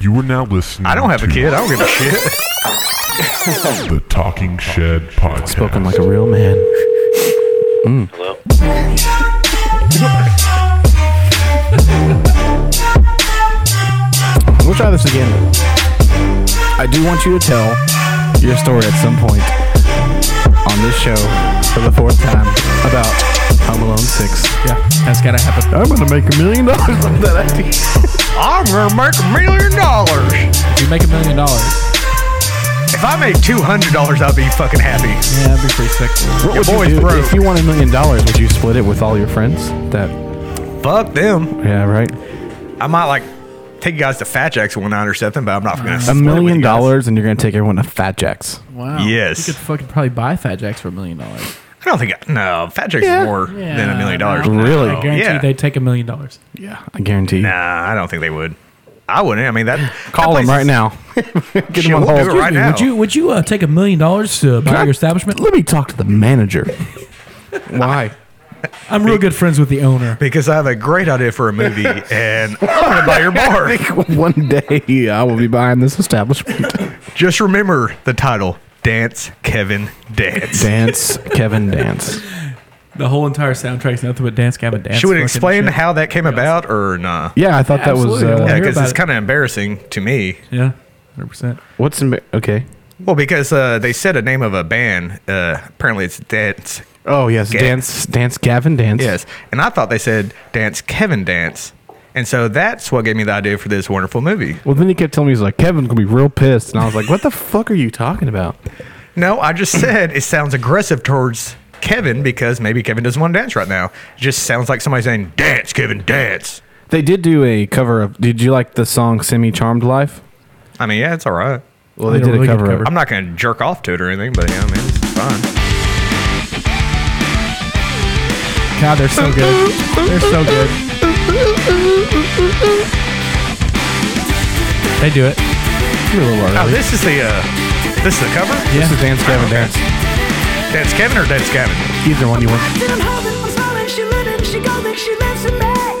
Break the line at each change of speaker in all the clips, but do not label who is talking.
You are now listening.
I don't have a
to
kid. I don't give a shit.
The Talking Shed podcast.
Spoken like a real man. Mm.
Hello.
We'll try this again. I do want you to tell your story at some point on this show for the fourth time about Home Alone 6. Yeah, that's gotta happen. I'm gonna make a million dollars on that idea.
I'm gonna make a million dollars.
You make a million dollars.
If I made two hundred dollars, I'd be fucking happy.
Yeah, that'd be pretty sick.
What would
boy's
you do
broke.
if you won a million dollars? Would you split it with all your friends? That,
Fuck them.
yeah, right?
I might like take you guys to Fat Jacks one night or something, but I'm not gonna.
A
split with
million
you guys.
dollars and you're gonna take everyone to Fat Jack's.
Wow.
Yes.
You could fucking probably buy Fat Jacks for a million dollars.
I don't think. I, no, Fat Jacks
Yeah.
is more than a million dollars.
no. Really?
I guarantee
Yeah.
they'd take a million dollars.
Yeah, I guarantee you.
Nah, I don't think they would. I wouldn't. I mean that. that
Call
place
him right
is-
now. Get
Shit,
him on
we'll do
hold.
it right now.
Would you would you uh, take a million dollars to buy your establishment?
Let me talk to the manager. Why?
I'm real good friends with the owner.
Because I have a great idea for a movie, and I'm gonna buy your bar.
One day I will be buying this establishment.
Just remember the title: Dance, Kevin, Dance.
Dance, Kevin, dance.
The whole entire soundtrack's nothing but dance, Gavin, dance.
Should we
fucking
explain
shit.
how that came about, or nah?
Yeah, I thought that was.
Absolutely.
Uh,
Yeah,
hear
because
about
it's
it.
kind of embarrassing to me.
Yeah, hundred percent.
What's in, okay?
Well, because uh, they said a name of a band. Uh, apparently, it's Dance.
Oh yes,
Ga-
dance, dance, Gavin, dance.
Yes, and I thought they said Dance, Kevin, Dance, and so that's what gave me the idea for this wonderful movie.
Well, then he kept telling me he's like Kevin's gonna be real pissed, and I was like, "What the fuck are you talking about?"
No, I just said it sounds aggressive towards Kevin because maybe Kevin doesn't want to dance right now. It just sounds like somebody saying, Dance, Kevin, dance.
They did do a cover of. Did you like the song "Semi Charmed Life"?
I mean, yeah, it's all right.
Well, they
They did
did,
a
a
really good
cover of.
cover.
it.
I'm not going to jerk off to it or anything, but yeah, I mean, it's fun.
God, they're so good. They're so good. They do it.
You're a little
Oh,
early.
this is the, uh, this is the cover?
This is dance, Gavin,
Okay.
dance.
Dance Kevin or Dance Gavin?
Either one you want.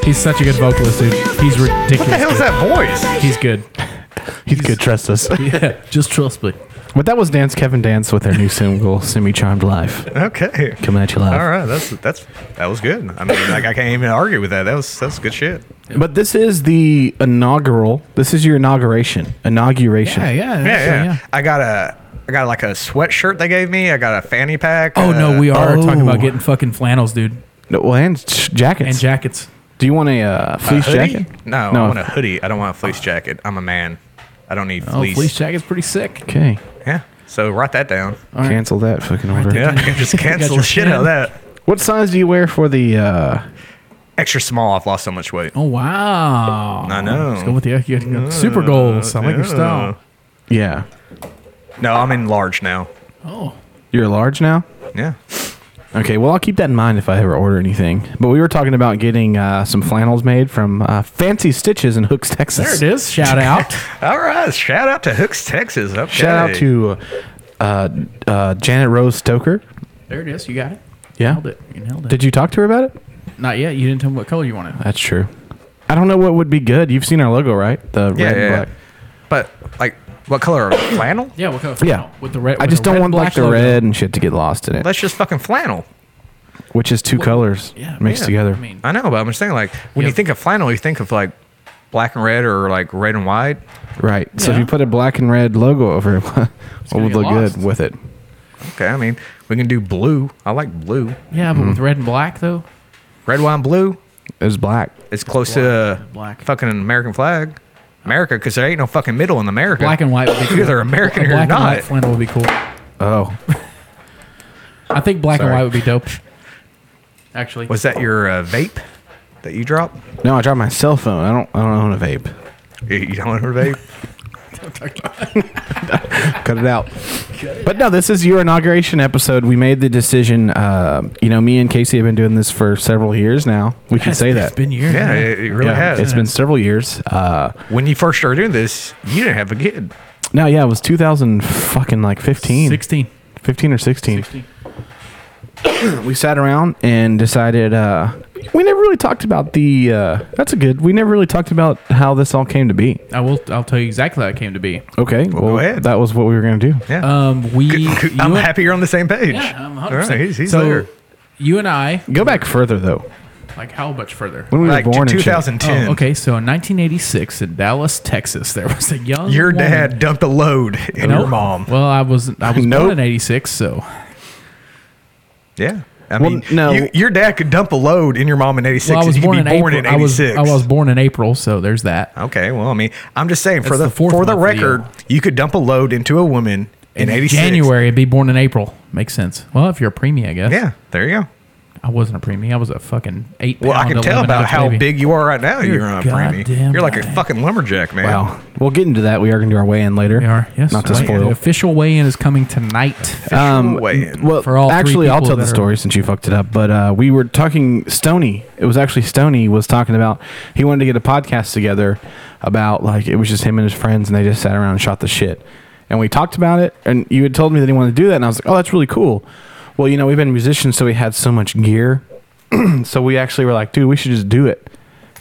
He's such a good vocalist, dude. He's ridiculous.
What the hell is that voice?
He's good.
He's good. Trust us.
Yeah, just trust me.
But that was Dance Kevin Dance with their new single "Semi Charmed Life"
Okay.
coming at you
uh,
live.
All right, that's that's that was good. I mean, like I can't even argue with that. That was that's good shit.
But this is the inaugural. This is your inauguration. Inauguration.
Yeah, yeah,
Yeah, yeah.
yeah.
I got a I got like a sweatshirt they gave me. I got a fanny pack. uh,
Oh no, we are talking
oh.
about getting fucking flannels, dude,
No, Well, and sh- jackets.
and jackets.
Do you want a uh, fleece
hoodie?
jacket?
No,
No.
I want a hoodie. I don't want a fleece jacket. I'm a man. I don't need
Oh,
fleece.
fleece, jacket's pretty sick.
Okay.
Yeah. So write that down.
right.
Cancel that fucking order.
Yeah. Just cancel
your
the shit out of
pen.
that.
What size do you wear for the? Uh,
Extra small. I've lost so much weight.
Oh wow.
I know.
Let's go with the you got super goals. Oh, I like your style.
yeah.
No, I'm in large now.
Oh,
You're large now.
Yeah.
Okay. Well, I'll keep that in mind if I ever order anything. But we were talking about getting uh, some flannels made from uh, Fancy Stitches in Hooks, Texas.
there it is. Shout out.
All right. Shout out to Hooks, Texas. Okay.
Shout out to uh, uh, Janet Rose Stoker.
there it is. You got it.
Yeah.
Nailed it. You nailed it.
Did you talk to her about it?
Not yet. You didn't tell me what color you wanted.
That's true. I don't know what would be good. You've seen our logo, right?
Yeah,
The red
yeah, yeah.
and black.
But like, what color? flannel?
Yeah, what color?
Yeah.
With the red.
I
with
just
the
don't
red
want
and
like
black
the
logo.
red and shit to get lost in it,
Let's just fucking flannel.
which is two colors
Yeah.
mixed
yeah,
together.
I mean,
I know, but I'm just saying, like, when you
Yeah.
think of flannel, you think of like black and red or like red and white.
right. So if
Yeah.
you put a black and red logo over it, what
gonna
would
get
look
lost.
good with it?
Okay, I mean, we can do blue. I like blue.
yeah, but
Mm.
with red and black though.
Red, white, and blue
It's black.
is close to
Black.
fucking American flag. America, because there ain't no fucking middle in America.
Black and white. Would be
You either American
A
or
black
you're
and white
not.
flannel would be cool.
Oh,
I think black
Sorry.
and white would be dope. Actually,
Was that your uh, vape that you dropped?
no! I dropped my cell phone. I don't. I don't own a vape.
You- You don't want a vape?
Cut it out. But no, this is your inauguration episode. We made the decision. Uh, you know, me and Casey have been doing this for several years now. We can say that.
It's been years.
Yeah,
man.
it, it really
yeah,
has.
it's been several years. Uh,
when you first started doing this, you didn't have a kid.
no, yeah, it was 2000 fucking like 15,
16.
15 or 16. We sat around and decided, uh, We never really talked about the. Uh, that's a good. We never really talked about how this all came to be.
I will. I'll tell you exactly how it came to be.
Okay, well,
go ahead.
that was what we were going to do.
Yeah.
Um, we. you
I'm
and-
happy you're on the same page.
Yeah, I'm 100%.
All right, he's, he's
so
there.
you and I,
Go back further though.
like how much further?
When we
Like
were born in
2010.
Oh, okay, so in 1986 in Dallas, Texas, there was a young
Your
woman-
dad dumped a load in
Nope.
your mom.
Well, I was I was
Nope.
born in '86, so
Yeah. I
Well,
mean,
no.
you- your dad could dump a load in your mom in 86
well, I was
and you
born
could
in
be born
April.
in 86.
I was I was born in April, so there's that.
okay, well, I mean, I'm just saying for
That's
the,
the fourth
for the
month of the
record,
year.
you could dump a load into a woman in, 86.
January, it'd be born in April. Makes sense. Well, if you're a preemie, I guess.
Yeah, there you go.
I wasn't a preemie. I was a fucking eight.
Well, I
pound,
can tell
11
about
ounce
how
baby.
big you are right now. You're,
You're
on a preemie.
goddamn
You're like a
right.
fucking lumberjack, man.
Wow. We'll get into that. We are going to do our weigh in later.
They are. Yes.
Not to
Wait, The
spoil.
official weigh-in is coming tonight.
Um,
Weigh in.
well,
For all three
actually, I'll
people
tell the
that are-
story since you fucked it up. But uh, we were talking. Stony. It was actually Stony was talking about he wanted to get a podcast together about like it was just him and his friends and they just sat around and shot the shit. And we talked about it. And you had told me that he wanted to do that, and I was like, oh, that's really cool. Well, you know, we've been musicians, so we had so much gear. so we actually were like, dude, we should just do it,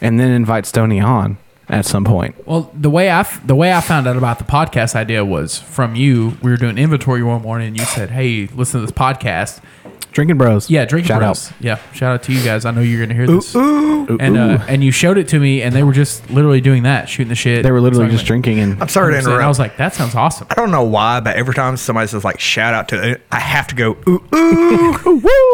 and then invite Stony on at some point.
Well, the way I f- the way I found out about the podcast idea was from you. We were doing inventory one morning, and you said, "Hey, listen to this podcast."
Drinking Bros.
Yeah, drinking
Shout
bros.
Out.
Yeah, shout out to you guys. I know you're gonna hear this. and Uh, and you showed it to me, and they were just literally doing that, shooting the shit.
They were literally
Talking
just drinking and
I'm sorry to
And
interrupt.
I was like, "That sounds awesome."
I don't know why, but every time somebody says like shout out to, I have to go ooh ooh,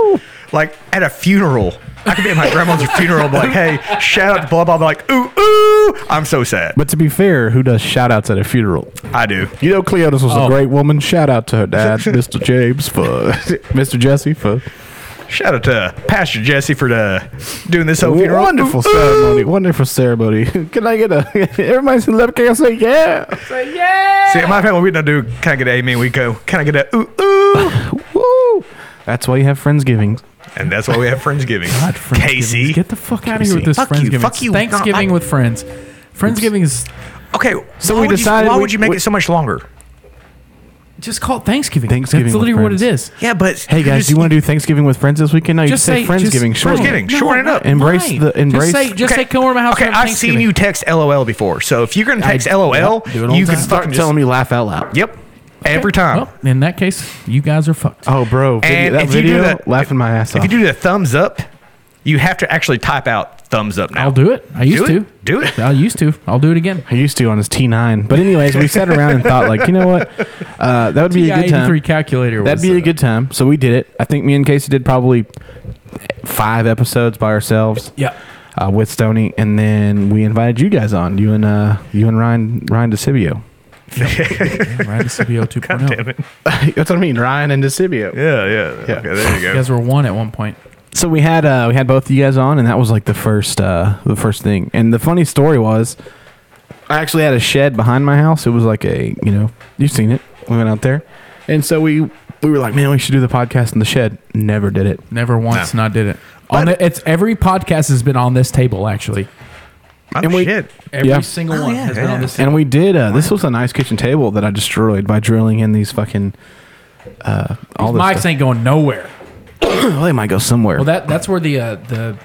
woo.
like at a funeral. I could be at my grandma's funeral, and be like, hey, shout out to blah blah, blah, like ooh ooh. I'm so sad.
But to be fair, who does shout outs at a funeral?
I do.
You know, Cleotis was
Oh.
a great woman. Shout out to her dad, Mr. James, for Mr. Jesse for
Shout out to Pastor Jesse for the doing this whole funeral.
wonderful ceremony. Wonderful ceremony. Can I get a? Everybody's in left. Can I say yeah?
See, in my family, we don't do can I get an amen. We go can I get a ooh ooh,
Woo! That's why you have friendsgivings.
and that's why we have Friendsgiving.
God, Friendsgivings.
Casey,
get the fuck out of here with this
Fuck you,
Friendsgiving.
fuck you. No,
Thanksgiving
I-
with friends. Friendsgiving is
okay. So
we
we decided.
decided
why
we-
would you make
we-
it so much longer?
just call it Thanksgiving.
Thanksgiving
That's
with
literally what it
friends.
is.
Yeah, but
Hey guys, do you want to do Thanksgiving with friends this weekend? No, you just
Just say
say Friendsgiving.
Just,
Sure.
Friendsgiving. Shorten it up.
Embrace the- embrace-
Just say, just say, come over to my house.
Okay,
and have
I've seen
Thanksgiving."
you text LOL before, so if you're gonna text LOL,
do it all
you
the
can fucking
time.
Start
just,
telling me laugh out loud.
Yep, every time.
Well, in that case, you guys are fucked.
Oh, bro, video,
and
that
if
video
you do the,
laughing my ass
If
off.
you do the thumbs up, you have to actually type out thumbs up now.
I'll do it. I used
Do
to.
it. Do it.
I used to. I'll do it again.
I used to on his T9. But anyways, we sat around and thought like, you know what? Uh, that would be a good time.
Three calculator.
That'd
was,
be
uh,
a good time. So we did it. I think me and Casey did probably five episodes by ourselves.
Yeah.
Uh, with Stony, and then we invited you guys on. You and uh, you and Ryan Ryan DeCibio.
Damn, right, this would be 0.2.
God damn it.
That's what I mean, Ryan and DeCibio.
Yeah, yeah.
Yeah.
Okay, there you
You
go.
guys were one at one point.
So we had uh, we had both of you guys on, and that was like the first uh, the first thing. And the funny story was, I actually had a shed behind my house. It was like a you know you've seen it. We went out there, and so we we were like, man, we should do the podcast in the shed. Never did it.
Never once not did it. On
But-
the, it's every podcast has been on this table actually.
Oh,
and we-
shit.
Every
Yeah.
single one has been
Oh, yeah.
on this.
And we did. Uh, this was a nice kitchen table that I destroyed by drilling in these fucking uh, all
table.
this.
Mike's
stuff.
ain't going nowhere.
Well, they might go somewhere.
Well, that that's where the uh, the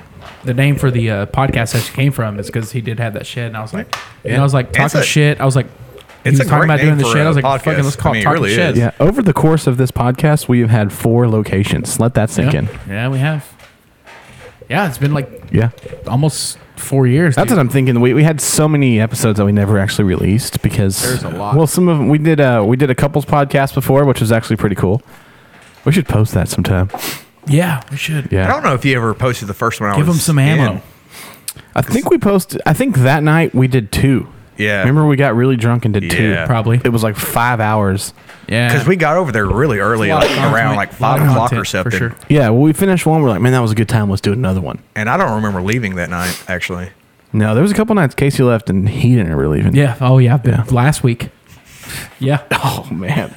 the name for the uh, podcast actually came from is because he did have that shed, and I was like, and I was like
It's
talking
a-
shit. I was like, he
it's
was
a
talking
great
about doing
name
the
for
shed. I
a
was like,
podcast.
fucking, let's
I
call
mean,
it
it
talking
really is.
shit.
yeah. Over the course of this podcast, we have had four locations. Let that sink in.
yeah, yeah, we have. Yeah, it's been like
Yeah.
almost four years.
That's
dude.
what I'm thinking. We, we had so many episodes that we never actually released because
There's a lot.
Well, some of them we did. Uh, we did a couples podcast before, which was actually pretty cool. We should post that sometime.
yeah, we should.
Yeah.
I don't know if you ever posted the first one. I
Give
was
him some ammo.
in.
I think we posted. I think that night we did two.
Yeah.
Remember we got really drunk and did
Yeah.
two.
Probably.
It was like five hours.
Yeah,
Because we got over there really early,
Lot of
like
content,
around like
lot
five
of
o'clock
content,
or something.
For sure.
Yeah. Well, we finished one. We're like, man, that was a good time. Let's do another one.
And I don't remember leaving that night actually.
No, there was a couple nights Casey left and he didn't really even.
Yeah. Oh yeah. I've been
Yeah.
last week. Yeah.
Oh man.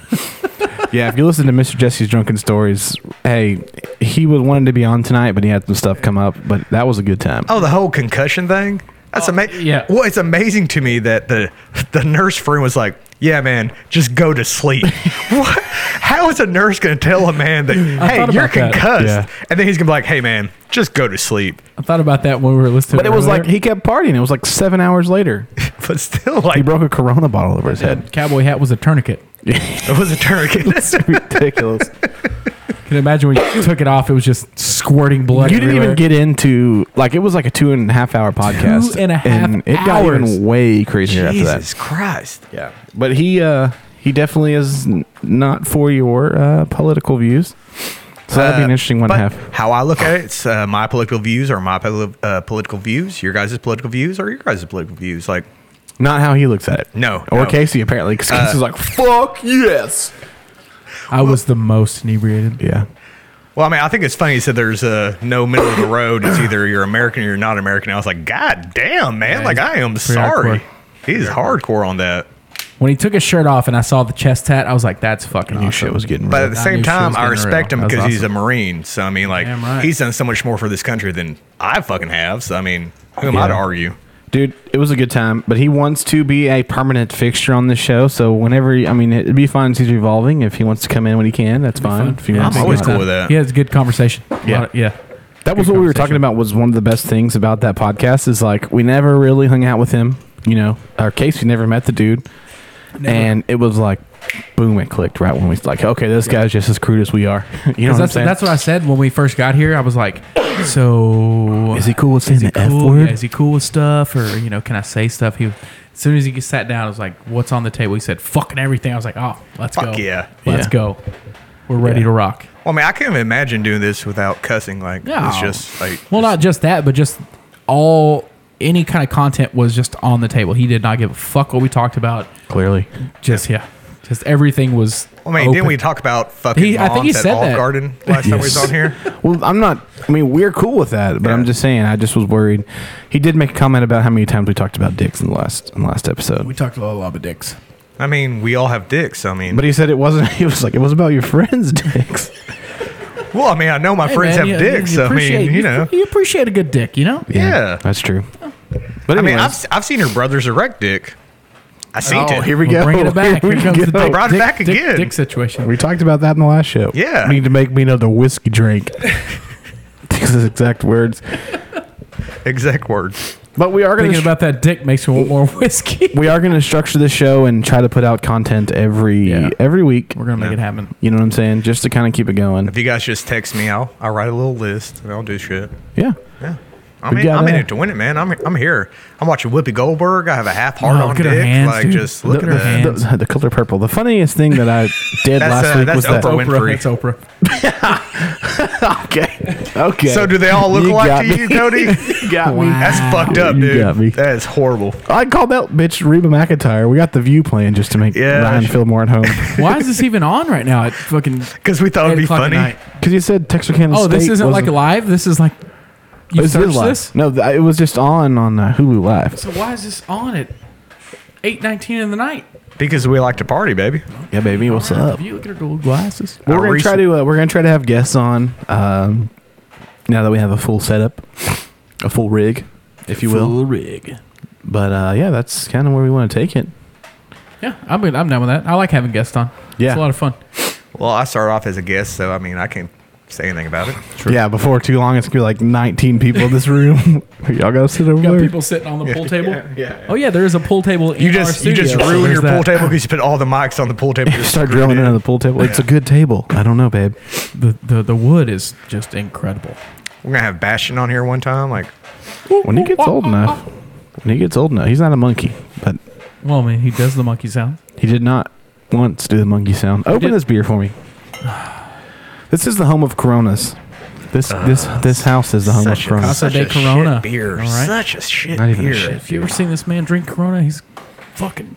yeah, if you listen to Mr. Jesse's drunken stories, hey, he was wanted to be on tonight, but he had some stuff come up. But that was a good time.
Oh, the whole Oh, concussion thing. That's amazing.
yeah.
Well, it's amazing to me that the the nurse friend was like, "Yeah, man, just go to sleep." what? How is a nurse going to tell a man that, "Hey,
thought
you're
about that.
concussed,"
Yeah.
and then he's going to be like, "Hey, man, just go to sleep."
I thought about that when we were listening.
But it was
earlier.
like he kept partying. It was like seven hours later.
But still,
He
like,
broke a Corona bottle over his head.
cowboy hat was a tourniquet.
it was a tourniquet.
Ridiculous.
Can you imagine when you took it off? It was just squirting blood.
you didn't even
everywhere.
get into like it was like a two and a half hour podcast.
Two and a half
and it got
hours.
even way crazier after that.
Jesus Christ!
Yeah, but he uh, he definitely is n- not for your uh, political views. So that'd be an interesting one to
Uh, But
have.
How I look at it, it's uh, my political views are my poli- uh, political views. Your guys' political views are your guys' political views. Like,
Not how he looks at it.
No,
or
no. Uh,
Casey apparently. Because Casey's like, "Fuck yes."
I was the most inebriated.
Yeah,
well, I mean, I think it's funny. You said there's uh, no middle of the road. It's either you're American or you're not American. I was like, God damn, man! like, I am sorry.
hardcore.
He's hardcore on that.
When he took his shirt off and I saw the chest tat, I was like, "That's fucking
new
awesome."
shit was getting.
But at
real.
the
I
same
knew she
time,
was
I
getting
respect
real.
him
That's
because he's a
awesome.
Marine. So I mean, like,
Damn right.
he's done so much more for this country than I fucking have. So I mean, who am I to
Yeah.
argue?
Dude, it was a good time, but he wants to be a permanent fixture on the show. So whenever, I mean, it'd be fine if he's revolving. If he wants to come in when he can, that's fine. If he
Yeah,
wants
it's
to
a
always
good
cool
time.
with that.
He has good conversation. A
Yeah.
lot of- yeah.
That was what we were
conversation.
talking about. Was one of the best things about that podcast is like we never really hung out with him. You know, our case we never met the dude, and it was like, boom, it clicked right when we like, okay, this guy's just as crude as we are. you know what I'm
That's,
saying?
that's what I said when we first got here. I was like, "So
Is he cool with saying
is he
the F
cool?
word?
Yeah, is he cool with stuff, or you know, can I say stuff?" He, as soon as he sat down, I was like, "What's on the table?" He said, "Fucking everything." I was like, "Oh, let's
Fuck
go,
yeah.
let's
Yeah.
go, we're ready
Yeah.
to rock."
Well, I mean, I can't even imagine doing this without cussing. Like, it's
No.
just like,
Well, not just that, but just all any kind of content was just on the table. He did not give a fuck what we talked about.
clearly.
Just yeah, just everything was.
Well, I mean, didn't
open.
we talk about fucking
He- I
moms
think he
at
said
Olive
that.
Garden last time we was
Yes.
on here?
Well, I'm not. I mean, we're cool with that, but I'm
Yeah.
just saying. I just was worried. He did make a comment about how many times we talked about dicks in the last in the last episode.
talked about a lot of dicks.
I mean, we all have dicks. I mean,
But he said it wasn't. He was like, it was about your friends' dicks.
well, I mean, I know my friends
man,
have
you-
dicks.
you
I mean,
appreciate-
you know,
you appreciate a good dick, you know.
yeah.
that's true. But
I mean,
anyways.
I've, I've seen her brother's erect dick. I seen
Oh,
it.
here we
We're
go.
bringing it back.
Here
Here,
we
comes the
go.
dick,
Brought it
dick-
back
dick-
again.
Dick situation.
We talked about that in the last show.
Yeah.
Need to make me another whiskey drink. These are exact words.
Exact words.
But we are going
Thinking
to
about that dick makes me want more whiskey.
we are going to structure the show and try to put out content every
Yeah.
every week.
We're gonna make it happen.
you know what I'm saying? Just to kind of keep it going.
If you guys just text me, I'll, I'll write a little list and I'll do shit.
Yeah.
Yeah. I'm,
We
in,
got
I'm in
that.
it to win it, man. I'm, I'm here. I'm watching Whoopi Goldberg. I have a half heart
No,
on
look at
dick.
her hands,
like,
dude.
just look,
Look
at
at her
that.
hands.
The, the color purple. The funniest thing that I did
That's,
last
uh,
week
that's
was that.
Oprah Winfrey.
It's Oprah.
Okay. Okay.
So, do they all look
You
alike
got
to
me.
you, Cody?
You got me.
Wow.
That's fucked up,
You
dude.
got me.
That is horrible.
I called that bitch Reba McIntyre. We got the view plan just to make
Yeah.
Ryan feel more at home.
Why is this even on right now? At fucking
Because we thought it'd
eight
be
o'clock at
funny.
night?
Because you said Texarkana
Oh, this
State
isn't like
wasn't-
live. This is like you
This is
searched
live.
this.
No, th- it was just on on uh, Hulu Live.
So why is this on at eight nineteen in the night?
Because we like to party, baby.
Yeah, baby, what's up?
Have you look at her gold glasses?
We're gonna
recent-
try to uh, we're gonna try to have guests on. Um, now that we have a full setup, a full rig, if you will.
rig.
But uh, yeah, that's kind of where we want to take it.
Yeah, I'm good. I'm down with that. I like having guests on.
Yeah.
it's a lot of fun.
Well, I started off as a guest, so I mean, I can't say anything about it.
Yeah, before too long, it's gonna be like 19 people in this room. Y'all gotta sit over
You got
there.
people sitting on the pool table.
yeah, yeah.
Oh yeah, there is a pool table. In
You just
our
you just
studio, so
ruin
there's
your
that.
pool table because you put all the mics on the pool table.
You start drilling into the pool table. It's a good table. I don't know, babe.
The, the the wood is just incredible.
We're gonna have Bastion on here one time. Like,
When he gets old enough, when he gets old enough, he's not a monkey, but
Well, I mean, he does the monkey sound.
He did not once do the monkey sound.
Oh,
Open
did-
this beer for me. This is the home of Coronas. This
Uh,
this this house is the home of Coronas.
Casa de Corona.
shit beer,
All right.
such a shit
Not even a
beer.
shit.
If you ever seen this man drink Corona, he's fucking.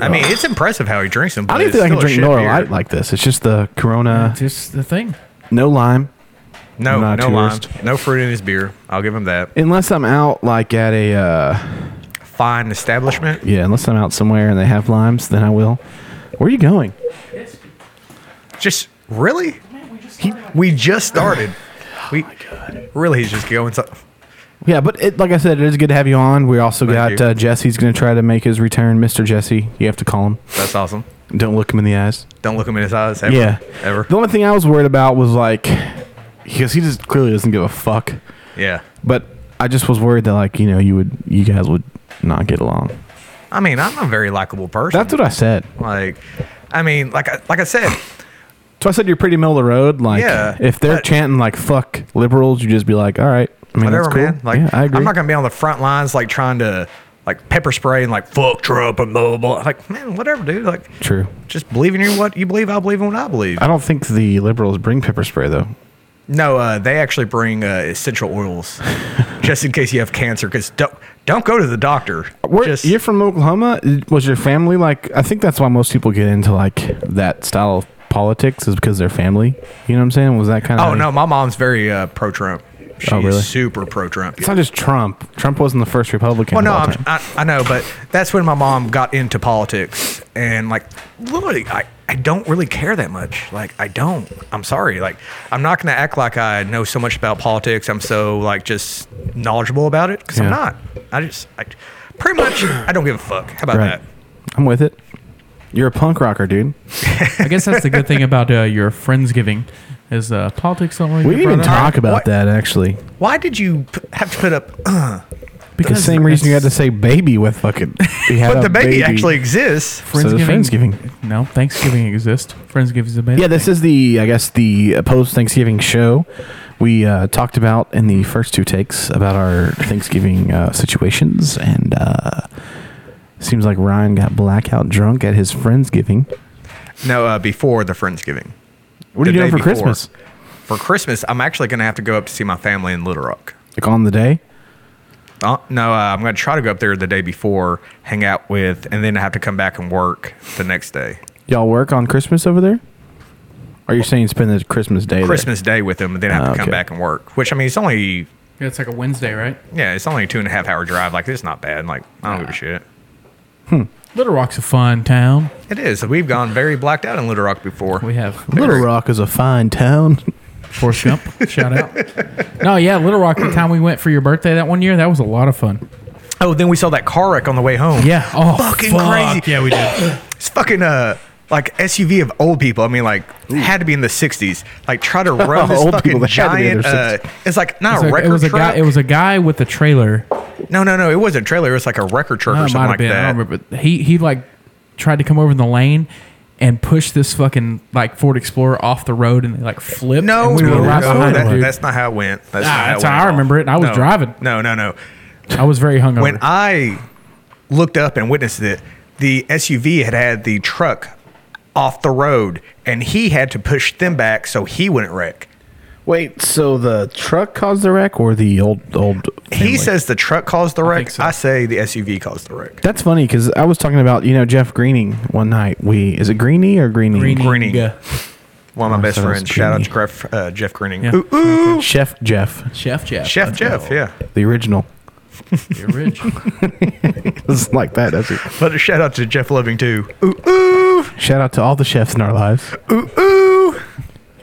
I mean, it's impressive how he drinks them.
I
but
don't
it's
even think I can
still a
drink
shit
Miller
beer.
Lite like this. It's just the Corona,
It's just the thing.
no lime.
No,
Not a
no lime,
tourist.
no fruit in his beer. I'll give him that.
Unless I'm out like at a uh,
Fine establishment.
yeah, unless I'm out somewhere and they have limes, then I will. Where are you going?
Just really, we just started. we really he's just going. So,
Yeah, but it, like I said, it is good to have you on. We also
Thank
got
you.
uh, Jesse's going to try to make his return. Mr. Jesse, you have to call him.
That's awesome.
Don't look him in the eyes.
Don't look him in his eyes ever.
Yeah.
Ever.
The only thing I was worried about was like, because he just clearly doesn't give a fuck.
Yeah.
But I just was worried that like you know you would you guys would not get along.
I mean, I'm a very likable person.
That's what I said.
like, I mean, like, I, like I said,
So I said you're pretty middle of the road. Like
Yeah,
if they're
but-
chanting like fuck liberals, you just be like, all right. I mean,
whatever,
that's cool.
man. Like,
yeah, I agree.
am not gonna be on the front lines like trying to like pepper spray and like fuck Trump and blah blah blah. Like, man, whatever, dude. Like,
True.
just believe in you what you believe. I believe in what I believe.
I don't think the liberals bring pepper spray though.
No, uh, they actually bring uh, essential oils just in case you have cancer. Because don't don't go to the doctor.
Where,
Just-
you're from Oklahoma. Was your family like? I think that's why most people get into like that style of politics is because their family. You know what I'm saying? Was that kind of?
oh no, my mom's very uh, pro Trump. She's
Oh, really?
super pro Trump.
It's not just Trump. Trump wasn't the first Republican.
Well,
of
no,
all
I'm,
time.
I, I know, but that's when my mom got into politics, and like, literally, I, I don't really care that much. Like, I don't. I'm sorry. Like, I'm not gonna act like I know so much about politics. I'm so like just knowledgeable about it because
Yeah.
I'm not. I just, I, pretty much, I don't give a fuck. How about
right.
that?
I'm with it. You're a punk rocker, dude.
I guess that's the good thing about uh, your friendsgiving is uh, politics don't really.
We
get
didn't even
brought up.
talk about
What?
that actually.
Why did you p- have to put up?
The same reason you had to say baby with fucking. We had
but
a
the baby, actually exists.
So there's Friendsgiving.
No, Thanksgiving exists. Friendsgiving is a bit.
Yeah, this is the I guess the post Thanksgiving show. We uh, talked about in the first two takes about our Thanksgiving uh, situations, and uh, seems like Ryan got blackout drunk at his friendsgiving.
No, uh, before the Friendsgiving.
What are
The
you
day
doing for
before.
Christmas?
For Christmas, I'm actually gonna have to go up to see my family in Little Rock.
Like on the day?
Uh, no, uh, I'm going to try to go up there the day before, hang out with, and then I have to come back and work the next day.
Y'all work on Christmas over there? Or you're saying spend the Christmas day? there?
Christmas Day with them, and then I have
Ah,
to come
okay.
back and work. Which I mean, it's only
Yeah, it's like a Wednesday, right?
yeah, it's only a two and a half hour drive. Like it's not bad. Like I don't give a shit.
Little Rock's a fun town.
It is. We've gone very blacked out in Little Rock before.
We have
Little Rock is a fine town.
Forrest Gump. shout out. No, yeah, Little Rock. The time we went for your birthday that one year, that was a lot of fun.
Oh, then we saw that car wreck on the way home.
Yeah. Oh,
Fucking
fuck.
crazy.
Yeah, we did.
it's fucking uh. Like SUV of old people. I mean, like had to be in the '60s. Like try to run this
Old
fucking
people, they had to be in
giant.
their
Uh, it's like not
So
a record
it was a
truck.
guy. It was a guy with a trailer.
no, no, no. It wasn't a trailer. It was like a record truck
No,
or
it Uh, might
something
have
like that.
been. I don't remember. But he he like tried to come over in the lane and push this fucking like Ford Explorer off the road and they like flipped.
No,
and we were
no,
right
no,
behind
that-
him, dude.
that's not how it went. That's, not
Ah,
how,
that's
it went
how I
at all.
remember it, and I was
No.
driving.
No, no, no.
I was very hungover.
When I looked up and witnessed it, the SUV had had the truck off the road, and he had to push them back so he wouldn't wreck.
Wait, so the truck caused the wreck or the old old?
He
family?
says the truck caused the wreck. I,
think so.
say the SUV caused the wreck.
That's funny because I was talking about you know Jeff Greening one night. We is it Greeny or Greening?
Greening.
Greening.
Yeah.
One of my best
so it's
friends. Shout out to
Greeny.
Jeff, uh, Jeff Greening.
Yeah.
Ooh, ooh.
Chef Jeff,
Chef Jeff.
Chef Jeff, yeah.
the original.
You're rich.
It's like that. That's it.
But a shout out to Jeff Loving too. Ooh, ooh,
Shout out to all the chefs in our lives.
ooh, ooh.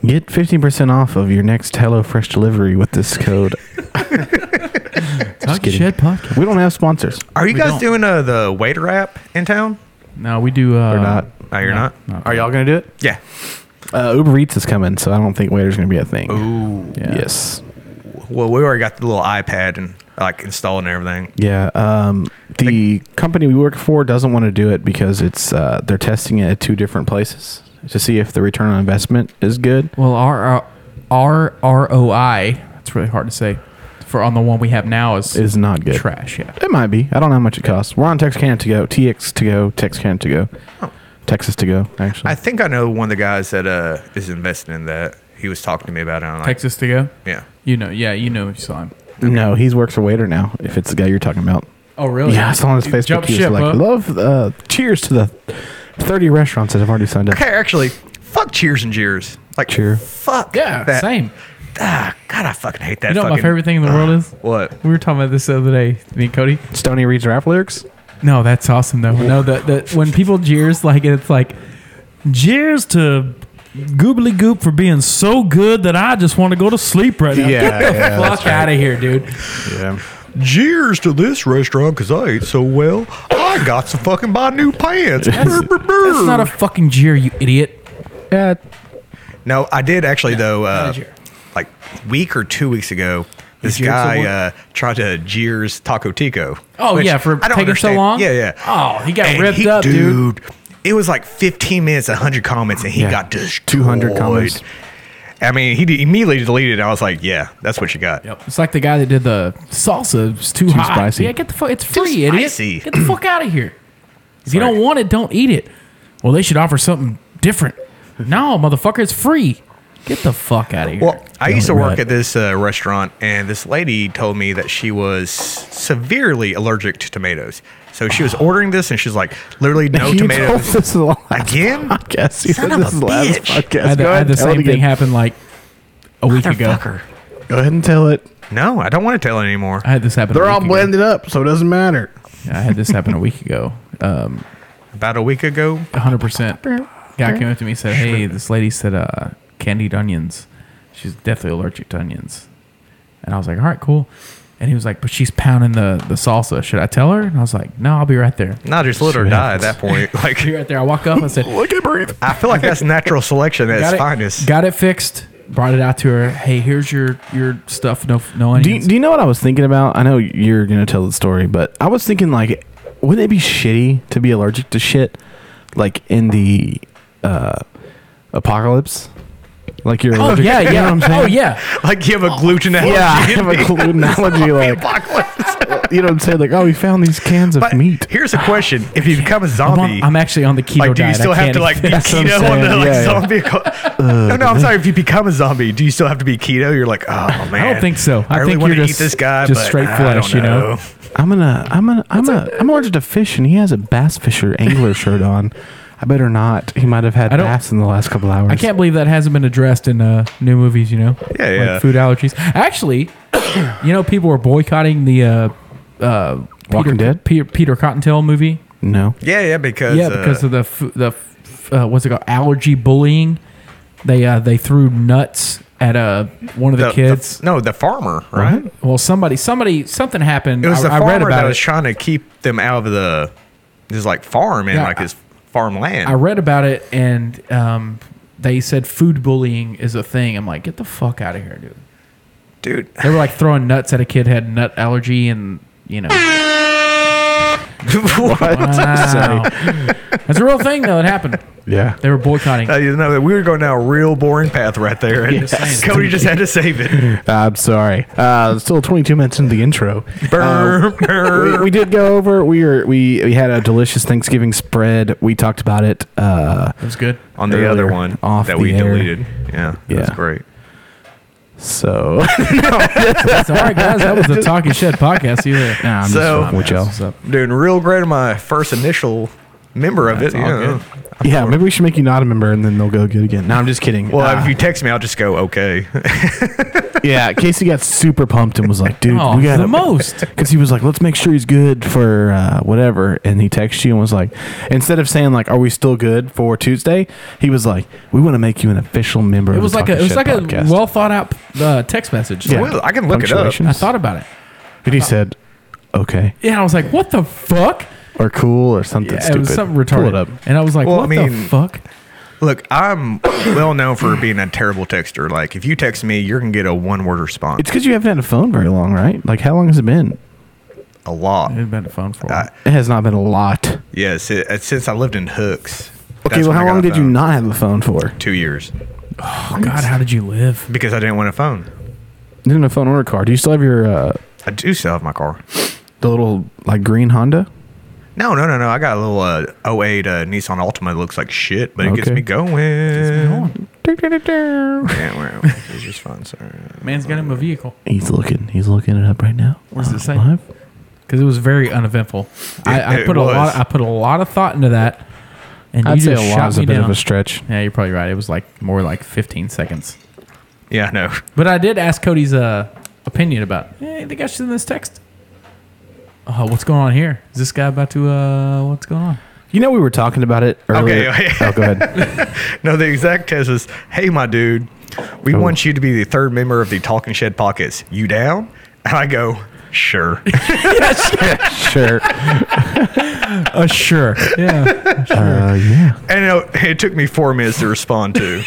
Get fifteen percent off of your next HelloFresh delivery with this code.
Talk
kidding.
Shed podcast.
we don't have sponsors.
Are you
We
guys
don't.
doing uh, the waiter app in town?
No, we do. Uh,
Or not.
Oh, you're
No,
not?
no.
Are y'all gonna do it?
Yeah.
Uh, Uber Eats is coming, so I don't think waiters gonna be a thing. Ooh. Yes.
Well, we already got the little iPad and like installed and everything.
Yeah. Um, the company we work for doesn't want to do it because it's uh, they're testing it at two different places to see if the return on investment is good.
Well, uh, our our ROI. It's really hard to say. For on the one we have now is
Is not good.
trash. Yeah.
It might be. I don't know how much it costs. We're on Texarkana to go, TX to go, Texarkana to go, Texas to go. Actually,
Oh. I think I know one of the guys that uh is investing in that. He was talking to me about it. and I'm like,
Texas to go.
yeah.
You know. Yeah. You know. You saw him.
no, he's works for waiter now. If it's the guy you're talking about,
Oh really?
yeah, I saw on his
You
Facebook.
jumped
He was
ship,
like,
huh?
"Love, uh, cheers to the thirty restaurants that have already signed up."
Okay, actually, fuck cheers and jeers. Like
Cheer.
Fuck.
Yeah.
that.
Same.
Ah, God, I fucking hate that.
You know what my
fucking-
favorite thing in the world is?
What?
We were talking about this the other day, me and Cody.
Stony reads rap lyrics.
No, that's awesome though. No, the, the when people jeers like it's like jeers to
goobly goop for being so good that I just want to go to sleep right now.
yeah,
Fuck out of here, dude.
yeah.
Jeers to this restaurant because I ate so well. I got to fucking buy new pants. Brr, brr, brr.
That's not a fucking jeer, you idiot.
Yeah,
No, I did actually though. Uh,
not a jeer.
like week or two weeks ago, this
jeered
guy
someone?
uh, tried to jeers Taco Tico.
Oh
which
yeah, for
I
taking
don't
so
understand.
long.
Yeah, yeah.
Oh, he got
And
ripped
he-
up, dude.
It was like 15 minutes, 100 comments, and he got destroyed.
200 comments.
I mean, he de- immediately deleted. it. I was like, "Yeah, that's what you got."
Yep. It's like the guy that did the salsa. It's too, hot.
spicy.
Yeah, get the fuck. It's free, idiot.
spicy.
Get the fuck out of here. If you don't want it, don't eat it. Well, they should offer something different. No, motherfucker, it's free. Get the fuck out of here.
Well, I
Get
used to
on the
work
rut.
at this uh, restaurant, and this lady told me that she was severely allergic to tomatoes. So she was ordering this, and she's like, "Literally no
you told
tomatoes."
this last
Again?
podcast. You
Son of
said
a
this is the last
bitch.
podcast.
I had, the,
Go
I
ahead,
had
tell
the
it
same
again.
thing happen like a week ago.
Motherfucker.
Go ahead and tell it.
No, I don't want to tell anymore.
I had this happen. a
They're
week
all
ago.
blended up, so it doesn't matter.
Yeah, I had this happen a week ago. Um,
About a week ago,
100%. Guy came up to me and said, Hey, this lady said uh, candied onions. She's deathly allergic to onions. And I was like, All right, cool. And he was like, But she's pounding the, the salsa. Should I tell her? And I was like, No, I'll be right there.
not just let her
Shit
die at that
happens.
point. Like,
Be right there. I walk up. I said,
Look at breathe.
I feel like that's natural selection at
got
its
it,
finest.
got it fixed. Brought it out to her. Hey, here's your your stuff. No, no
Do you,
onions.
do you know what I was thinking about? I know you're gonna tell the story, but I was thinking like, wouldn't it be shitty to be allergic to shit, like in the uh, apocalypse? Like you're
oh
allergic.
yeah, yeah.
You know what I'm saying?
Oh yeah.
Like you have a gluten allergy.
Yeah, I have a cool analogy. Like,
Apocalypse.
you know what I'm saying? Like, oh, we found these cans of
But
meat.
here's a question: If you become a
I'm,
zombie,
on, I'm actually on the keto
like, do you
diet. I
still have
can't
to like
eat-
be
That's what I'm
keto on the
saying.
like
Yeah, yeah.
zombie? no, no, I'm sorry. If you become a zombie, do you still have to be keto? You're like, oh man,
I don't think so.
I,
I
really
think
want to
you're
eat
just-
this guy,
just
but
straight
I
flesh,
don't
you know?
I'm gonna, I'm gonna, I'm a, I'm allergic to fish, and he has a bass fisher angler shirt on. I better not. He might have had
I don't-
bass in the last couple hours.
I can't believe that hasn't been addressed in uh, new movies. You know,
Yeah, yeah.
Like food allergies. Actually, you know, people were boycotting the uh, uh,
Walking
Peter,
Dead?
Peter, Peter Cottontail movie.
No.
Yeah, yeah, because uh,
yeah, because of the fu- the f- uh, what's it called allergy bullying. They uh, they threw nuts at uh, one of the, kids. Mm-hmm.
no, the farmer, right?
well, somebody somebody something happened.
It was
I,
the
I
farmer
read about
that
it.
was trying to keep them out of the his like farm and
Yeah,
like
I-
his farmland.
I read about it and um, they said food bullying is a thing. I'm like, get the fuck out of here, dude.
Dude,
They were like throwing nuts at a kid who had nut allergy and you know. Wow. That's a real thing though. It happened.
Yeah.
They were boycotting.
Uh, you know, we were going down a real boring path right there, and
Yes. Just saying.
Cody just had to save it.
I'm sorry. Uh, still 22 minutes into the intro. Uh,
Burr,
Um,
we,
burr.
we did go over. We were we we had a delicious Thanksgiving spread. We talked about it. Uh,
It was good.
on the
earlier,
other one
off
that
the
we
air.
deleted. Yeah, that's
Yeah.
great.
so
That's all right, guys. That was the Talking Shed podcast. You were, nah, I'm
So-
just
Which else?
What's up?
Doing real great on my first initial member of it.
all
yeah.
good.
yeah, maybe we should make you not a member, and then they'll go good again. No, I'm just kidding.
Well,
Uh,
Ah.
if you text me, I'll just go okay.
yeah, Casey got super pumped and was like, "Dude,
Oh,
we got
the most.
Because he was like, "Let's make sure he's good for uh, whatever," and he texted you and was like, instead of saying like, "Are we still good for Tuesday?" he was like, "We want to make you an official member."
It
of
was
the
like a it
Talking
was
Shit
like
podcast.
a well thought out uh, text message.
Yeah.
Well, I can look it up.
I thought about it.
And he said, "Okay."
Yeah, I was like, what the fuck?
or cool or something
Yeah,
stupid.
it was something
Pull
retarded.
it up.
And I was like,
Well, I
what the
mean-
fuck?
Look, I'm well known for being a terrible texter. Like, if you text me, you're gonna get a one word response.
It's because you haven't had a phone very long, right? Like, how long has it been?
a lot.
It had been a phone for a while.
I-
It has not been a lot.
Yes, it, it's since I lived in Hooks.
Okay,
That's
well,
when I
how
got
long
a
did you
phone.
not have a phone for?
Two years
Oh, God, how did you live?
because I didn't want a phone.
You didn't have a phone or a car. Do you still have your uh,
I do still have my car.
the little like green Honda?
No, no, no, no. I got a little uh, 08 uh, Nissan Altima. It looks like shit, but it gets
Okay.
me going. Yeah,
He's
well, it's just fun. Sorry.
Man's got him a vehicle.
looking. He's looking it up right now.
What's it say?
Live.
because it was very uneventful. I, I
it
put a
was.
lot. I put a lot of thought into that, and
I'd
you
say
just
a lot
shot
is a
me
bit of
down.
a stretch.
yeah, you're probably right. It was like more like 15 seconds.
Yeah, I know.
But I did ask Cody's uh, opinion about. Hey, think I should send this text. Oh, what's going on here? Is this guy about to? uh What's going on?
You know, we were talking about it earlier.
Okay, okay.
oh, go ahead.
No, the exact test is, "Hey, my dude, we
Oh.
want you to be the third member of the Talking Shed Pockets. You down?" And I go, "Sure."
sure.
Uh, sure. Yeah.
Uh, yeah.
and it, it took me four minutes to respond to.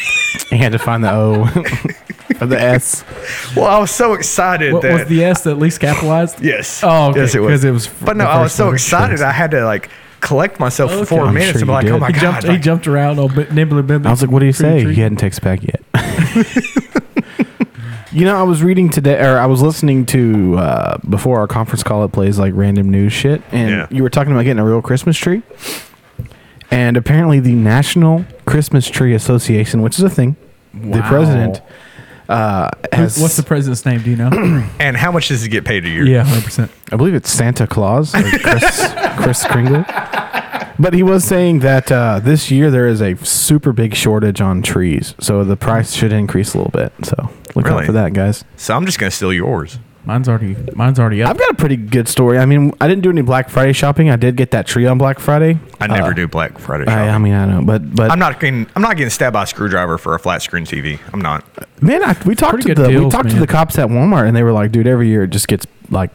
You had to find the O or the S.
well, I was so excited
What
that
was the S that least capitalized?
yes,
Oh, okay,
yes, it was.
'cause it was Oh
but no,
the
I was
first
so
letter.
excited, I had to like collect myself for
Okay.
4
I'm
minutes
sure
and be
you
like,
did.
"Oh my
He
god!"
jumped, he
like,
jumped around all bit nibbly bibbly.
I was like, what do you say? He hadn't texted back yet. you know, I was reading today, or I was listening to uh, before our conference call, it plays like random news shit. And
Yeah.
you were talking about getting a real Christmas tree. And apparently, the National Christmas Tree Association, which is a thing, the
Wow.
president uh, has.
What's the president's name? Do you know?
and how much does he get paid a year?
yeah, 100%.
I believe it's Santa Claus, or Chris, Chris Kringle. But he was saying that uh, this year there is a super big shortage on trees, so the price should increase a little bit. So look out
Really?
for that, guys.
So I'm just gonna steal yours.
Mine's already mine's already up.
I've got a pretty good story. I mean, I didn't do any Black Friday shopping. I did get that tree on Black Friday.
I never
Uh,
do Black Friday.
I,
shopping.
I mean, I know, but but
I'm not getting I'm not getting stabbed by a screwdriver for a flat screen TV. I'm not.
man, I, we talked
Pretty
to
good
the we
deals,
talked to
man.
the cops at Walmart, and they were like, "Dude, every year it just gets like."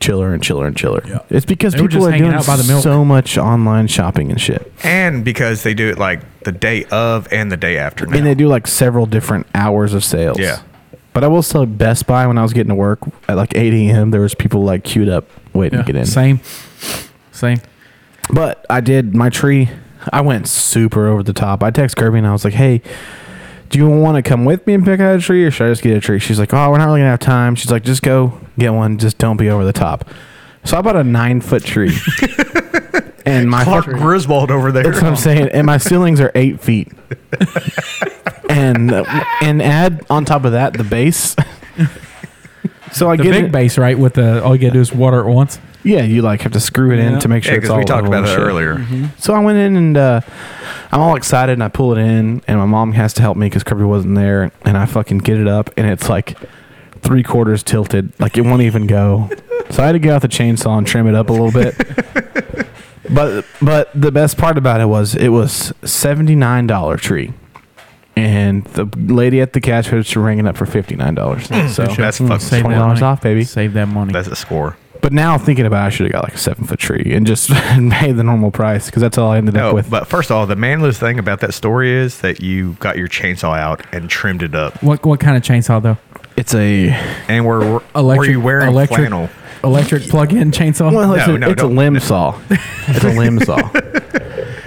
Chiller and chiller and chiller. It's because
They were
people
just
are
hanging
doing
out by the milk.
so much online shopping and shit.
And because they do it like the day of and the day after. Now.
And they do like several different hours of sales.
Yeah.
But I will say Best Buy when I was getting to work at like 8 a.m. There was people like queued up waiting
Yeah,
to get in.
Same. Same.
But I did my tree. I went super over the top. I text Kirby and I was like, "Hey, do you want to come with me and pick out a tree, or should I just get a tree?" She's like, "Oh, we're not really gonna have time." She's like, "Just go get one. Just don't be over the top." So I bought a nine foot tree, and my
Clark Griswold over there.
that's what I'm saying. And my ceilings are eight feet. and uh, and add on top of that the base. so I
The
get
big
it.
base, right? With the all you gotta do is water it once.
Yeah, you like have to screw it
Yeah.
in to make sure
Yeah,
it's
because
all
we talked about
level and
that
shit.
earlier.
Mm-hmm.
So I went in and uh, I'm all excited and I pull it in and my mom has to help me because Kirby wasn't there and I fucking get it up and it's like three quarters tilted like it won't even go. So I had to get out the chainsaw and trim it up a little bit. but but the best part about it was it was seventy nine dollar tree. And the lady at the cash register rang it up for fifty nine dollars.
Mm,
So
That's fucking.
mm, Save that
twenty dollars
money.
off, baby.
Save that money.
That's a score.
But now thinking about, it, I should have got like a seven foot tree and just paid the normal price because that's all I ended
No,
up with.
but first of all, the manliest thing about that story is that you got your chainsaw out and trimmed it up.
what what kind of chainsaw though?
It's a
And were were
Electric
you wearing
electric
flannel?
electric plug-in chainsaw.
Well,
No,
it's, a,
no,
it's a
don't-
limb saw. It's a limb saw.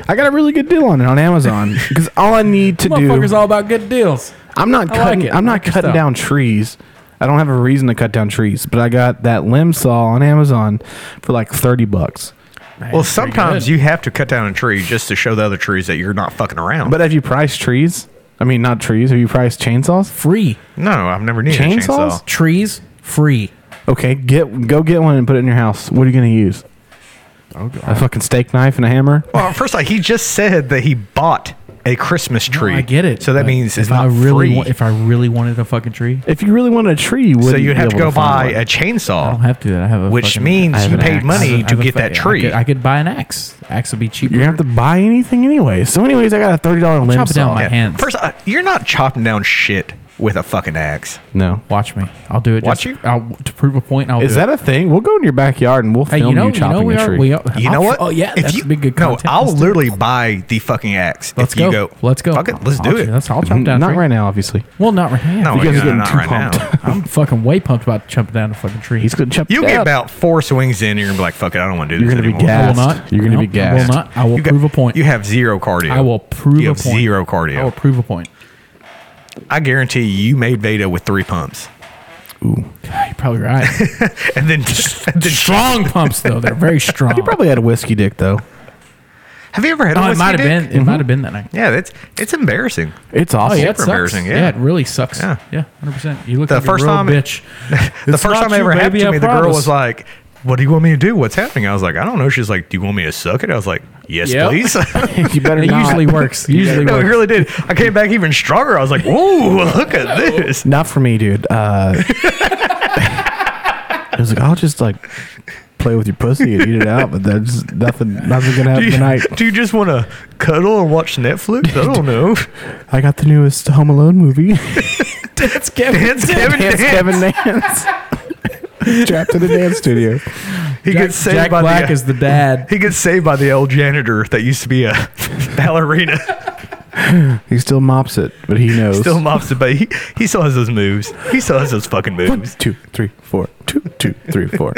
I got a really good deal on it on Amazon because all I need to
Motherfucker's
do,
all about good deals.
I'm not
I
cutting,
like it.
I'm
I
not
like your
cutting
style.
down trees. I don't have a reason to cut down trees, but I got that limb saw on Amazon for like thirty bucks.
Well, sometimes you have to cut down a tree just to show the other trees that you're not fucking around.
But have you priced trees? I mean, not trees. Have you priced chainsaws?
free
no, I've never needed a
Chainsaws?
chainsaw.
trees, free.
Okay, get go get one and put it in your house. What are you gonna use?
Oh,
a fucking steak knife and a hammer.
Well, first of all, he just said that he bought a Christmas tree.
I get it.
So that
but
means it's
if I
not
really
free.
wa- if I really wanted a fucking tree,
If you really wanted a tree, you would
so you'd have to go buy
one.
a chainsaw.
I don't have to. I have a
Which
fucking-
means
I have
you
an
paid
axe.
money
I have a-
to
I have
get
a
that
fa-
tree.
I could, I could buy an axe. Axe would be cheaper.
You're gonna have to buy anything anyway. So, anyways, I got a thirty dollar limb
Chop it down
saw.
my hands.
First, uh, you're not chopping down shit with a fucking axe.
No,
Watch me. I'll do it.
Watch
just,
you?
I'll, to prove a point. I'll
is
do
that
it.
a thing? We'll go in your backyard and we'll film
Hey,
you,
you know,
chopping
you know, we
a
are.
tree.
We are
You know
I'll-
what?
Oh yeah,
If
that's
you,
a big good.
No,
Content.
I'll
Let's do it.
literally buy the fucking axe.
Let's
if
go.
You go.
Let's go. Mm,
Fuck it. Let's
I'll-
do it.
That's I'll chop down.
Not
tree.
right now, obviously.
Well, not right now.
No,
You guys
no,
are getting
not
too
right
pumped.
now.
I'm fucking way pumped about jumping down a fucking tree.
He's gonna chop.
You
it
get
up.
about four swings in, you're gonna be like, "Fuck it, I don't want to do
You're
this
gonna be
anymore."
gassed.
I will not.
You're gonna be
No, I
gassed.
will not. I will
You got-
prove a point.
You have zero cardio.
I will prove
you
a
have
point.
zero
I will
cardio.
prove a point.
I guarantee you, you made Veda with three pumps,
You're probably right.
and then, and then
strong pumps though. They're very strong.
You probably had a whiskey dick though.
Have you ever had? a
Oh, it
whiskey
might have
dick?
been.
Mm-hmm.
It might have been that night.
Yeah, that's it's embarrassing.
It's
Oh,
awesome.
yeah. Super embarrassing, yeah.
it really sucks.
Yeah.
Yeah, hundred percent. You look
The
like
first
a real
time-
bitch.
the first
not
time it
you,
ever happened
baby,
to
I
me, the girl
promise.
was like, "What do you want me to do? What's happening?" I was like, "I don't know." She's like, "Do you want me to suck it?" I was like, "Yes,
Yep.
please."
you better
It
not.
usually works. Usually
no, it
works.
really did. I came back even stronger. I was like, "Whoa, look at this!"
Not for me, dude. Uh, it was like I'll just like play with your pussy and eat it out, but there's nothing, nothing gonna
Do
happen tonight.
you, do you just want to cuddle and watch Netflix? I don't know.
I got the newest Home Alone movie.
That's Kevin. That's Kevin.
Dance,
Dance.
Kevin Dance. Trapped in a dance studio.
He
Jack,
gets saved
Jack
by
Black
the, uh,
is the dad.
He gets saved by the old janitor that used to be a ballerina.
He still mops it, but he knows.
Still mops it, but he, he still has those moves. He still has those fucking
One,
moves.
two, three, four. Two, two, three, four.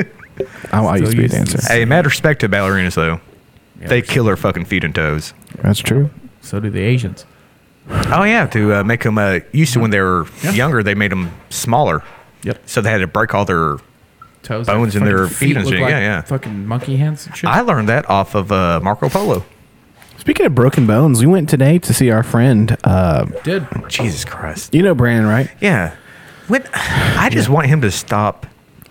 I, I used to be a
Still uses-
dancer.
Hey, mad respect to ballerinas though. they kill their fucking feet and toes.
That's true.
So do the Asians.
Oh yeah, to uh, make them. Uh, used to when they were younger, they made them smaller.
Yep.
So they had to break all their.
Toes
Bones in
fucking
their feet and
look
shit.
like
Yeah, yeah.
Fucking monkey hands and shit.
I learned that off of uh, Marco Polo.
Speaking of broken bones, we went today to see our friend. Uh,
did.
Jesus Christ.
you know Brandon, right?
Yeah. When I just want him to stop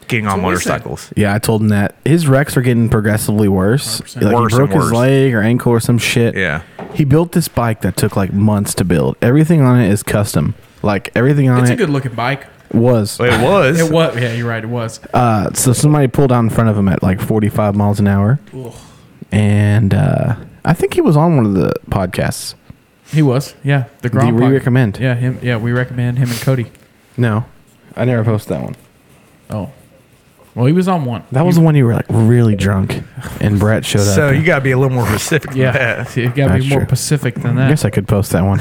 getting on
what we said.
motorcycles.
Yeah, I told him that his wrecks are getting progressively worse. Like
Worse
he
and
broke his
worse.
leg or ankle or some shit.
Yeah.
He built this bike that took like months to build. Everything on it is custom. Like everything on
It's
it
a good looking bike.
was.
It was.
It was. Yeah, you're right. It was.
Uh, so somebody pulled out in front of him at like 45 miles an hour, and uh, I think he was on one of the podcasts.
He was. Yeah. The Grom.
we
pod-
recommend?
Yeah. Him. Yeah. We recommend him and Cody.
No, I never posted that one.
Oh. Well, he was on one.
That was the one you were like really drunk, and Brett showed up.
So you got to be a little more specific. than
Yeah.
that.
See, you gotta
That's
be more
true.
Pacific than
I
that.
guess I could post that one.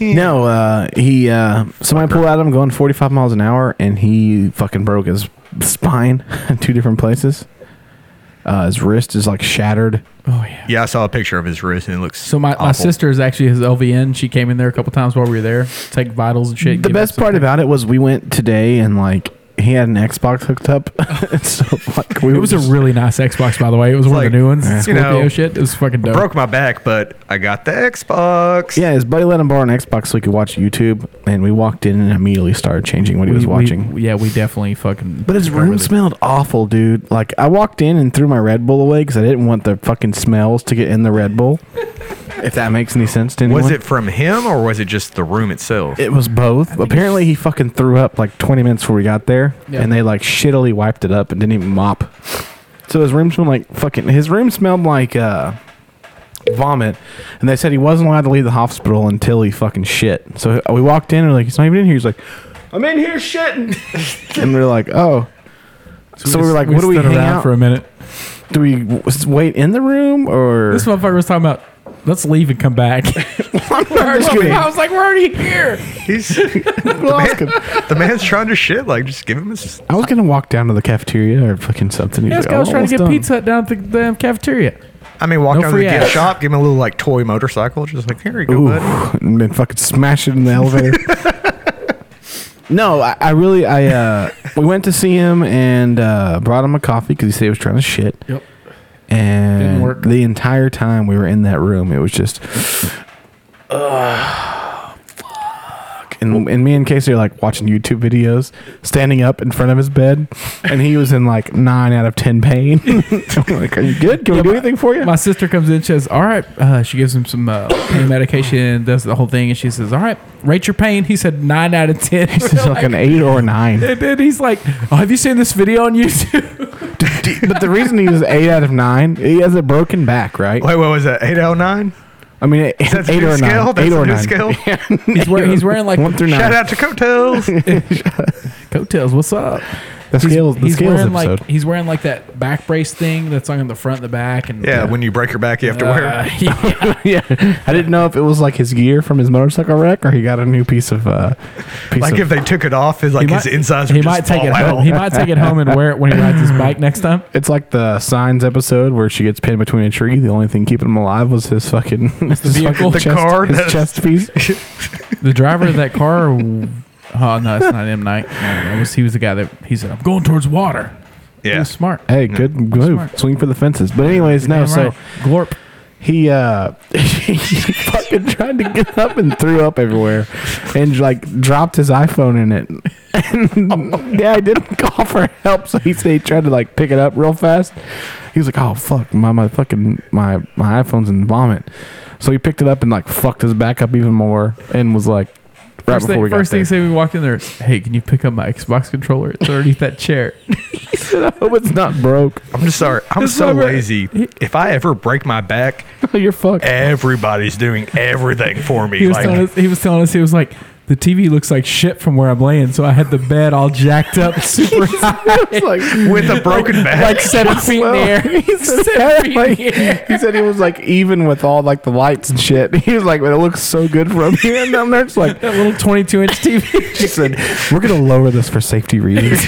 no, uh, he uh, somebody pulled at him going 45 miles an hour, and he fucking broke his spine in two different places. Uh, his wrist is like shattered.
oh yeah.
Yeah, I saw a picture of his wrist and it looks
So my, my
awful.
sister is actually his LVN. She came in there a couple times while we were there, take vitals and shit.
The
give
best
us-
part about it was we went today, and like he had an Xbox hooked up, and so like we
It was a really nice Xbox, by the way. It was one
like,
of the new ones.
you
Scorpio
know,
shit. It was fucking dope.
broke my back, but I got the Xbox.
yeah. His buddy let him borrow an Xbox so he could watch YouTube, and we walked in and immediately started changing what he was watching.
yeah, we definitely fucking.
But his
got
room
really-
smelled awful, dude. Like I walked in and threw my Red Bull away because I didn't want the fucking smells to get in the Red Bull. if that makes any sense to anyone.
Was it from him or was it just the room itself?
It was both. Apparently, he fucking threw up like 20 minutes before we got there,
Yeah.
and they like shittily wiped it up and didn't even mop. So his room smelled like fucking. His room smelled like uh, vomit, and they said he wasn't allowed to leave the hospital until he fucking shit. So we walked in and we're like he's not even in here. He's like, I'm in here shitting, and we are like, oh. So, we were
just-
like, what do we
stood
hang
around
out?
for a minute?
Do we w- s- wait in the room or?
This motherfucker was talking about. Let's leave and come back.
I'm just kidding.
I was like, we're already here.
He's, the,
Lost him.
man's trying to shit. Like, just give him his.
I was gonna walk down to the cafeteria or fucking something. He's
Yeah, this
like,
guy was
"I'm
trying to get
almost done."
pizza down at the damn cafeteria.
I mean, walk
No
down to the
free
gift
ass.
shop, give him a little like toy motorcycle. Just like, here you go,
Ooh,
buddy.
and then fucking smash it in the elevator. no, I, I really, I uh, we went to see him and uh, brought him a coffee because he said he was trying to shit.
Yep.
And
Didn't work.
the entire time we were in that room, it was just. fuck. And, and me and Casey are like watching YouTube videos, standing up in front of his bed, and he was in like nine out of ten pain. I'm like, are you good? Can we do anything for you?
My sister comes in, she says, All right. Uh, she gives him some uh, pain medication, does the whole thing, and she says, All right, rate your pain. He said, Nine out of 10.
This is like an eight or a nine.
and then he's like, oh, Have you seen this video on YouTube?
but the reason he was eight out of nine, he has a broken back, right?
Wait, what was that? 809?
I mean, eight,
That's
eight
a new
or a
scale?
nine.
That's
eight
a
or
new
nine.
scale?
He's, wear, he's wearing like
One through nine.
Shout out to Coattails.
coattails. What's up?
The scales. The
he's
scales
wearing
episode.
like he's wearing like that back brace thing that's on the front and the back and
yeah, when you break your back, you have to wear
uh,
it.
yeah.
yeah, I didn't know if it was like his gear from his motorcycle wreck or he got a new piece of uh, piece
Like,
of.
if they took it off, his like his insides would
he
just
might take
fall
it
out.
home. He might take it home and wear it when he rides his bike next time.
it's like the signs episode where she gets pinned between a tree. The only thing keeping him alive was his fucking his fucking
vehicle? The
chest,
car
his
that's-
chest piece.
The driver of that car. Oh no, it's not M Night. No, no, it was, he was the guy that he said, "I'm going towards water." He
yeah.
was smart.
Hey, good move.
Smart.
Swing for the fences. But anyways, no.
Damn
So
right. glorp.
he uh he fucking tried to get up and threw up everywhere and like dropped his iphone in it and yeah i didn't call for help so he said he tried to like pick it up real fast he was like oh fuck my my fucking my my iphone's in vomit so he picked it up and like fucked his back up even more and was like right
first
before
thing,
we got
first thing
there.
he said when we walked in there, hey, can you pick up my Xbox controller? It's underneath that chair.
Hope Oh, it's not broke.
I'm just sorry. I'm so
over.
lazy. If I ever break my back,
You're fucked.
everybody's doing everything for me.
He was,
like,
telling us, he was telling us he was like the TV looks like shit from where I'm laying, so I had the bed all jacked up, super high,
It's like
with a broken back.
like seven feet in the air. He's seven feet
like,
in the air.
he said he was like even with all like the lights and shit. He was like, but it looks so good from here and down there. It's like
That little 22 inch TV.
she said, we're gonna lower this for safety reasons.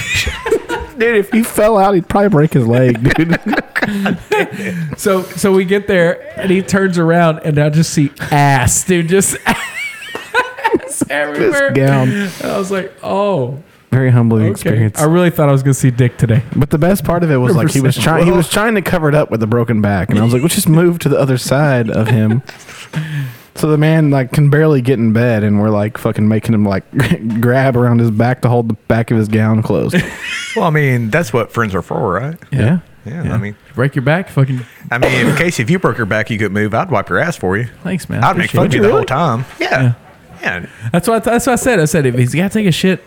dude, if he fell out, he'd probably break his leg, dude.
So so we get there and he turns around and I just see ass, dude, just ass everywhere.
This gown,
And I was like, oh,
very humbling
okay.
experience.
I really thought I was gonna see dick today.
But the best part of it was like he was trying he was trying to cover it up with a broken back, and I was like, let's just move to the other side of him. So the man like can barely get in bed, and we're like fucking making him like grab around his back to hold the back of his gown closed.
well, I mean, that's what friends are for, right?
yeah.
Yeah. I mean,
Break your back, fucking.
I mean, if Casey, if you broke your back, you could move. I'd wipe your ass for you.
Thanks, man.
I'd make fun of you the whole time. Yeah. Yeah.
That's what I, that's what I said. I said if he's got to take a shit,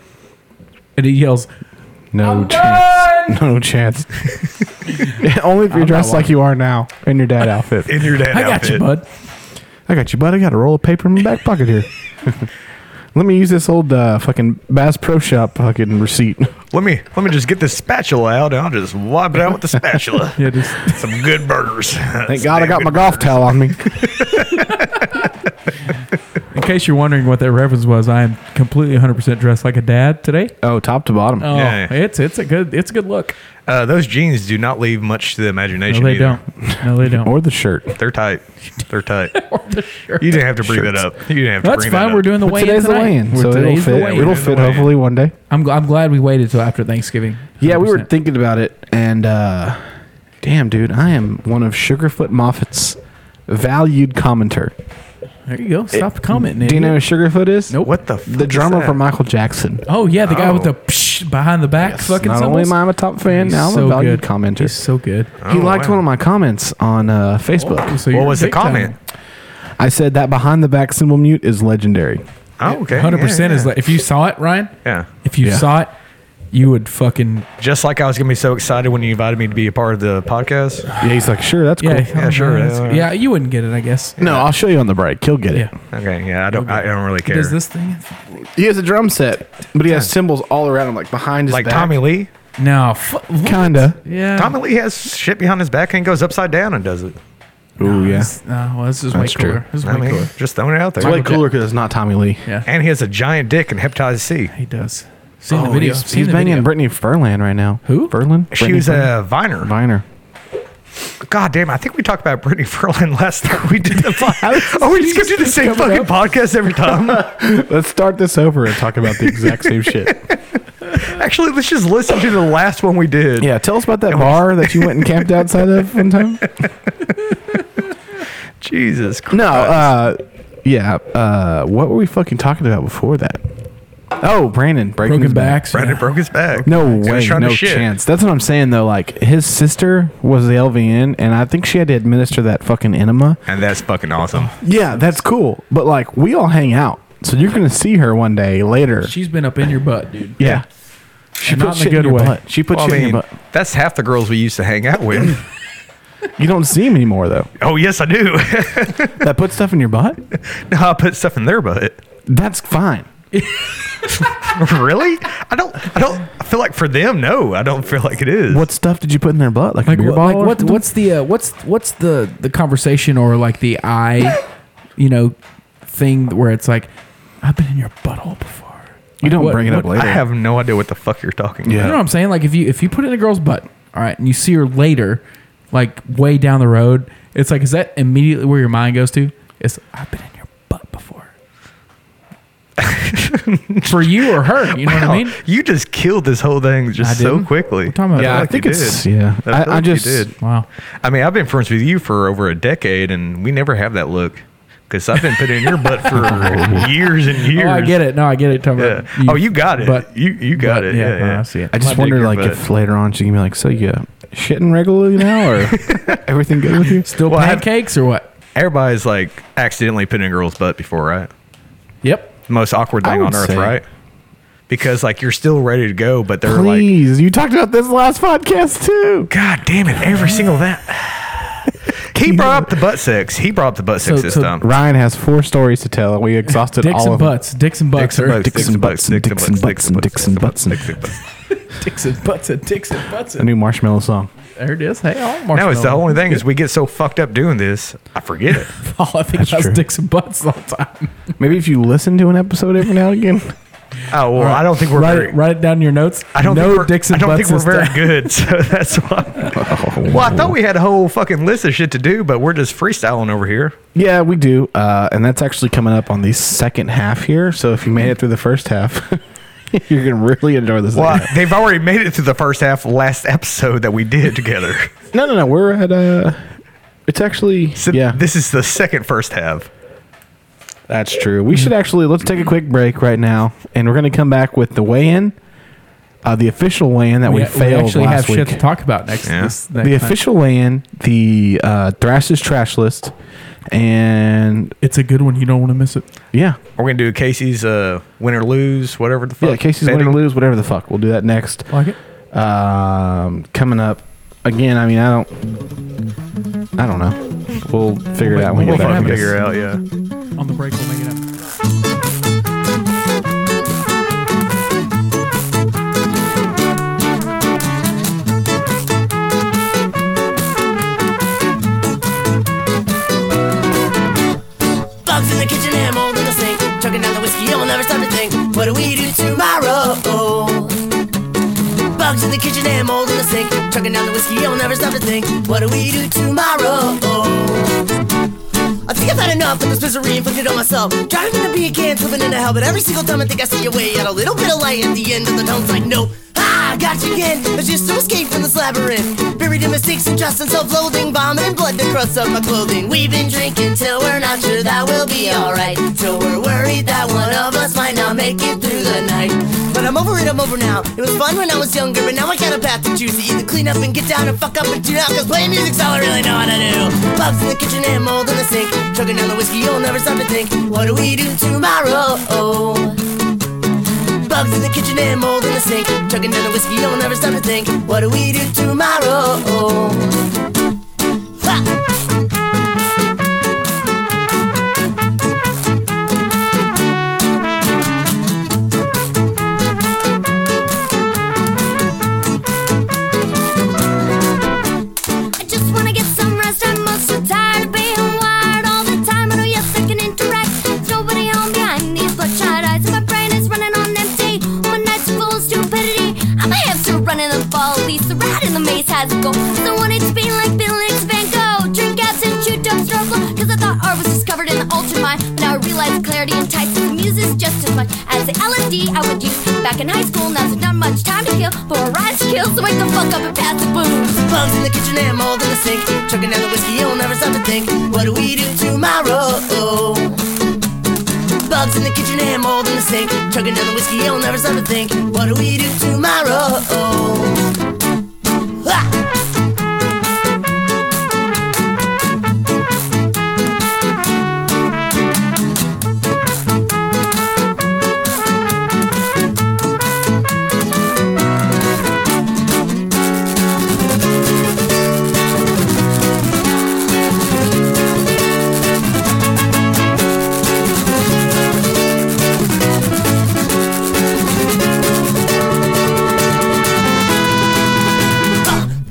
and he yells,
No chance. No chance. Only if you're dressed like you are now in your dad outfit.
In your dad
"I got you,
outfit.
bud."
I got you, bud. I got a roll of paper in my back pocket here. Let me use this old uh, fucking Bass Pro Shop fucking receipt.
Let me let me just get this spatula out and I'll just wipe it out with the spatula.
Yeah, just
Some good burgers.
Thank God I got my golf towel on me.
in case you're wondering what that reference was, I am completely 100 percent dressed like a dad today.
Oh, top to bottom.
Oh,
Yeah.
it's it's a good it's a good look.
Uh, those jeans do not leave much to the
No,
imagination.
they
either.
don't. No, they don't.
Or the shirt.
They're tight. They're tight. You didn't have to bring that up. You didn't have to
That's
bring that
fine.
up.
We're doing the
But
weigh-in
today's the
tonight.
weigh-in,
We're-
so it'll
today's the
fit.
weigh-in.
it'll
Today's the
fit
weigh-in.
hopefully one day.
I'm, gl- I'm glad we waited till after Thanksgiving.
Yeah, we were
100%.
thinking about it, and uh, damn, dude, I am one of Sugarfoot Moffat's valued commenter.
there you go. Stop commenting.
Do you
idiot.
know who Sugarfoot is?
Nope.
What the fuck
The
is
drummer
that?
for Michael Jackson.
Oh yeah, the guy with
Oh.
the psh behind the back fucking
Not
symbols.
only am I a top fan,
He's
now I'm
so
a valued
good.
commenter.
He's so good.
Oh,
he liked
wow.
one of my comments on uh, Facebook.
So
What
you're
was the
big time.
comment?
I said that behind the back cymbal mute is legendary.
Oh, okay.
100%
Yeah,
is
yeah.
like if you saw it, Ryan.
Yeah.
If you
Yeah.
saw it, you would fucking
Just like I was gonna be so excited when you invited me to be a part of the podcast.
Yeah, he's like, sure, that's cool.
yeah
Yeah, sure,
that's-
yeah,
Yeah, you wouldn't get it, I guess.
No, I'll show you on the break. He'll get it.
Yeah.
Okay. Yeah. I don't. I don't really care.
Does this thing?
He has a drum set, but he has cymbals all around him, like behind his
like
back.
Tommy Lee?
No. Fu- what?
Kinda.
Yeah.
Tommy Lee has shit behind his back and goes upside down and does it.
Ooh, yeah. It's
This- No, well, this is way
That's true.
cooler. This is way
I mean,
cooler.
just throwing it out there.
way cooler because it's not Tommy Lee.
Yeah.
And he has a giant dick and hepatitis C.
he does. Seen
Oh,
the video.
He's,
Seen
he's
the
banging
video.
Brittany Furlan right now.
Who?
Furlan.
She
Brittany
was
Furlan?
a viner.
Viner.
God damn! I think we talked about Brittany Ferland last time we did the podcast. Are we just gonna do the same fucking podcast every time?
Let's start this over and talk about the exact same shit.
Actually, let's just listen to the last one we did.
Yeah, tell us about that bar that you went and camped outside of one time.
Jesus. Christ.
No, uh, yeah. Uh, what were we fucking talking about before that? Oh, Brandon breaking
Broken
his back.
backs.
Brandon
Yeah.
broke his back.
No
He was
way,
trying to
no
shit.
chance. That's what I'm saying though. Like his sister was the LVN, and I think she had to administer that fucking enema.
And that's fucking awesome.
Yeah, that's cool. But like, we all hang out, so you're gonna see her one day later.
She's been up in your butt, dude.
yeah, she
And
put
not in a
shit
good
your
way.
butt. She put
Well, I
shit in your
mean,
butt.
that's half the girls we used to hang out with.
You don't see him anymore though.
oh yes, I do.
that put stuff in your butt.
no, I put stuff in their butt.
That's fine.
really? I don't. I don't. I feel like for them, no. I don't feel like it is.
What stuff did you put in their butt? Like,
Like,
a beer
wh-
bottle? or
like what,
something?
what's the uh, what's what's the the conversation or like the eye, you know, thing where it's like, I've been in your butthole before.
You don't
What-
bring it up
what-
later.
I have no idea what the fuck you're talking
Yeah.
You know
about.
what I'm saying? Like if you if you put it in a girl's butt, all right, and you see her later, like way down the road, it's like is that immediately where your mind goes to? It's I've been in your butt before. For you or her, you know what
Wow,
I mean?
You just killed this whole thing
I
just so
didn't.
quickly.
We're talking about
feel
Yeah, I
that.
like
think
you
it's-
did.
yeah. I-
feel
I
like you
just-
did.
Wow.
I mean, I've been friends with you for over a decade, and we never have that look because I've been putting in your butt for years and years.
Oh, I get it. No, I get it. Talking
Yeah.
about
oh, you got it.
But
you you got
but,
it.
yeah,
Yeah,
uh,
no,
yeah.
I see it.
I
My
just
dick
wonder,
in
like,
butt.
if later on she can be like, "So you shitting regularly now, or everything good with you?"
still
Well, I had-
pancakes or what?
everybody's like accidentally put in a girl's butt before, right?
Yep.
the most awkward
I
thing on
would
earth,
say-
right? Because like you're still ready to go, but they're like,
Please, you talked about this last podcast too.
God damn it, every single that. he brought up the butt sex. He brought up the butt sex
So-
this
so
time.
Ryan has four stories to tell. We exhausted
Dicks
all
and
of them.
butts. Dicks and butts.
Dicks and
sir.
butts, dicks and butts,
dicks and butts, dicks and butts,
dicks and butts.
Dicks and butts. and Dicks and butts.
A new marshmallow song.
There it is. Hey, I like marshmallow.
No, it's the only thing is we get so fucked up doing this, I forget it.
All I think about
true.
is dicks and butts all the time.
Maybe if you listen to an episode every now and again.
Oh well, I don't think we're
write,
very.
it, write it down in your notes.
I don't
no
think we're,
dicks and
I don't
butts.
think we're
this
very
time.
good, so that's why. Well, I thought we had a whole fucking list of shit to do, but we're just freestyling over here.
Yeah, we do. Uh, and that's actually coming up on the second half here. So if you made it through the first half, you're going to really enjoy this.
Well, they've already made it through the first half last episode that we did together.
no, no, no. We're at. Uh, it's actually.
So
yeah,
this is the second first half.
that's true. We should actually. Let's take a quick break right now. And we're going to come back with the weigh in, uh, the official weigh in that we,
We, we
failed
actually have
last
shit
week.
to talk about next.
Yeah.
This, next
the
time.
official weigh in, the uh, Thrash's trash list. And
It's a good one. You don't want to miss it.
yeah,
We're gonna do Casey's uh, win or lose, whatever the fuck.
yeah, Casey's win or
betting.
lose, whatever the fuck. We'll do that next.
Like it.
um, coming up again. I mean, I don't, I don't know. We'll figure it out when we
We'll
get back.
fucking
I guess.
figure it out. Yeah.
On the break, we'll make it up.
Bugs in the kitchen and mold in the sink. Chugging down the whiskey and we'll never stop to think. What do we do tomorrow? Bugs in the kitchen and mold in the sink. Chugging down the whiskey and we'll never stop to think. What do we do tomorrow? I think I've had enough of this misery inflicted on myself. Driving in a beacon, living in a hell, but every single time I think I see a way out, a little bit of light at the end of the tunnel's like, nope. Ah, I got you again. It's just to escape from this labyrinth. Buried in mistakes and trust and self-loathing, vomit and blood that crusts up my clothing. We've been drinking till we're not sure that we'll be alright. Till we're worried that one of us might not make it through the night. But I'm over it, I'm over now. It was fun when I was younger, but now I got a path to choose to either clean up and get down and fuck up and tune out. Cause playing music's all I really know how to do. Bugs in the kitchen and mold in the sink. Chugging down the whiskey, you'll never stop to think. What do we do tomorrow? Bugs in the kitchen and mold in the sink. Chugging down the whiskey, you'll never stop to think. What do we do tomorrow? Ha!
I just wanna get some rest. I'm all so tired of being wired all the time. I know yes, I can interact. There's nobody home behind these bloodshot eyes. And my brain is running on empty. My nights are full of stupidity. I'm a hamster running the ball. At least the rat in the maze has a goal. So I want it to be like Bill and Van Gogh. Drink absinthe and chew dumpster flow. Cause I thought art was discovered in the ultramine. But now I realize clarity entices the muses just as much as the LSD I would use back in high school. Now there's not much time to kill, but we're rise to kill. So wake the fuck up and pass the booze.
Bugs in the kitchen and mold in the sink. Chugging down the whiskey, you'll never stop to think. What do we do tomorrow? Bugs in the kitchen and mold in the sink. Chugging down the whiskey, you'll never stop to think. What do we do tomorrow? Ha!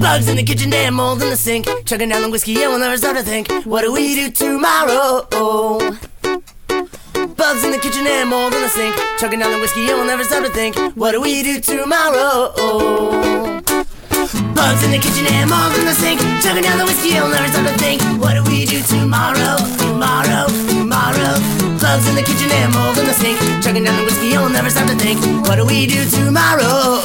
Bugs in the kitchen, damn mold in the sink. Chugging down the whiskey, and we'll never stop to think. What do we do tomorrow? Bugs in the kitchen, and mold in the sink. Chugging down the whiskey, and we'll never stop to think. What do we do tomorrow? Bugs in the kitchen, and mold in the sink. Chugging down the whiskey, and we'll never stop to think. What do we do tomorrow? Tomorrow, tomorrow. Bugs in the kitchen, and mold in the sink. Chugging down the whiskey, and we'll never stop to think. What do we do tomorrow?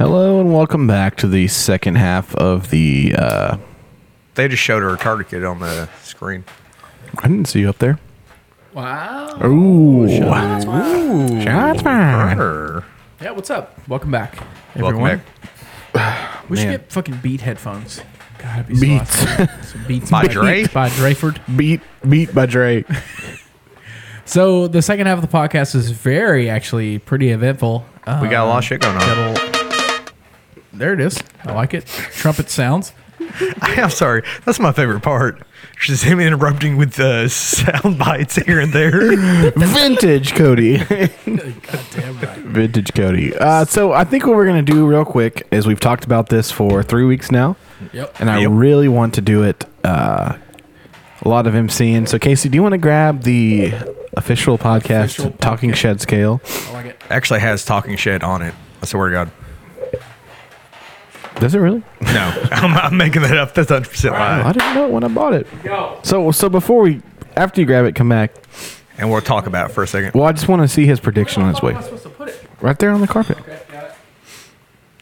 Hello and welcome back to the second half of the. Uh,
They just showed a retarded kid on the screen.
I didn't see you up there. Wow. Ooh. Shots Ooh. Shots fired.
Err.
Yeah, what's up? Welcome back, everyone.
Welcome back.
We
Man.
should get fucking beat headphones.
God, it'd be so
Beats.
awesome. Some beats
By Dre?
by Drayford.
Beat beat by Drake.
So the second half of the podcast is very actually pretty eventful.
We got a lot of shit going on.
That'll- There it is. I like it. Trumpet sounds.
I'm sorry. That's my favorite part. Just him interrupting with uh, sound bites here and there.
Vintage Cody. Vintage Cody. Uh, so I think what we're gonna do real quick is we've talked about this for three weeks now,
Yep.
and I
Yep.
really want to do it. Uh, a lot of MCing. So Casey, do you want to grab the official podcast
Official
Talking
podcast.
Shed Scale?
I like it.
Actually has talking shit on it. I swear to God.
Does it really?
No, I'm, I'm making that up. That's 100%
I
lie.
didn't know it when I bought it. So so before we after you grab it, come back.
And we'll talk about it for a second.
Well, I just want to see his prediction on his way. Right there on the carpet.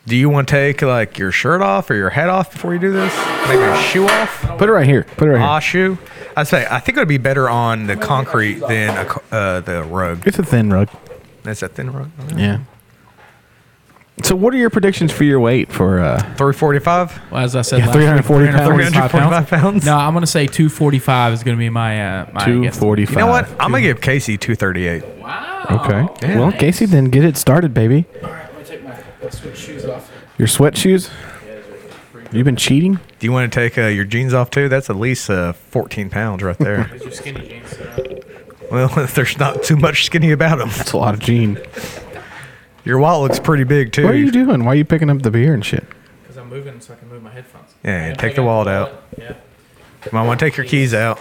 Do you want to take like your shirt off or your head off before you do this? Maybe your shoe off?
Put it right here. Put it right
Ah,
here.
shoe? I say, I think it would be better on the concrete than a, co- uh, the rug.
It's a thin rug.
That's a thin rug.
Yeah. So, what are your predictions for your weight for? uh
345?
Well, as I said,
Yeah,
last week,
340
345
345 pounds.
No, I'm gonna say 245 is gonna be my uh, my guess.
245.
You know what? Oh, I'm going to give Casey 238.
Okay.
Yeah.
well, Casey, then get it started, baby. Your sweat shoes? You've been cheating?
Do you want to take uh, your jeans off too? That's at least uh, 14 pounds right there. well, there's not too much skinny about them.
That's a lot of jean.
Your wallet looks pretty big too.
What are you doing? Why are you picking up the beer and shit?
Because I'm moving, so I can move my headphones.
Yeah, take the wallet out.
Yeah,
You might want to take your keys out.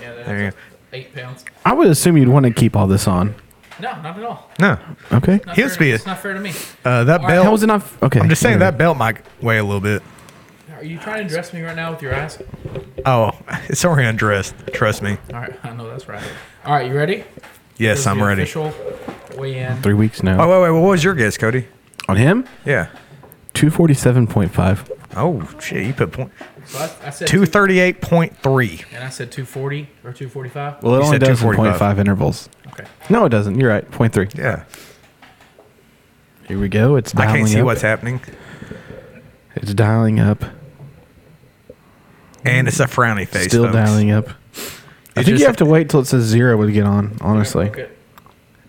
yeah.
There you go.
Eight pounds.
I would assume you'd want to keep all this on.
No, not at all.
No,
Okay.
He was fair- being- it's
not fair to me.
uh, that
All right,
belt.
How was it not? f- Okay.
I'm just saying
whatever.
that belt might weigh a little bit.
Are you trying to dress me right now with your eyes?
Oh, it's already undressed. Trust me.
All right, I know that's right. All right, you ready?
Yes, I'm ready.
Official weigh-in.
Three weeks now.
Oh wait, wait. What was your guess, Cody?
On him?
Yeah.
247.5.
Oh shit, you put point
So I, I said
two
two,
thirty eight point three.
and I said 240 or 245.
Well, it
You
only
said
does in
245.
0.5 intervals.
Okay.
No, it doesn't. You're right. 0.3.
Yeah.
Here we go. It's
I
dialing
can't see
up.
what's happening,
It's dialing up.
and it's a frowny face.
Still
folks.
dialing up. I
It's
think
just-
you have to wait till it says zero to get on. Honestly,
Okay.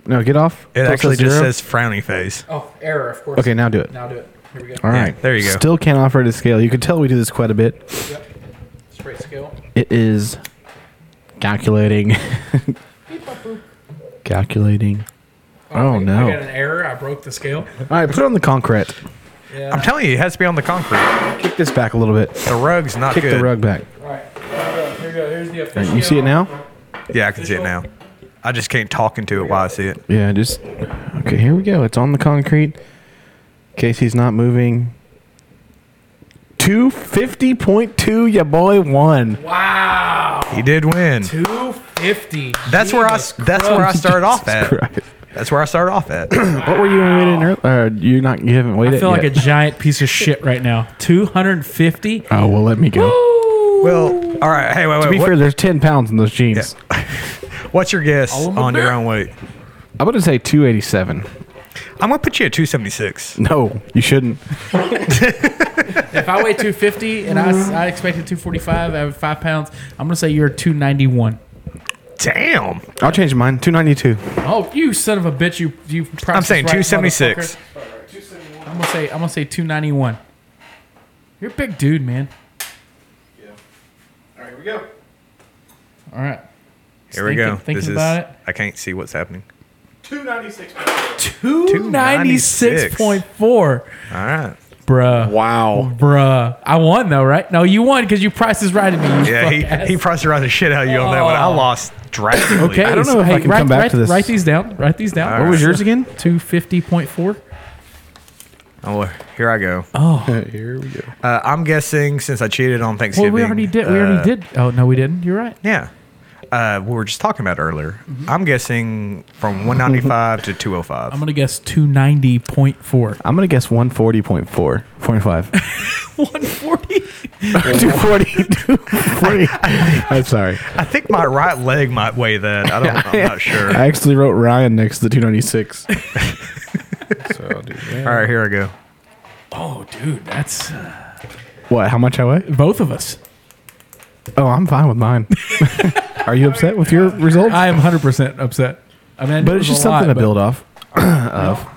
no, get off.
It
till
actually just
zero.
says frowny face.
Oh, error, of course.
Okay, now do it.
Now do it. Here we go.
All right,
there you go.
Still can't operate a scale. You can tell we do this quite a bit.
Yep. Straight scale.
It is calculating, calculating. Oh,
I-
no!
I got an error. I broke the scale.
All right, put it on the concrete.
I'm telling you, it has to be on the concrete.
Kick this back a little bit.
The rug's not
Kick
good.
the rug back.
All right. Here we go. Here's the
All right,
official.
you see it now?
Yeah, I can see it now. I just can't talk into it while I see it.
Yeah. Just okay. Here we go. It's on the concrete. Casey's not moving. Two fifty point two. Ya boy won.
Wow.
He did win.
250.
That's where I.
Jesus
That's where I
Christ.
started off at.
Christ.
That's where I started off at.
What were you waiting earlier? Uh, you not you haven't waited.
I feel like a
yet.
giant piece of shit right now. 250.
oh well, let me go.
well, all right. Hey, wait, wait.
to be
what-
fair, there's ten pounds in those jeans.
what's your guess
All of 'em
on
are
your
back.
own weight?
I'm gonna say two eighty seven.
I'm gonna put you at 276.
No, you shouldn't.
If I weigh 250 and I, s- I expected 245, I have five pounds. I'm gonna say you're 291.
Damn.
I'll change mine. Two ninety two.
Oh, you son of a bitch! You you.
I'm saying 276.
I'm gonna say I'm gonna say 291. You're a big dude, man. Yeah. All right,
Here we
Thinking-
go.
thinking
this is.
about it.
I can't see what's happening.
here we go. 296.4.
All right.
Bruh.
Wow.
Bruh. I won though, right? No, you won because you price is right at me. You
Yeah,
fuck
he,
ass.
he priced around the shit out of you on that one. I
Oh.
lost drastically.
Okay,
I don't know if I can
write,
come back
write-
to this.
Write these down. Write these down.
What was yours again?
250.4.
Oh, well, here I go.
Oh, Here we go.
Uh, I'm guessing since I cheated on Thanksgiving.
Uh-huh. Well, we already did. We
uh,
already did. Oh no, we didn't. You're right.
Yeah. Uh, we were just talking about earlier.
Mm-hmm.
I'm guessing from 195 to 205.
I'm gonna guess 290.4.
I'm gonna guess one forty point four. Point five.
140.
Two forty. Two forty. I'm sorry.
I think my right leg might weigh that. I don't, I'm not sure.
I actually wrote Ryan next to the two ninety six.
All right, here I go.
Oh, dude, that's uh,
What? How much I weigh?
Both of us.
Oh, I'm fine with mine. Are you upset with your results?
I am 100% upset. I mean,
but it's just something to build off.
I'm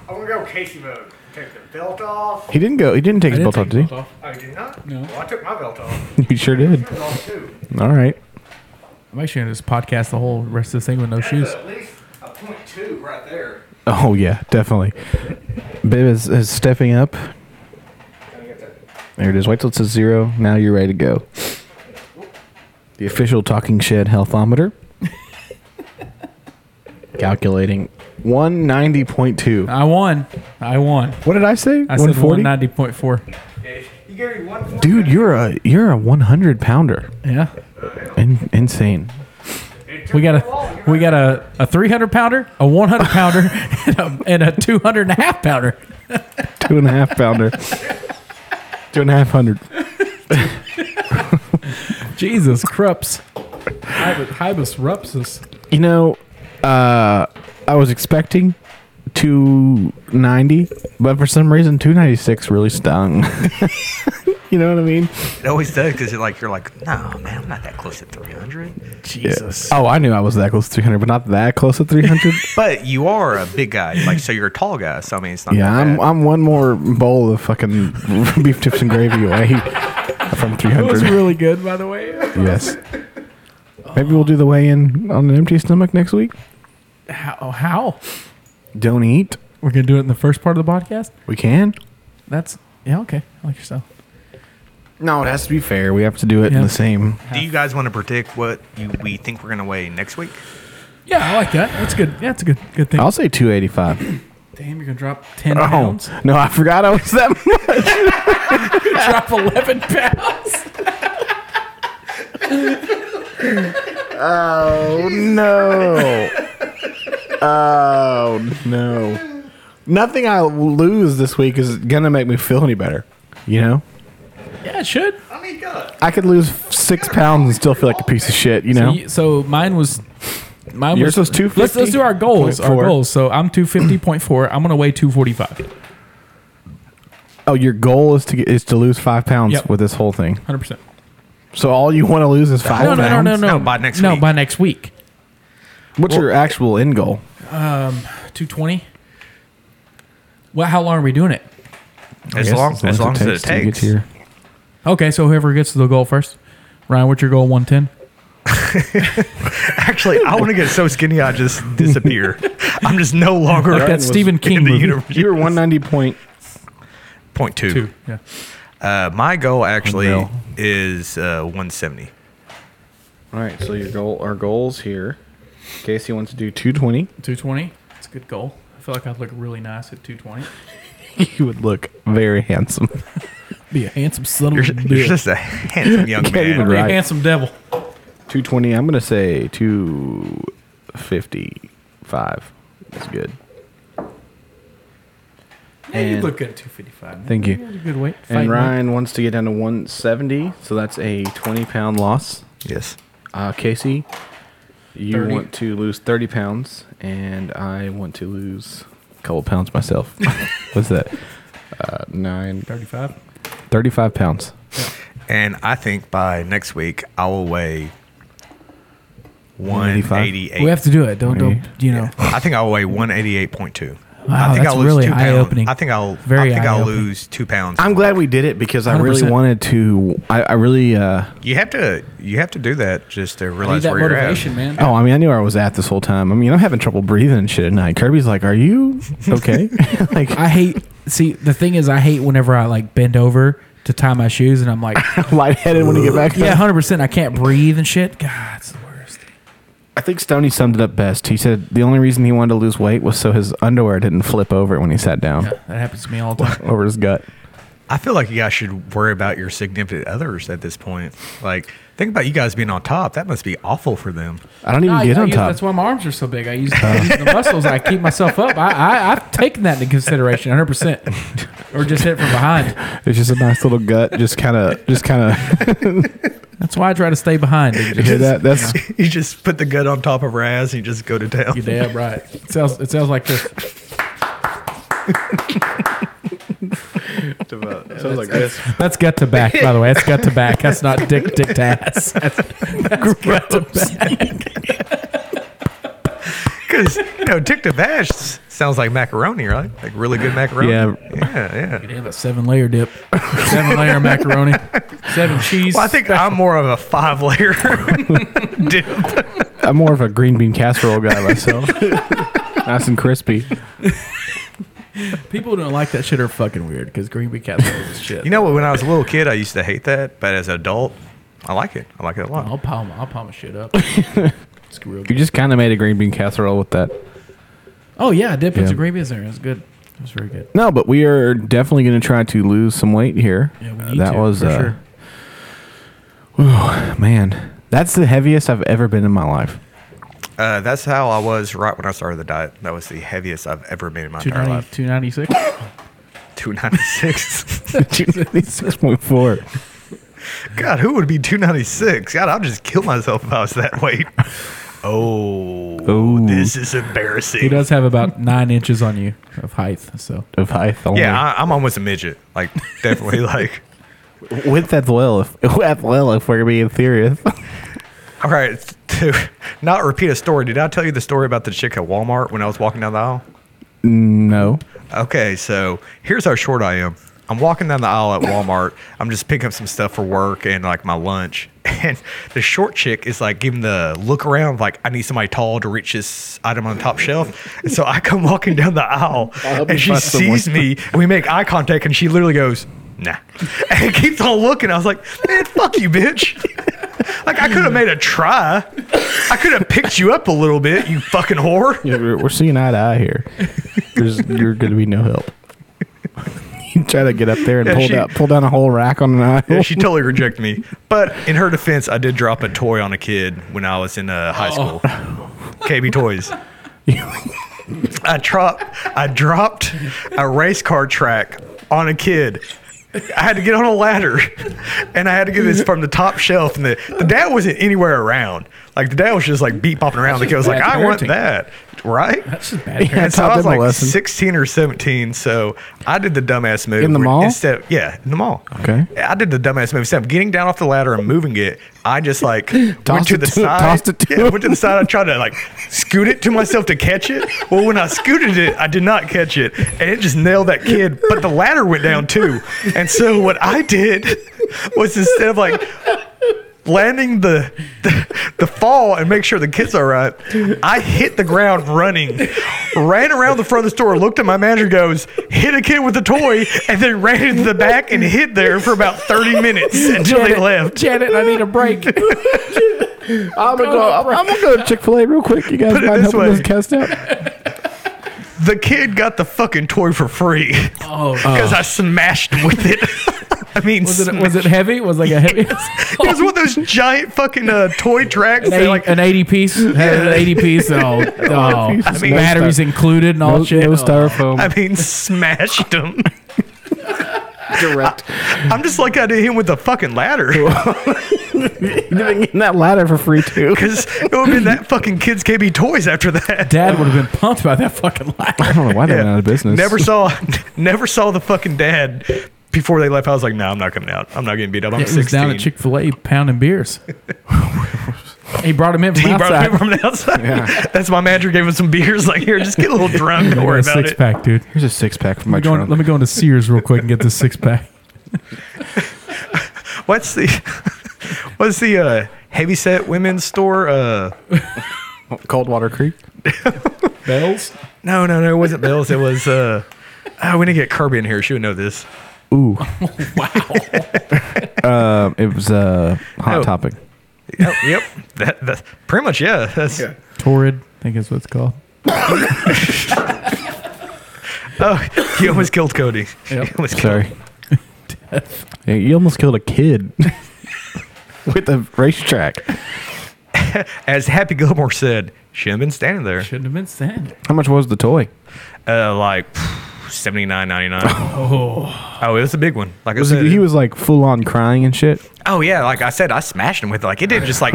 gonna go Casey mode. Take the belt off.
He didn't go. He didn't take his belt off, did
off.
I did not. No. Well, I took my belt off.
he? He sure did.
off too.
All right.
I'm actually going to just podcast the whole rest of this thing with no shoes.
At least a point two right there.
Oh yeah, definitely. Bib is, is stepping up. There it is. Wait till it says zero. Now you're ready to go. The official Talking Shed Healthometer. Calculating 190.2.
I won. I won.
What did I say?
I said 190.4.
You gave me one.
Dude, you're a you're a 100 pounder.
Yeah.
In, insane.
We got a we got a, a 300 pounder, a 100 pounder, and a, and a 200 and a half pounder.
Two and a half pounder. Two and a half hundred.
Jesus crups. Hibis, Hibis rupsus.
You know, uh, I was expecting 290, but for some reason 296 really stung. you know what I mean?
It always does because like you're like, no man, I'm not that close to 300.
Jesus. Oh, I knew I was that close to 300, but not that close to 300.
But you are a big guy, like so you're a tall guy. So I mean, it's not.
yeah,
that
I'm
bad.
I'm one more bowl of fucking beef tips and gravy away from 300.
really good, by the way.
Yes. Maybe we'll do the weigh in on an empty stomach next week.
How? oh, how?
Don't eat.
We're going to do it in the first part of the podcast?
We can.
That's, yeah, okay. I like yourself.
No, it has to be fair. We have to do it in
Yeah.
the same.
Do you guys want to predict what you, we think we're gonna weigh next week?
Yeah, I like that. That's good. Yeah, that's a good good thing.
I'll say 285.
Damn, you're gonna drop ten
Oh,
pounds.
no, I forgot I was that much.
drop eleven pounds.
no. Oh, no. Nothing I lose this week is going to make me feel any better. You know?
Yeah, it should.
I mean, God.
I could lose six pounds and still feel like a piece of shit, you know?
So, you, so mine was. Mine
Yours was 250?
Let's, let's do our goals. Our
Point four.
goals. So I'm two fifty point four. I'm gonna weigh two forty five.
Oh, your goal is to get, is to lose five pounds
Yep.
with this whole thing.
Hundred percent.
So all you want to lose is five
No, no,
pounds?
no, no, no,
No, by next
No,
week.
by next week.
What's your actual end goal?
Two twenty. Well, how long are we doing it?
As long as, long as it
to get
takes.
to your-
Okay, so whoever gets to the goal first. Ryan, what's your goal? One ten.
Actually, I want to get so skinny I just disappear. I'm just no longer
Like that Stephen King
in the
movie.
universe.
You were 190 point.
Point two.
Two. Yeah.
Uh, my goal actually
No.
is uh, 170.
All right, so your goal, our goals here. Casey wants to do 220.
Two twenty. It's a good goal. I feel like I'd look really nice at two twenty.
You would look very handsome.
Be a handsome son of
You're,
a
you're
bitch.
just a handsome young
Can't even
man.
Be
Right.
a handsome devil.
220. I'm gonna say 255. That's good.
Yeah, you
And-
look good at 255. Man.
Thank
That's
you.
a good weight.
And
Fighting weight.
Ryan wants to get down to 170, so that's a 20 pound loss.
Yes.
Uh, Casey, you
30.
want to lose 30 pounds, and I want to lose a couple pounds myself. What's that? Uh, nine,
35.
35 pounds.
And I think by next week I will weigh
185?
188.
We have to do it. Don't, don't you know.
I think I'll weigh 188.2.
Wow,
I think
that's
I'll lose
really
two
eye-opening.
pounds. I think I'll
Very
I think I'll
eye-opening.
lose two pounds.
I'm glad we did it because I really
100%.
wanted to. I, I really. Uh,
you have to you have to do that just to
Need
realize
that
where you're at.
motivation, man.
Oh, I mean, I knew where I was at this whole time. I mean, I'm having trouble breathing and shit at night. Kirby's like, "Are you okay?" like,
I hate, see, the thing is, I hate whenever I like bend over to tie my shoes and I'm like,
lightheaded when you get back.
yeah, 100%. I can't breathe and shit. God, it's the worst.
I think Stoney summed it up best. He said the only reason he wanted to lose weight was so his underwear didn't flip over when he sat down
Yeah, that happens to me all the time.
over his gut.
I feel like you guys should worry about your significant others at this point. Like, think about you guys being on top. That must be awful for them.
I don't even
No, I-
get
I
on
use-
top.
That's why my arms are so big. I use, I
Uh-huh.
use the muscles. I keep myself up. I, I, I've taken that into consideration 100%. Or just hit it from behind.
It's just a nice little gut, just kind of, just kind of.
That's why I try to stay behind. dude.
hear that? That's
You just put the gut on top of her ass and you just go to town.
You're damn right. It sounds it sounds like this.
about. Sounds like this.
That's gut to back, by the way. That's gut to back. That's not dick, dick to ass.
Because you know, tick to bash s- sounds like macaroni, right? Like really good macaroni.
Yeah.
yeah, yeah.
have a seven layer dip, seven layer macaroni, seven cheese.
Well, I think I'm more of a five layer dip.
I'm more of a green bean casserole guy myself. nice and crispy.
people who don't like that shit are fucking weird because green bean casserole is shit.
You know what? When I was a little kid, I used to hate that, but as an adult, I like it. I like it a lot.
I'll palm, I'll palm a shit up. it's real
You
good.
just kind of made a green bean casserole with that.
Oh yeah, I dip into
Yeah.
gravy is there. It's good. It's very good.
No, but we are definitely going to try to lose some weight here.
Yeah, we
Uh,
need
that
to,
was
for
uh,
sure.
whew, man. That's the heaviest I've ever been in my life.
Uh, that's how I was right when I started the diet. That was the heaviest I've ever been in my entire
290,
life.
296.
296.
Six point four.
God, who would be 296? God, I'll just kill myself if I was that weight. Oh,
Ooh.
this is
he
embarrassing.
does have about nine inches on you of height. So
If I thought-
Yeah, I, I'm almost a midget. Like, definitely, like.
with that well, if with well, if we're being serious,
All right, to not repeat a story, did I tell you the story about the chick at Walmart when I was walking down the aisle?
no.
Okay, so here's how short I am. I'm walking down the aisle at Walmart. I'm just picking up some stuff for work and like my lunch. And the short chick is like giving the look around, of, like I need somebody tall to reach this item on the top shelf. And so I come walking down the aisle,
help
and
you
she
find someone.
sees me. And we make eye contact, and she literally goes, "Nah," and keeps on looking. I was like, "Man, fuck you, bitch." Like I could have made a try. I could have picked you up a little bit, you fucking whore.
Yeah, we're, we're seeing eye to eye here. There's, you're going to be no help. you try to get up there and
Yeah,
pull
she-
down pull down a whole rack on an aisle.
Yeah, she totally rejected me. But in her defense, I did drop a toy on a kid when I was in uh,
Oh.
high school. KB Toys. I dropped I dropped a race car track on a kid. I had to get on a ladder and I had to get this from the top shelf and the, the dad wasn't anywhere around. Like the dad was just like beat bopping around. The kid was like,
bad
I want
parenting.
that. Right?
that's just bad.
Yeah,
and so
taught
I was
them a
like
lesson.
16 or 17. So I did the dumbass move.
In the mall?
Instead, yeah, in the mall.
Okay.
I did the dumbass move. Instead of getting down off the ladder and moving it, I just like went
Tossed
to
it
the
to-
side.
tossed it to
yeah,
him.
went to the side. I tried to like scoot it to myself to catch it. Well, when I scooted it, I did not catch it. And it just nailed that kid. But the ladder went down too. And so what I did was instead of like landing the, the the fall and make sure the kids are right. I hit the ground running, ran around the front of the store, looked at my manager, goes, hit a kid with a toy, and then ran into the back and hid there for about thirty minutes until they left.
Janet, I need a break.
I'm going to go, I'm, I'm gonna go to Chick fil A real quick. You guys
Put it
mind
this
helping
way.
us cast out?
The kid got the fucking toy for free
Oh,
because I smashed with it. I mean,
was it
sma-
was it heavy? Was it like a heavy?
it was one of those giant fucking uh, toy tracks.
An
that,
80,
like,
an 80 piece, had an 80 piece, and all, oh,
I
mean-
batteries included and all
No,
shit.
no
Oh.
styrofoam.
I mean, smashed him.
direct.
I'm just like I did him with a fucking ladder.
You've been getting that ladder for free too.
because it would be that fucking kids KB toys after that.
Dad would have been pumped by that fucking ladder.
I don't know why they went out of business.
Never saw, never saw the fucking dad before they left. I was like, no, I'm not coming out. I'm not getting beat up. I'm
It
16.
was down at Chick Fil A pounding beers. he brought him in from
he brought
outside.
me from the outside. That's my manager gave him some beers. Like here, just get a little drunk. Don't
I got
worry
a
about
six
it.
pack, dude.
Here's a six pack for my
Let me, go in-
trunk.
let me go into Sears real quick and get this six pack.
What's the, what's the uh, heavyset women's store? Uh,
Coldwater Creek.
Bells.
no, no, no, it wasn't Bill's. It was. Uh, oh, we need to get Kirby in here. She would know this.
Ooh. wow. um, it was a hot
No.
topic.
Yep, Oh, yep. That, that pretty much yeah. That's,
Torrid, I think is what it's called.
Oh, you almost killed Cody. You
Yep.
almost killed-
Sorry. Yeah, you almost killed a kid with a racetrack.
As Happy Gilmore said, should have been standing there.
Shouldn't have been sent.
How much was the toy?
Uh, like seventy nine ninety nine. Oh, oh, it was a big one. Like
Was
I said,
he, he was like full on crying and shit.
Oh yeah, like I said, I smashed him with it. Like it didn't just like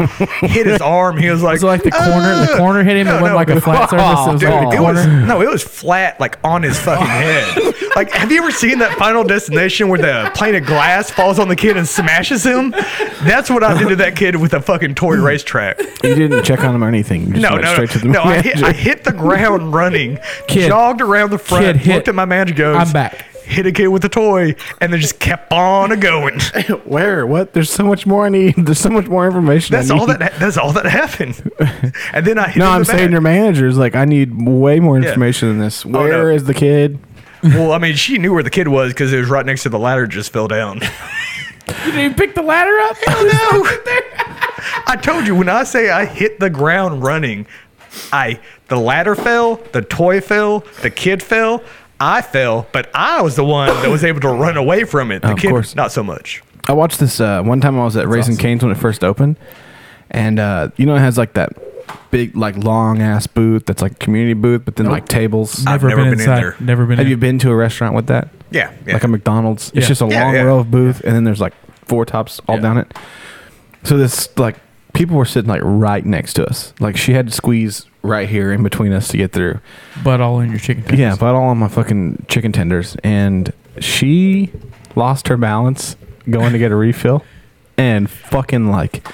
hit his arm. He was like,
Was it like the corner?
"Ah!"
the corner hit him.
No,
it went
no.
like a flat surface. It was
Dude,
like the
it was,
corner.
no, it was flat, like on his fucking head. Like, have you ever seen that Final Destination where the plane of glass falls on the kid and smashes him? That's what I did to that kid with a fucking toy racetrack.
You didn't check on him or anything. You just
No,
went
no,
straight to the
no. I hit,
manager.
I hit the ground running,
Kid.
jogged around the front,
Kid, hit.
looked at my manager, goes,
I'm back.
Hit a kid with a toy, and then just kept on a going.
Where? What? There's so much more I need. There's so much more information. I
That's all
need.
that. That's all that happened. And then I hit
No,
him in
I'm
the
saying
back.
your manager's like, I need way more information than this. Where
Oh,
is
no.
the kid?
Well, I mean, she knew where the kid was because it was right next to the ladder. Just fell down.
You didn't pick the ladder up?
I told you when I say I hit the ground running, I the ladder fell, the toy fell, the kid fell, I fell, but I was the one that was able to run away from it. The
Of
kid,
course.
not so much.
I watched this uh, one time I was at Raising Cane's when it first opened, and uh, you know it has like that big, like long ass booth that's like community booth, but then like tables.
I've never been in
inside.
there.
Never been
Have
in.
you been to a restaurant with that?
Yeah, yeah.
like a McDonald's. It's
Yeah.
just a
Yeah,
long
yeah.
row of booth, and then there's like four tops all down it. So this like people were sitting like right next to us. Like she had to squeeze right here in between us to get through.
But all in your chicken. tenders.
Yeah, but all on my fucking chicken tenders, and she lost her balance going to get a refill, and fucking like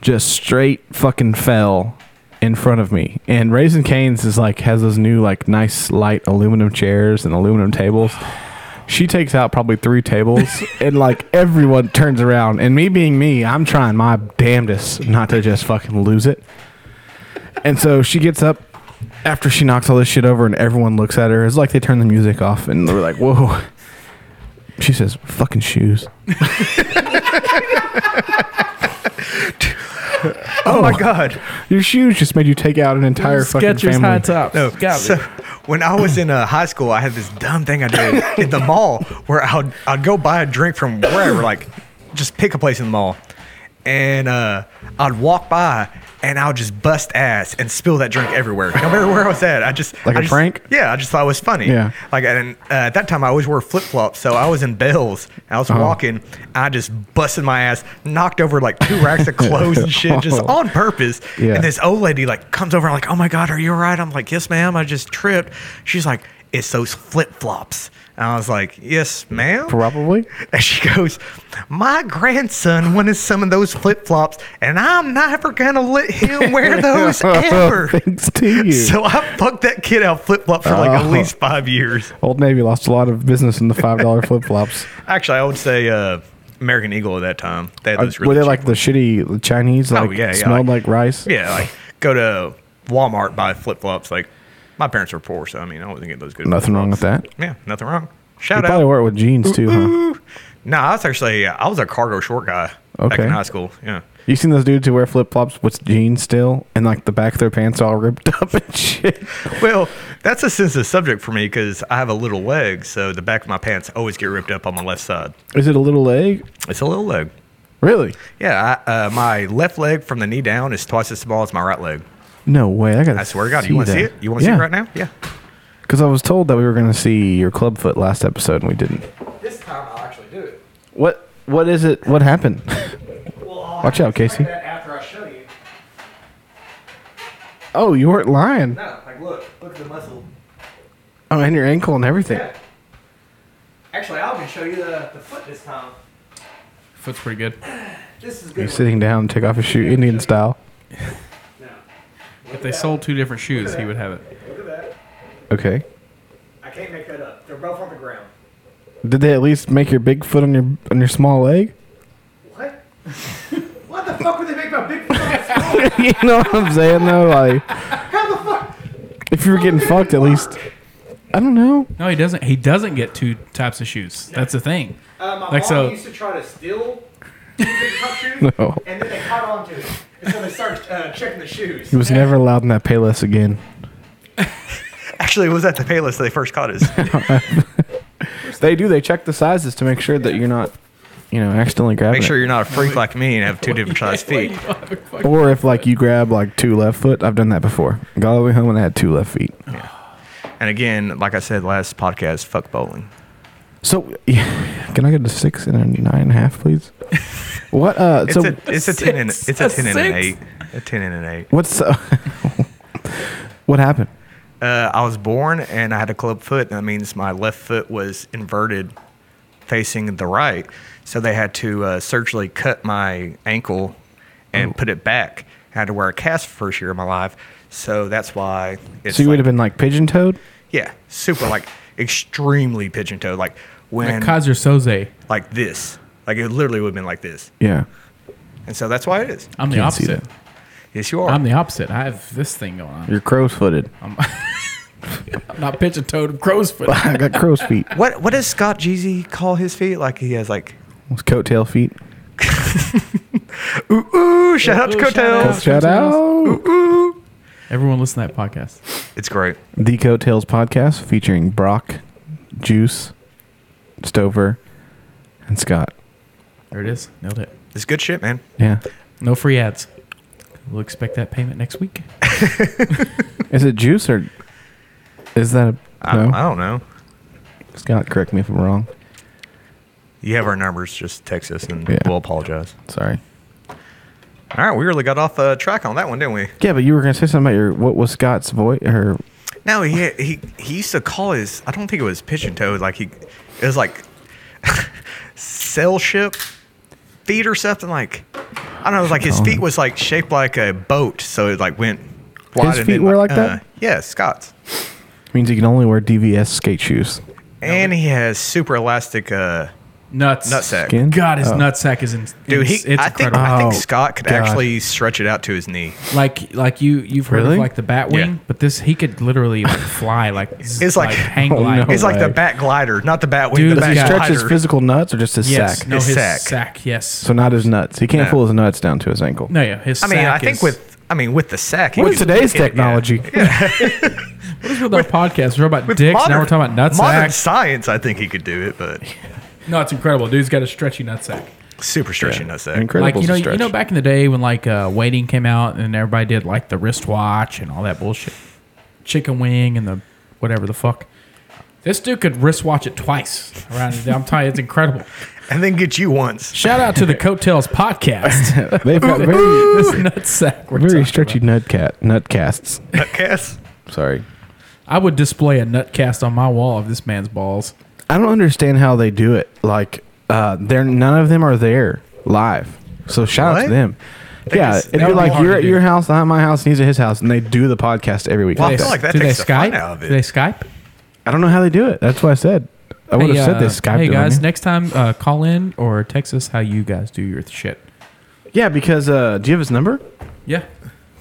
just straight fucking fell in front of me. And Raisin Canes is like has those new like nice light aluminum chairs and aluminum tables. She takes out probably three tables, and like everyone turns around. And me being me, I'm trying my damnedest not to just fucking lose it. And so she gets up after she knocks all this shit over, and everyone looks at her. It's like they turn the music off, and they're like, "Whoa." She says, "Fucking shoes."
Oh my god.
Your shoes just made you take out an entire fucking
Skechers
family.
high tops.
No.
Got
So
it.
when I was in uh, high school, I had this dumb thing I did in the mall where I'd, I'd go buy a drink from wherever, like just pick a place in the mall. And uh, I'd walk by and I would just bust ass and spill that drink everywhere. No matter where I was at, I just.
Like
I
a
just-
prank?
Yeah, I just thought it was funny.
Yeah.
Like, and uh, at that time, I always wore flip flops. So I was in Bell's. and I was
Uh-huh.
walking. And I just busted my ass, knocked over like two racks of clothes and shit just on purpose.
Oh. Yeah.
And this old lady like comes over and like, oh my God, are you all right? I'm like, yes, ma'am. I just tripped. She's like, it's those flip flops. And I was like, yes, ma'am.
Probably.
And she goes, my grandson wanted some of those flip flops and I'm never going to let him wear those ever.
Thanks to you.
So I fucked that kid out flip flop for like at
Oh.
least five years.
Old Navy lost a lot of business in the five dollar flip flops.
Actually, I would say uh, American Eagle at that time. They had those really
Uh, Were they
cheap Oh,
like the shitty Chinese? Like,
yeah, yeah,
Smelled
like-
like, rice.
Yeah, like go to Walmart buy flip flops. Like my parents were poor, so I mean I wasn't getting those good.
Nothing wrong with that.
Yeah, nothing wrong.
You
Shout
probably
out. Mm-hmm.
wore it with jeans too, huh?
No, I was actually I was a cargo short guy back
Okay.
in high school. Yeah.
You seen those dudes who wear flip flops with jeans still, and like the back of their pants all ripped up and shit.
Well, that's a sensitive subject for me because I have a little leg, so the back of my pants always get ripped up on my left side.
Is it a little leg?
It's a little leg.
Really?
Yeah, I, uh, my left leg from the knee down is twice as small as my right leg.
No way. I got.
I swear to God, you want to see it? You want to see it right now? Yeah.
Because I was told that we were going to see your clubfoot last episode, and we didn't.
This time I'll actually do it.
What? What is it? What happened? Watch out, Casey.
after I show you.
Oh, you weren't lying.
No, like look, look at the muscle.
Oh, and your ankle and everything.
Yeah. Actually, I'll even show you the, the foot this time.
Foot's pretty good.
This is
You're
good.
sitting down, take off your shoe, Indian style.
If they sold two different shoes, he would have it.
Look at that.
Okay.
I can't make that up. They're both on the ground.
Did they at least make your big foot on your on your small leg?
What? what the fuck would they make my big foot?
you know what I'm saying though? Like,
How the fuck?
if you were getting fucked, at least. I don't know.
No, he doesn't. He doesn't get two types of shoes. That's the thing.
Uh, my
Like
mom
so-
used to try to steal big cup shoes,
No.
and then they caught on to it. And so they started uh, checking the shoes.
He was never allowed in that Payless again.
Actually, it was at the Payless they first caught us.
They do. They check the sizes to make sure that you're not, you know, accidentally grabbing.
Make
it.
sure you're not a freak like me and have two different sized feet.
Or if like you grab like two left foot, I've done that before. Got all the way home and I had two left feet.
And again, like I said last podcast, fuck bowling.
So yeah, can I get a six and a nine and a half, please? What uh?
It's
so
a it's a ten and it's a
Six.
ten and
A
an
six?
eight. A ten and an eight.
what's uh, what happened?
Uh, I was born and I had a club foot, and that means my left foot was inverted facing the right. So they had to uh, surgically cut my ankle and put it back. I had to wear a cast for the first year of my life. So that's why it's.
So you would
like-
have been like pigeon toed?
Yeah, super, like extremely pigeon toed. Like when.
Like Kaiser Soze.
like this. Like it literally would have been like this.
Yeah.
And so that's why it is.
I'm the
Can't see
opposite.
Yes, you are.
I'm the opposite. I have this thing going on.
You're crow's footed.
I'm not pitching toad crow's foot.
I got crow's feet.
what What does Scott Jeezy call his feet? Like he has like.
Those coattail feet.
Ooh, ooh shout out to
Ooh, shout
Coattails.
out.
Shout out.
Everyone listen to that podcast.
It's great.
The Coattails podcast featuring Brock, Juice, Stover, and Scott.
There it is. Nailed it.
It's good shit, man.
Yeah.
No free ads. We'll expect that payment next week.
Is it Juice or is that a.
I,
No.
I don't know.
Scott, correct me if I'm wrong.
You have our numbers. Just text us and
Yeah.
we'll apologize.
Sorry.
All right, we really got off uh, track on that one, didn't we?
Yeah, but you were going to say something about your. What was Scott's voice? Her.
No, he he he used to call his. I don't think it was pigeon toed. Like he, it was like sail ship feet or something. Like I don't know. It was like
Oh.
his feet was like shaped like a boat, so it like went. wide and
feet
then, uh,
were like that?
Yeah, Scott's.
Means you can only wear DVS skate shoes.
And he has super elastic uh,
Nuts.
nutsack.
Skin?
God, his
Oh.
nutsack is in.
Dude, he,
it's, it's
I think
incredible.
I think
Oh,
Scott could
God.
actually stretch it out to his knee.
like like you you've heard
Really?
of like the bat wing,
Yeah.
but this he could literally like fly like
It's like-
hang
Oh,
glide.
no.
It's like the
way.
back glider, not the bat wing.
Dude,
the
does
bat
he
Does he stretch his
glider.
physical nuts or just his
yes,
sack?
no,
His
his,
sack.
sack. yes.
So not his nuts. He can't
No.
pull his nuts down to his ankle.
no, yeah, his.
I mean,
sack
I think
is-
with I mean with the sack. he
What is
could-
today's
yeah.
technology?
what is with our podcast? We're about dicks. now we're talking about
Modern
nutsack.
science, I think he could do it, but
No, it's incredible. Dude's got a stretchy nutsack.
super stretchy nutsack.
Incredible
like you know,
stretch.
you know, back in the day when like uh, waiting came out and everybody did like the wristwatch and all that bullshit, chicken wing and the whatever the fuck. This dude could wristwatch it twice around. his- I'm telling you, it's incredible.
And then get you once.
Shout out to the Coattails podcast.
They've got very,
this nutsack. we're
very
talking
stretchy
about.
nut cat, nut casts.
Nutcast.
Sorry.
I would display a nutcast on my wall of this man's balls.
I don't understand how they do it. Like, uh, they're none of them are there live. So shout out
What?
to them. yeah,
just-
it'd
that
be
would be
like
hard
you're
to
at
do.
your house, I'm at my house, and he's at his house, and they do the podcast every week.
Well, I
like
feel
that.
like that
do they
takes the
Skype?
fun out of it.
Do they Skype?
I don't know how they do it. That's why I said I would have
Hey,
said
uh,
they Skyped
Hey
it on
guys,
you.
next time uh, call in or text us how you guys do your shit.
Yeah, because uh, do you have his number?
Yeah.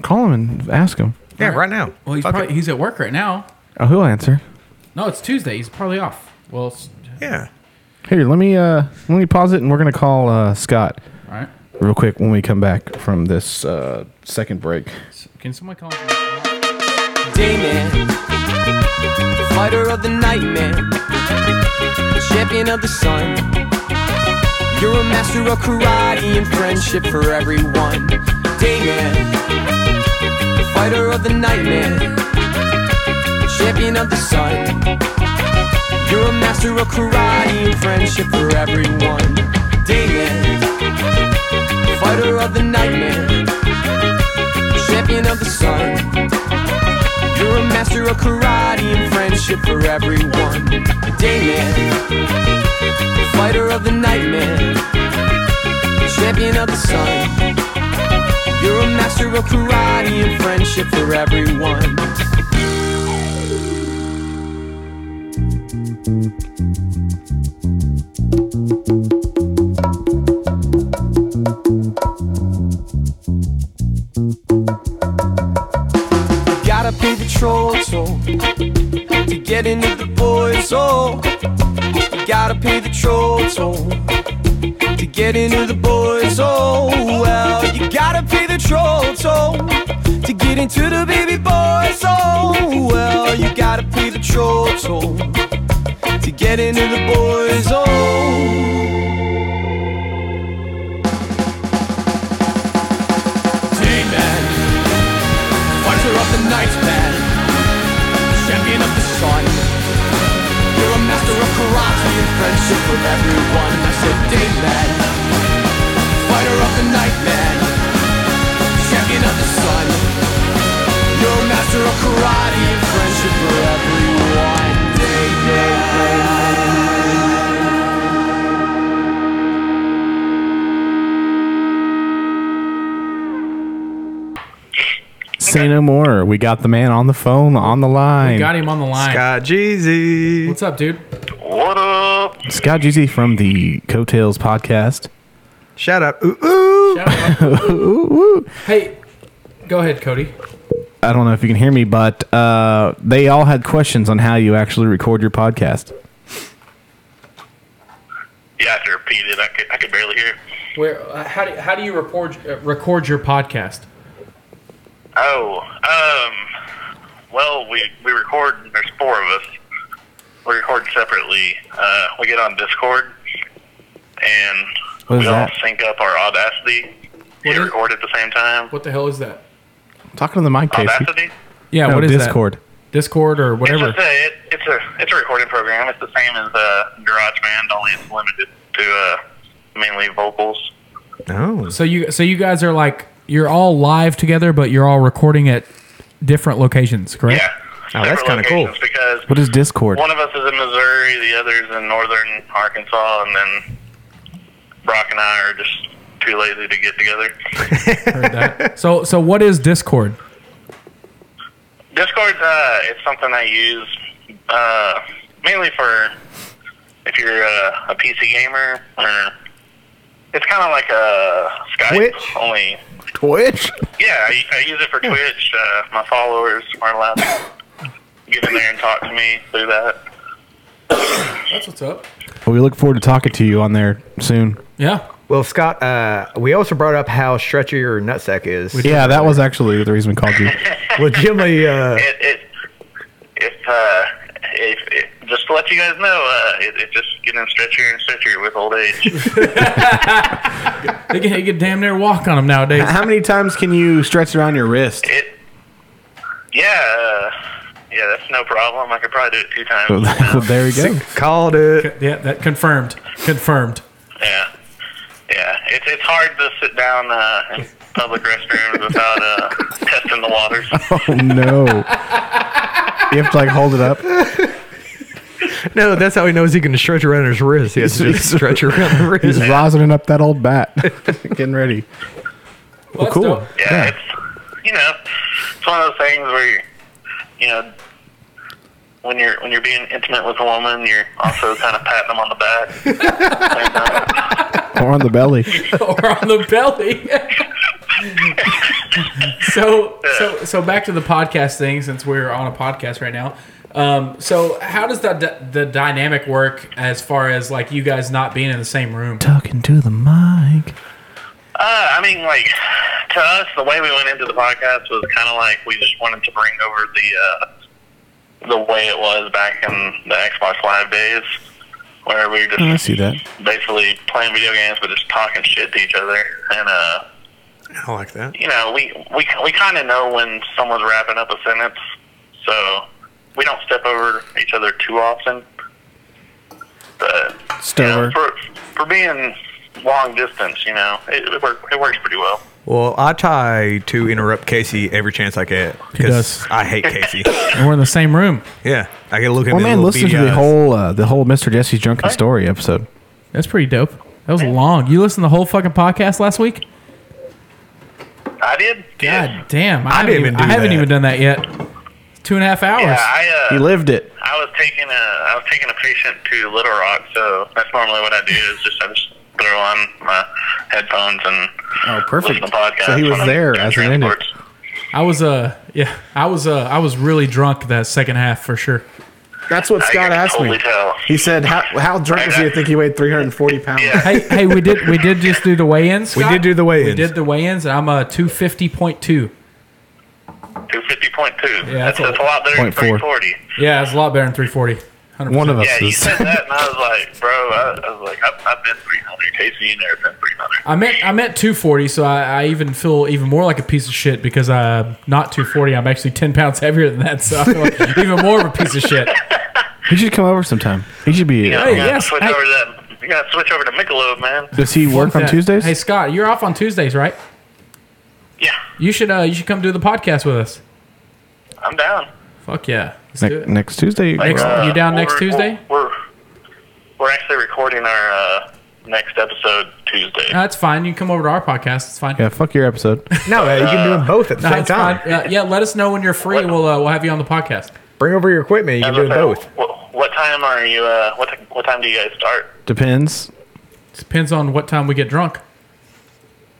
Call him and ask him.
Yeah, right now.
Well, he's
Fuck
probably,
it.
he's at work right now.
Oh, he'll answer.
No, it's Tuesday. He's probably off. Well, it's,
yeah.
Here, let me uh, let me pause it, and we're gonna call uh, Scott
all right.
real quick when we come back from this uh, second break.
Can somebody call?
Demon, fighter of the nightmare, champion of the sun. You're a master of karate and friendship for everyone. Demon, fighter of the nightmare, champion of the sun. You're a master of karate and friendship for everyone. Demon, fighter of the nightmare, champion of the sun. You're a master of karate and friendship for everyone. Dayman, fighter of the nightmare, champion of the sun. You're a master of karate and friendship for everyone. Gotta pay the troll toll to get into the boys' hole. You gotta pay the troll toll to get into the boys' hole. Well, you gotta pay the troll toll to get into the baby boys' hole. Well, you gotta pay the troll toll to get into the boys' oh. hole. Demon. Fighter of the night, man. Champion of the sun. You're a master of karate and friendship with everyone. I said, day man. Fighter of the night, man. Champion of the sun. You're a master of karate and friendship
Say no more. We got the man on the phone, on the line.
Got him on the line.
Scott Uh, Jeezy.
What's up, dude?
What up?
Scott Jeezy from the Coattails podcast.
Shout out. Ooh, ooh.
Hey, go ahead, Cody.
I don't know if you can hear me, but uh, they all had questions on how you actually record your podcast.
Yeah, I have to repeat it. I could, I could barely hear.
Where? Uh, how do how do you record uh, record your podcast?
Oh, um, well, we, we record, there's four of us. We record separately. Uh, we get on Discord and
What is
we all
that?
sync up our Audacity. We
is-
record at the same time.
What the hell is that?
talking to the mic,
Oh,
Casey.
Audacity?
Yeah,
No,
what is that?
Discord.
Discord or whatever.
It's, just a, it, it's a it's a recording program. It's the same as uh, GarageBand, only it's limited to uh, mainly vocals.
No.
So you so you guys are like you're all live together, but you're all recording at different locations, correct?
Yeah.
Oh, that's
Separate
kinda cool.
locations Because
What is Discord?
one of us is in Missouri, the other's in northern Arkansas, and then Brock and I are just too lazy to get together.
Heard that. so so what is Discord?
Discord, uh, it's something I use uh, mainly for if you're uh, a PC gamer or it's kind of like a Skype
Twitch?
only.
Twitch.
Yeah, I, I use it for Twitch. Uh, my followers aren't allowed to get in there and talk to me through that.
That's what's up.
Well, we look forward to talking to you on there soon.
Yeah.
Well, Scott, uh, we also brought up how stretchy your nutsack is.
Yeah, that was actually the reason we called you.
Legitimately, uh,
It, it, if, uh, if, if, just to let you guys know, uh, it, it's just getting stretchier and stretchier with old age.
They can, they can damn near walk on them nowadays.
How many times can you stretch around your wrist?
it, yeah, uh, yeah, that's no problem. I could probably do it two times.
well, there we go.
called it.
yeah, that confirmed. Confirmed.
Yeah, yeah. It's it's hard to sit down uh, in public restrooms without uh, testing the waters.
Oh no! you have to like hold it up.
No, that's how he knows he can stretch around his wrist. He has to just stretch around the
He's
wrist.
rosining up that old bat, getting ready. Well,
that's
cool.
dope.
Yeah, it's you know, it's one of those things where you you know. When you're when you're being intimate with a woman, you're also kind of patting them on the back. And, uh,
Or on the belly.
or on the belly. so so so back to the podcast thing since we're on a podcast right now. Um, so how does that d- the dynamic work as far as like you guys not being in the same room?
Talking to the mic.
uh, I mean, like to us, the way we went into the podcast was kind of like we just wanted to bring over the uh, the way it was back in the Xbox Live days, where we were just
I see that.
basically playing video games but just talking shit to each other and uh
I like that.
you know we we we kind of know when someone's wrapping up a sentence so we don't step over each other too often but you know,
Stover.
for for being long distance you know it, it, work, it works pretty well
Well, I try to interrupt Casey every chance I get because
does.
I hate Casey.
And we're in the same room.
yeah, I get looking.
Well,
at
man, listen to the whole uh, the whole Mr. Jesse's drunken story episode.
That's pretty dope. That was long. You listened to the whole fucking podcast last week?
i did yeah,
God damn! I, haven't
didn't
even,
even do
I haven't
that.
even done that yet. Two and a half hours.
yeah i
He
uh,
lived it.
I was taking a I was taking a patient to Little Rock, so that's normally what I do is just I just throw on my headphones and
Oh, perfect.
listen to podcasts.
So he was
when I'm
there
doing
as an ending.
transports.
I was uh yeah I was uh I was really drunk that second half for sure.
That's what
I
Scott
can
asked me.
totally Tell.
He said, "How how drunk is he? I think he weighed 340 pounds."
uh, Yeah.
hey, hey, we did we did just do the weigh-ins.
We
Scott.
did do the weigh-ins.
We did the weigh-ins, and I'm a two fifty point two.
Two fifty point two.
Yeah, that's
That's,
a-
that's a lot better than
Point four.
three forty.
Yeah, it's a lot better than three forty.
One of us
Yeah, you
is.
said that, and I was like, bro, I, I was like, I've, I've been three hundred. Casey, you never been three hundred.
I meant I meant two forty, so I, I even feel even more like a piece of shit because I'm not two forty. I'm actually ten pounds heavier than that, so I feel like even more of a piece of shit.
He should come over sometime. He should be. uh,
Yeah,
Hey,
you gotta
yes,
switch
hey.
over to that. You gotta switch over to Michelob, man.
Does he work on
Yeah.
Tuesdays?
Hey Scott, you're off on Tuesdays, right?
Yeah,
You should uh you should come do the podcast with us.
I'm down.
Fuck yeah, let's do
Ne-
it.
next Tuesday.
Next-
uh,
you down next
we're-
Tuesday?
We're, we're actually recording our uh, next episode Tuesday.
No, that's fine. You can come over to our podcast. It's fine.
Yeah, fuck your episode.
No, uh, you can do them both at the
No,
same
it's
time.
fine. Yeah, yeah, let us know when you're free. We'll uh, we'll have you on the podcast.
Bring over your equipment. You
As
can
I
do them
said,
both.
What, what time are you? Uh, what ti- what time do you guys start?
Depends.
Depends on what time we get drunk.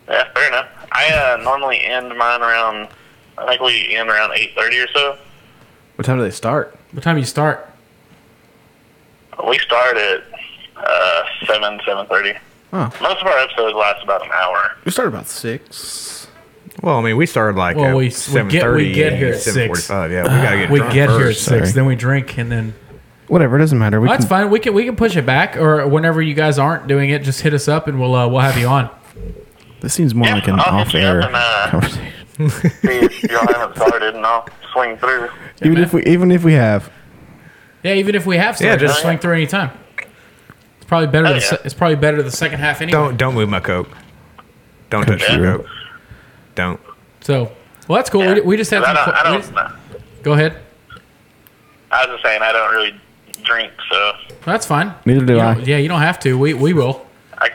Yeah, fair enough. I uh, normally end mine around. I think we end around eight thirty or so.
What time do they start?
What time you start?
We start at uh, seven seven thirty.
Huh.
Most of our episodes last about an hour.
We start about six.
Well, I mean, we started like
Well,
at
we- we get- we
7.30.
get here at
7.45. Yeah, we got to get
We
drunk
get
first.
here at six,
sorry.
then we drink, and then
Whatever, it doesn't matter. We
Well, that's
can,
fine. We can we can push it back, or whenever you guys aren't doing it, just hit us up, and we'll uh, we'll have you on.
This seems more
Yeah,
like an
I'll hit you up
off-air
and, uh,
conversation.
See if y'all haven't started, and I'll swing through.
Even if we, even if we have,
Yeah, even if we have stuff,
Yeah,
just,
just-
swing through any time. It's probably better.
Oh,
the, se-
yeah.
It's probably better the second half anyway.
Don't, don't move my Coke. Don't touch my
Yeah.
Coke. Don't.
So, well, that's cool. We, we just had some.
I don't. I
que- we
don't.
just- go ahead.
I was just saying I don't really drink, so
That's fine.
Neither do
You
I.
don't- Yeah, you don't have to. We we will.
I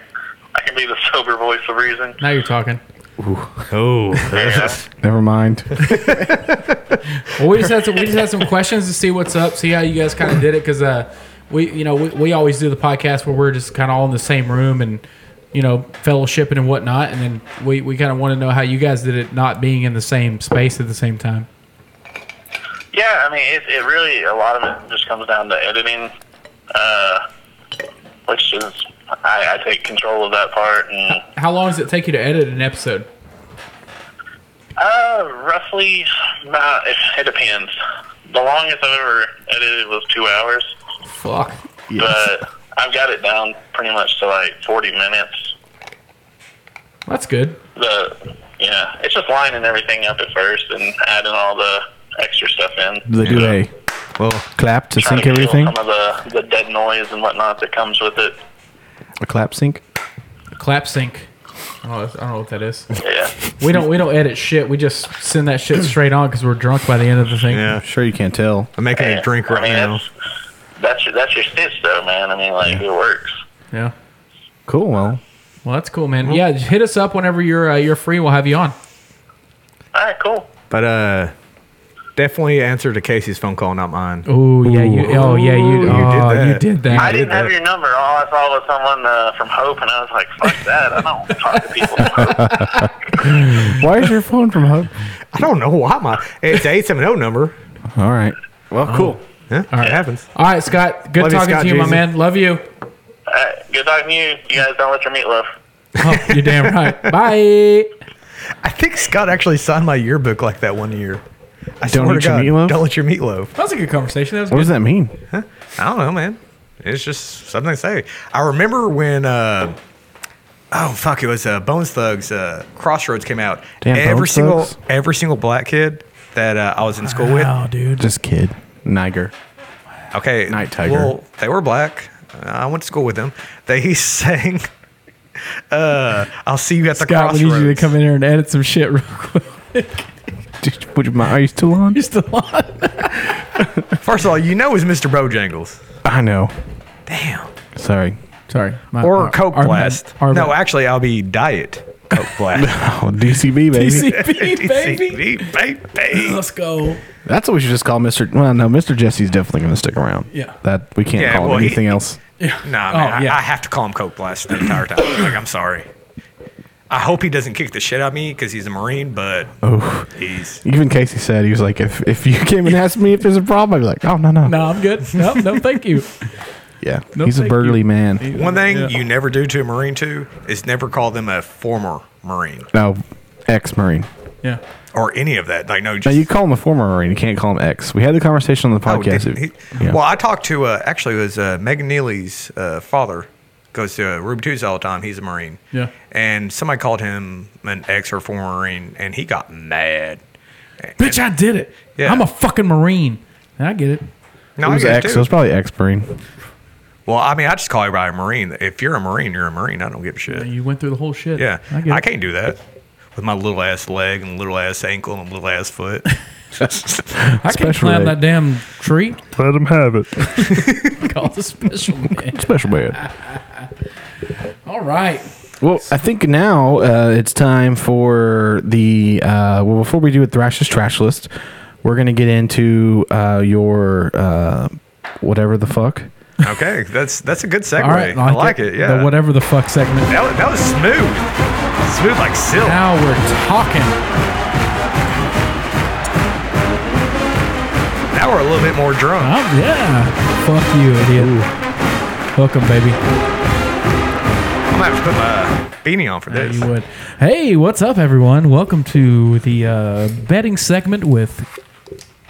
I can be the sober voice of reason.
Now you're talking.
Oh,
never mind.
Well, we just had some, we just had some questions to see what's up, see how you guys kind of did it, because uh, we you know we, we always do the podcast where we're just kind of all in the same room and you know fellowshipping and whatnot, and then we, we kind of want to know how you guys did it, not being in the same space at the same time.
Yeah, I mean, it, it really a lot of it just comes down to editing, uh, which is I, I take control of that part, and
How long does it take you to edit an episode?
uh, roughly about it, it depends. The longest I've ever edited was two hours,
Fuck.
but I've got it down pretty much to like forty minutes.
That's good.
The yeah, it's just lining everything up at first and adding all the extra stuff in.
Do they do a well clap to
Trying
sync
to kill
everything?
Some of the, the dead noise and whatnot that comes with it.
A clap sync?
Clap sync. I don't, know, I don't know what that is.
Yeah.
We don't we don't edit shit. We just send that shit straight on because we're drunk by the end of the thing.
Yeah.
I'm sure you can't tell.
I'm making
Yeah,
a drink
I
right
mean,
now.
That's, that's your that's your stitch though, man. I mean, like it works.
Yeah.
Cool. Well,
Well, that's cool, man. Yeah, hit us up whenever you're uh, you're free. We'll have you on.
All right, cool.
But uh, definitely answer to Casey's phone call, not mine.
Oh yeah, you. Oh yeah, you. oh,
that.
you did that.
I didn't have your number. All I saw was someone uh, from Hope, and I was like, "Fuck that! I don't talk to people." from Hope.
why is your phone from home?
I don't know why my it's eight seven zero number.
All right. Well, cool.
Yeah,
right.
it happens.
All right, Scott. Good
Love you,
talking
Scott
to you, my
Jeezy.
man. Love you.
All right, good talking to you. You guys don't let your meatloaf.
Oh, you're damn right. Bye.
I think Scott actually signed my yearbook like that one year. I
Don't
swear
eat
to
your
God,
meatloaf?
don't let your meatloaf.
That was a good conversation. That was
What does that mean?
I don't know, man. It's just something to say. I remember when, uh, oh fuck, it was uh, Bones Thugs. Uh, Crossroads came out.
Damn,
every
Bones
single
Thugs?
every single black kid that uh, I was in school with.
Wow, dude.
Just kid. Niger.
Okay,
Night Tiger.
Well, they were black. Uh, I went to school with them. They sang. Uh, I'll see you at the
Scott, we
crossroads.
need you to come in here and edit some shit real quick.
Dude, would you- my, are you still on?
Just a lot.
First of all, you know is Mr. Bojangles.
I know.
Damn.
Sorry.
Sorry. My-
Uh, Or
my-
Coke
our bad.
Blast.
Our
no,
bad.
actually, I'll be Diet Coke Blast.
Oh, DCB baby.
TCP, baby.
DCB, baby.
Let's go.
That's what we should just call Mister. Well, no, Mister Jesse's definitely going to stick around.
Yeah.
That we can't
Yeah,
call him
well, he-
anything else.
Nah, man,
Oh,
I-
yeah.
I, have to call him Coke Blast the entire time. like, I'm sorry. I hope he doesn't kick the shit out of me because he's a Marine, but
Oh.
he's.
Even Casey said he was like, if if you came and asked me if there's a problem, I'd be like, oh no no.
No, I'm good. No, no, thank you.
Yeah.
No,
He's a
thank
burly
you.
man.
One thing you never do to a Marine, too, is never call them a former Marine
No, ex Marine.
Yeah.
or any of that. Like, no, just.
Now you call him a former Marine. You can't call him ex. We had the conversation on the
Oh,
podcast.
didn't he-
yeah.
Well, I talked to uh, actually it was uh, Megan Neely's uh, father goes to uh, Ruby Tuesday all the time. He's a Marine.
Yeah.
And somebody called him an ex or former Marine, and he got mad.
Bitch, I did it.
Yeah.
I'm a fucking Marine. And I get it.
No,
it was
I get it,
ex.
too.
It was probably ex Marine.
Well, I mean, I just call everybody a Marine. If you're a Marine, you're a Marine. I don't give a
And
shit.
You went through the whole shit.
Yeah.
I
I,
get it.
can't do that with my little ass leg and little ass ankle and little ass foot.
I can't
Special
climb
ed.
that damn tree.
Let him have it.
Call the special man.
Special man.
All right.
Well, I think now uh, it's time for the. Uh, well, before we do a Thrash's trash list, we're going to get into uh, your uh, whatever the fuck.
Okay, that's that's a good segue.
All right,
I like it. yeah,
The whatever the fuck segment.
That, was, that was smooth, smooth like silk.
Now we're talking.
Now we're a little bit more drunk.
Oh yeah. Fuck you, idiot. Welcome, baby.
I'm gonna have to put my beanie on for
Yeah,
this.
you would. Hey, what's up, everyone? Welcome to the uh, betting segment with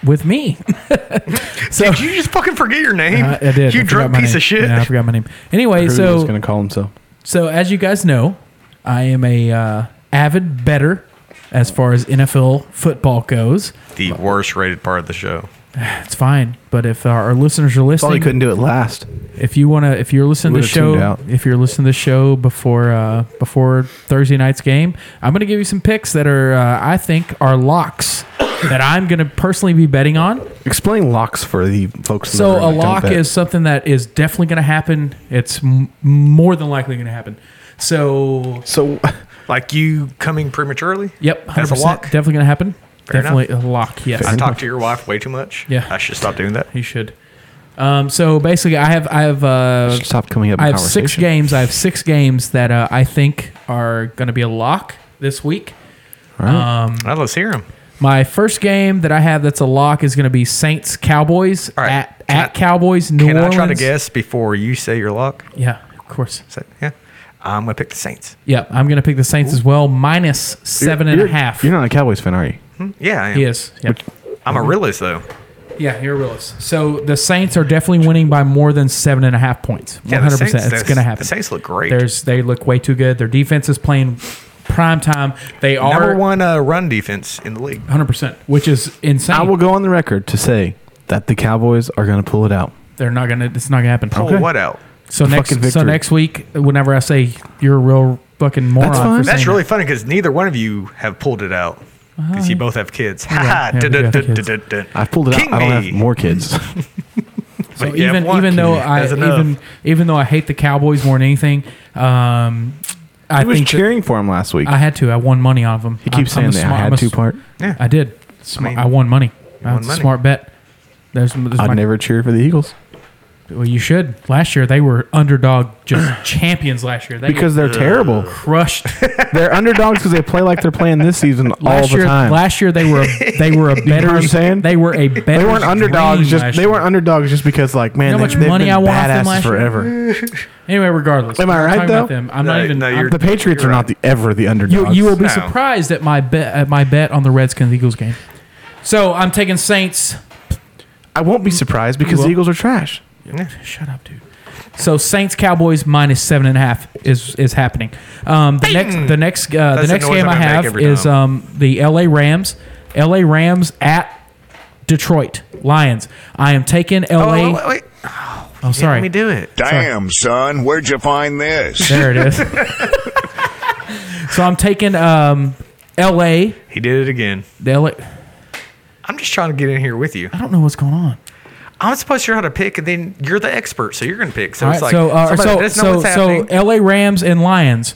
with me. so uh,
Did you just fucking forget your name?
Uh-huh, I, I did.
You
I forgot
drunk
my
piece
name.
of shit.
Yeah, I forgot my name. Anyway,
Who
so
is going to call himself?
so as you guys know, I am a uh, avid better as far as NFL football goes.
the worst rated part of the show.
It's fine, but if our listeners are listening,
Probably couldn't do it last.
if you want to if you're listening to the
Would've tuned
show
out.
if you're listening to the show before uh before thursday night's game i'm gonna give you some picks that are uh, i think are locks that i'm gonna personally be betting on
Explain locks for the folks. in the
so
room
a
that don't
lock
bet.
is something that is definitely gonna happen it's m- more than likely gonna happen so
So
Like you coming prematurely?
yep 100%
That's a lock?
definitely gonna happen
Fair enough.
definitely a lock yes
I talk to your wife way too much.
Yeah.
I should stop doing that.
you should um so basically i have i have uh
stop coming up. in
I have six
conversation.
games. I have six games that uh, I think are going to be a lock this week.
Now let's hear him.
My first game that I have that's a lock is going to be Saints Cowboys
All right.
at,
Can
at
I-
Cowboys New
Can
Orleans.
I try to guess before you say your luck?
Yeah, of course.
So, yeah. I'm gonna pick the Saints.
Yeah, I'm going to pick the Saints as well, minus seven and a
you're,
half.
You're not a Cowboys fan, are you?
Yeah, I am.
Yes. Yep.
I'm a realist though.
Yeah, you're a realist. So the Saints are definitely winning by more than seven and a half points.
Yeah,
100%.
the Saints-
it's
the-
going to happen.
The Saints look great.
There's, they look way too good. Their defense is playing prime time. They are
number one uh, run defense in the league.
100%, which is insane.
I will go on the record to say that the Cowboys are going to pull it out.
They're not gonna. It's not gonna happen.
Pull Oh, what out?
So
fucking
next, so
victory.
next week, whenever I say you're a real fucking moron,
That's fine.
for
That's
saying
really funny because neither one of you have pulled it out because you both have kids. Ha
yeah, we do Uh-huh. have kids.
ha!
I've pulled it
King
out. I don't
me.
have more kids.
that. So
But you have
even
one
even though
kid.
I
That's enough.
even even though I hate the Cowboys more than anything, um, I
I was
think that-
cheering for him last week.
I had to. I won money off them.
He keeps saying that I had two part.
Yeah.
I did. Sma- I,
mean,
won money. That
won
was a
money.
smart bet. There's, there's
I'd
my,
never cheer for the Eagles
Well, you should. Last year they were underdog, just champions. Last year they got
because they're terrible.
crushed.
They're underdogs because they play like they're playing this season all
last
the
year,
time.
last year they were a, they were a better.
what I'm saying?
They were a better.
they weren't underdogs. Just they
were
weren't underdogs just because like man,
You know how
they,
much
they've
money
been
I won off them
badasses
last year?
forever.
Anyway, regardless,
Am I
we're not
right,
talking about
though?
them. I'm
No,
not even.
no,
I'm-
you're-
The Patriots
You're
are not
right.
the ever the
you
underdogs.
you will be
No.
surprised at my bet at my bet on the Redskins Eagles game. So I'm taking Saints.
I won't be surprised because the
will.
Eagles are trash.
Shut up, dude. So Saints Cowboys minus seven and a half is is happening. Um, the next the next uh, the
That's the
next
noise
game
I'm
I
gonna make
have
every
is
time.
um, the L.A. Rams. L.A. Rams at Detroit Lions. I am taking
Oh,
L.A.
wait, wait, wait.
I'm sorry.
Let me do it.
Damn, son, where'd you find this?
There it is. so I'm taking um, L.A.
He did it again.
The LA.
I'm just trying to get in here with you.
I don't know what's going on.
I'm supposed to know how to pick, and then you're the expert, so you're going to pick. So
All right,
it's like
so uh,
somebody that doesn't
so
know
so,
what's
so
happening.
L.A. Rams and Lions.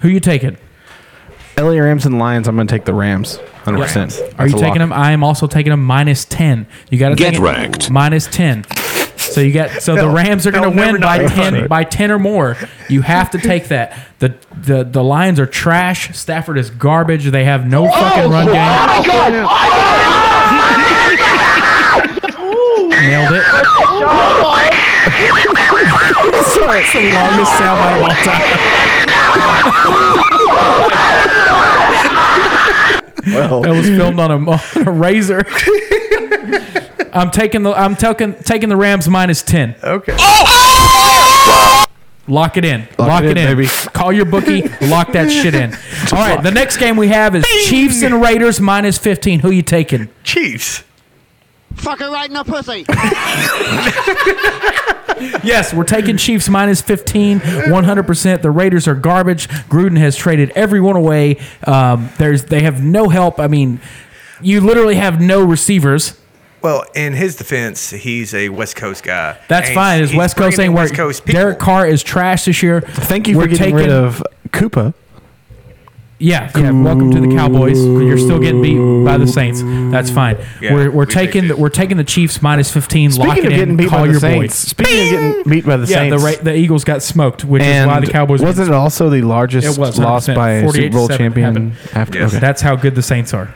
Who you taking?
LA Rams and Lions. I'm going to take the Rams. Hundred percent.
Are you taking them? I am also taking them minus ten. You got to
Get
take it-
wrecked.
Minus ten. So you got so the Rams are going to
they'll never
win by
know.
ten by ten or more. You have to take that. the the The Lions are trash. Stafford is garbage. They have
Oh,
no fucking run game. Nailed it.
Sorry, it's the longest soundbite of all time. well,
That was filmed on a, on a razor. I'm taking the I'm taking taking the Rams minus ten. Oh!
okay.
Lock it in. Lock,
it
it,
in,
in.
baby.
Call your bookie. Lock that shit in. All right. The next game we have is Chiefs and Raiders minus fifteen. Who you taking?
Chiefs.
Yes, we're taking Chiefs minus 15, 100%. The Raiders are garbage. Gruden has traded everyone away. Um, there's They have no help. I mean, you literally have no receivers.
Well, in his defense, he's a West Coast guy.
That's
And
fine.
he's-
His West
he's
Coast
bringing
ain't
in
work.
West Coast people.
Derek Carr is trash this year.
Thank you
We're
for getting
taking,
rid of Koopa.
Yeah, yeah. Welcome to the Cowboys. You're still getting beat by the Saints. That's fine.
Yeah,
we're we're
we
taking
fixed it.
the, we're taking the Chiefs minus fifteen. lock
Speaking
it
of
in.
getting beat
call
by the
your
Saints,
boy.
speaking of getting beat by the
Yeah, the
Saints,
Ra- the Eagles got smoked, which is
and
why the Cowboys
wasn't it
won.
also the largest
It was,
loss
100%,
by a Super
48 to
Bowl
7
champion
happened.
after?
Yes.
okay.
That's how good the Saints are.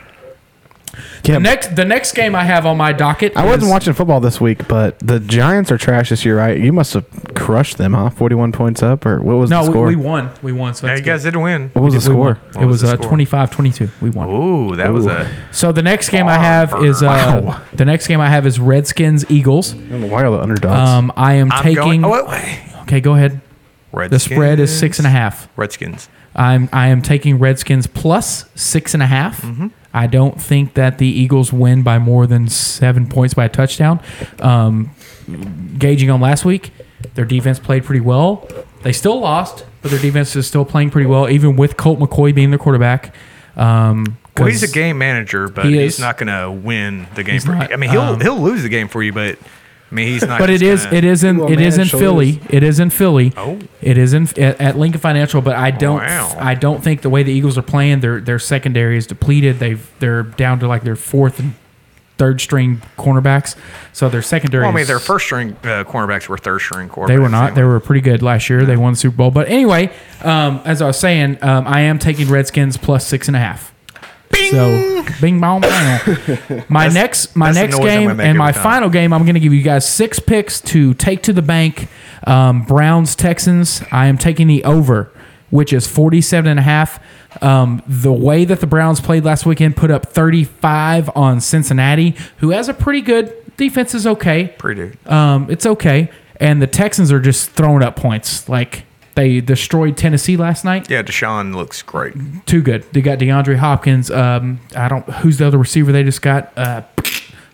Yeah,
Next, the next game I have on my docket.
I wasn't
is-
watching football this week, but the Giants are trash this year, right? You must have crushed them, huh? Forty-one points up, or what was
No,
the
we,
score?
we won. We won. So
Yeah,
that's
you guys
good.
did win.
what was the
We
score?
won. It was
was the
uh,
score?
25-22. We won.
Ooh, that was a.
So the next game I have is uh,
Wow.
the next game I have is Redskins Eagles.
I don't know Why are the underdogs?
Um, I am
I'm
taking.
going. Oh, wait, wait.
okay, go ahead. The
Redskins.
spread is six and a half.
Redskins.
I'm I am taking Redskins plus six and a half.
Mm-hmm.
I don't think that the Eagles win by more than seven points by a touchdown. Um, gauging on last week, their defense played pretty well. They still lost, but their defense is still playing pretty well, even with Colt McCoy being their quarterback. Um,
Well, he's a
'cause-
game manager, but
He is.
he's not going to win the game
He's
for you.
not,
I mean, he'll
um,
he'll lose the game for you, but I mean, he's not.
But it
just
is
gonna-
it is in
Well,
it is
man,
in Philly. It is in Philly.
Oh.
It is in at, at Lincoln Financial. But I don't
Wow.
I don't think the way the Eagles are playing, their their secondary is depleted. They've they're down to like their fourth and third string cornerbacks. So their secondary.
Well, I mean,
is-
their first string uh, cornerbacks were third string cornerbacks.
They were not. They were pretty good last year. They won the Super Bowl. But anyway, um, as I was saying, um, I am taking Redskins plus six and a half. Bing. So, bing, bong, bong. My next, my
that's the
next
noise I'm
game,
gonna make
and
every
my
time.
final game, I'm going to give you guys six picks to take to the bank. Um, Browns, Texans. I am taking the over, which is 47 and a half. Um, the way that the Browns played last weekend put up 35 on Cincinnati, who has a pretty good defense. Is okay.
pretty. dude.
Um, it's okay. And the Texans are just throwing up points. Like they destroyed Tennessee last night.
yeah, Deshaun looks great.
Too good. They got DeAndre Hopkins. Um, I don't. Who's the other receiver they just got? Uh,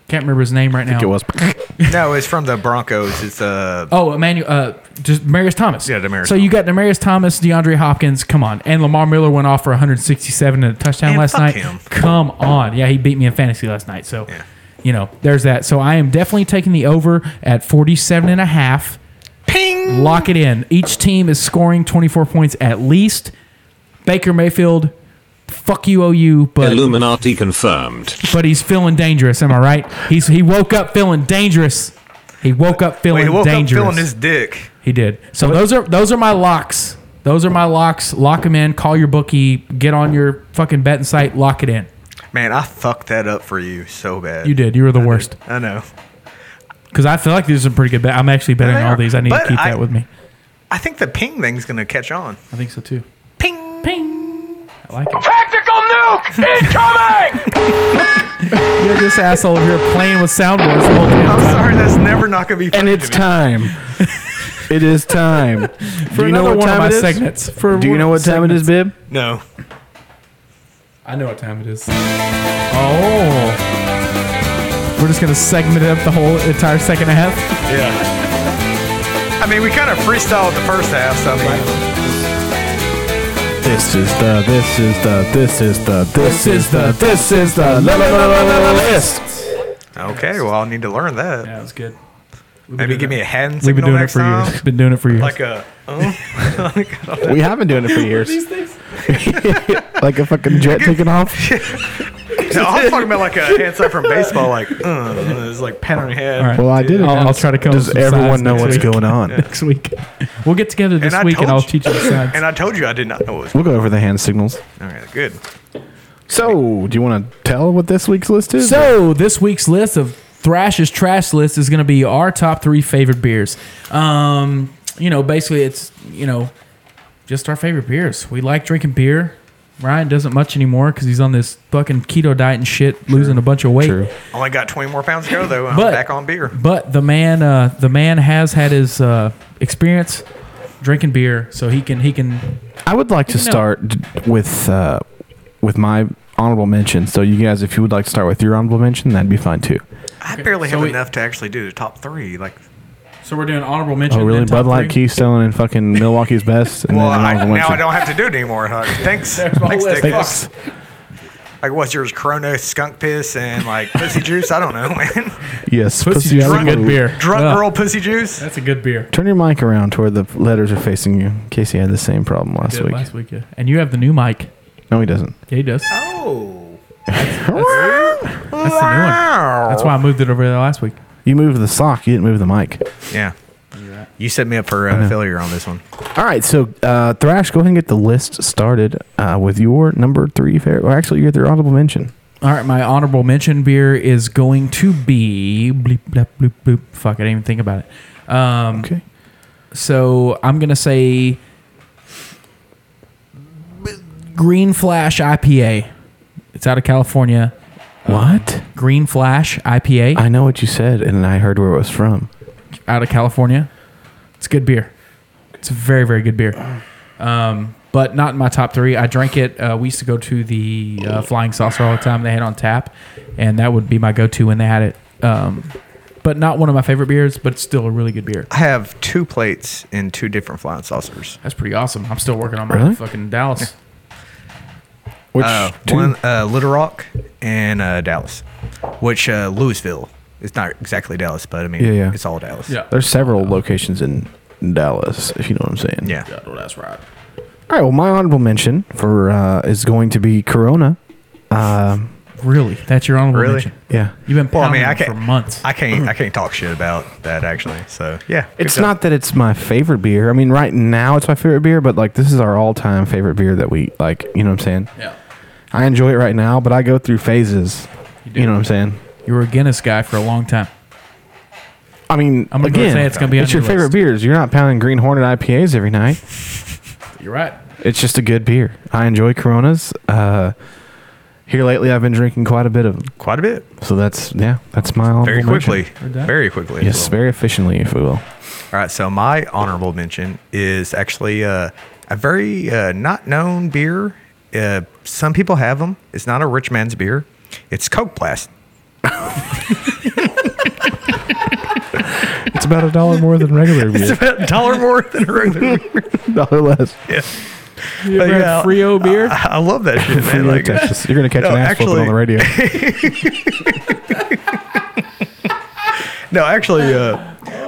can't remember his name right now.
it was.
No, it's from the Broncos. It's uh,
Oh, Emmanuel. Uh, just Demarius Thomas.
Yeah, Demaryius
So you got Demarius Thomas, DeAndre Hopkins. Come on. And Lamar Miller went off for 167 and a touchdown
Man,
last
fuck
night.
him.
Come on. Yeah, he beat me in fantasy last night. So,
Yeah.
you know, there's that. So I am definitely taking the over at 47 and a half.
ping.
Lock it in. Each team is scoring 24 points at least. Baker Mayfield, fuck you, OU, but
Illuminati confirmed.
but he's feeling dangerous. Am I right? He's he woke up feeling dangerous. He woke up feeling
Wait, he woke
dangerous.
up feeling his dick.
he did. So those are those are my locks. Those are my locks. Lock them in. Call your bookie. Get on your fucking betting site. Lock it in.
Man, I fucked that up for you so bad.
You did. You were the worst.
I know.
Because I feel like these are pretty good. Bet. I'm actually betting
They
all
are.
these. I need to
But
keep
I-
that with me.
I think the ping thing's gonna catch on.
I think so too.
Ping.
Ping. I like it.
Tactical nuke incoming!
You're this asshole here playing with soundboards the whole damn
I'm
time.
sorry, that's never not gonna be.
and
funny
it's
to me.
time. it is time.
For
Do you know
another
what
one
time
of my
it is?
segments. For
Do you
one
know
of
what
my
time it is,
segments.
Bib?
No.
I know what time it is.
Oh. We're just gonna segment it up the whole entire second half.
Yeah. I mean, we kind of freestyled the first half, so I mean,
This is the. This is the. This is the. This is the. This is the. La la la la la la list.
okay. Well, I'll need to learn that.
That was good.
Maybe give me a hand
We've been
signal
doing it
next
for
time.
years. Been doing it for years.
Like a. Oh.
We have been doing it for years.
things?
like a fucking jet taking off.
No, I'm talking about like a hands up from baseball, like uh, it's like pat on your head.
All right.
Well, I did it.
I'll, I'll try to come. up
Does
with some size
everyone know
next
what's
week.
going on?
next week? We'll get together this
I
week and
told
I'll
you.
teach you the sides.
And I told you I did not know it was.
We'll go over the hand signals.
All right, good.
So, do you want to tell what this week's list is?
So this week's list of Thrash's trash list is going to be our top three favorite beers. Um, you know, basically it's you know just our favorite beers. We like drinking beer. Ryan doesn't much anymore because he's on this fucking keto diet and shit, losing a bunch of weight.
True.
Only got 20 more pounds to go though. and I'm
But-
back on beer.
But the man, uh, the man has had his uh, experience drinking beer, so he can he can.
I would like to
No.
start d- with uh, with my honorable mention. So, you guys, if you would like to start with your honorable mention, that'd be fine too.
I barely
so
have
we-
enough to actually do the top three. Like,
So we're doing honorable mention.
Oh, really? Bud Light, Keystone, and fucking Milwaukee's best. And
well,
then an
I, now
honorable
I
mention.
don't have to do it anymore. Huh? Thanks,
There's my
thanks,
list.
Dick.
Thanks.
Like, what's yours? Corona, skunk piss, and like pussy juice? I don't know, man.
Yes,
Pussy
out of
drunk
the
good
blue.
beer.
Drunk
Ugh.
girl pussy juice?
That's a good beer.
Turn your mic around to where the letters are facing you. Casey had the same problem last
Did
week.
last week, yeah. And you have the new mic.
No, he doesn't.
Yeah, he does.
Oh.
That's the new one. That's why I moved it over there last week.
You moved the sock. You didn't move the mic.
Yeah. You set me up for uh, failure on this one.
All right, so uh, Thrash, go ahead and get the list started uh, with your number three favorite. Or actually, your their audible mention.
All right, my honorable mention beer is going to be bleep bleep bloop bloop. Fuck, I didn't even think about it. Um,
Okay.
So I'm gonna say Green Flash IPA. It's out of California.
What?
Green Flash IPA
I know what you said, and I heard where it was from.
out of California. It's good beer. It's a very very good beer. Um, but not in my top three. I drank it. Uh, we used to go to the uh, Flying Saucer all the time. They had it on tap, and that would be my go-to when they had it. Um, but not one of my favorite beers, but it's still a really good beer.
I have two plates in two different flying saucers.
That's pretty awesome. I'm still working on my
Really?
fucking Dallas.
Which
Uh,
two?
one, uh, Little Rock and uh, Dallas, which uh, Louisville. It's not exactly Dallas, but I mean,
Yeah, yeah.
it's all Dallas.
Yeah.
There's several locations in Dallas, if you know what I'm saying.
Oh. Yeah.
Well, that's right.
All right. Well, my honorable mention for uh, is going to be Corona. Um,
Really? That's your honorable
Really?
mention?
yeah.
You've been
Well, I
pounding
mean, I
it
can't
for months.
I can't. I can't talk shit about that actually. So yeah, good
It's
job.
not that it's my favorite beer. I mean, right now it's my favorite beer, but like this is our all-time favorite beer that we like. You know what I'm saying?
yeah.
I enjoy it right now, but I go through phases. You,
do.
know what I'm saying?
You were a Guinness guy for a long time.
I mean,
I'm gonna go
again,
say it's gonna be on
your
your
favorite
list.
beers. You're not pounding Green Hornet IPAs every night.
You're right.
It's just a good beer. I enjoy Coronas. Uh, here lately, I've been drinking quite a bit of them.
quite a bit.
So that's yeah, that's my honorable
Very
mention.
quickly.
done.
Very quickly. as
Yes,
well.
very efficiently, if we will.
All right, so my honorable mention is actually uh, a very uh, not known beer. Uh, some people have them. It's not a rich man's beer. It's Coke Blast.
It's about a dollar more than regular beer.
about a dollar more than a regular beer.
dollar less.
You
ever had yeah.
Frio beer?
I, I love that shit, man.
You're,
Like,
gonna catch- you're gonna catch
No,
an ass whooping on
actually-
the radio.
no, actually, uh,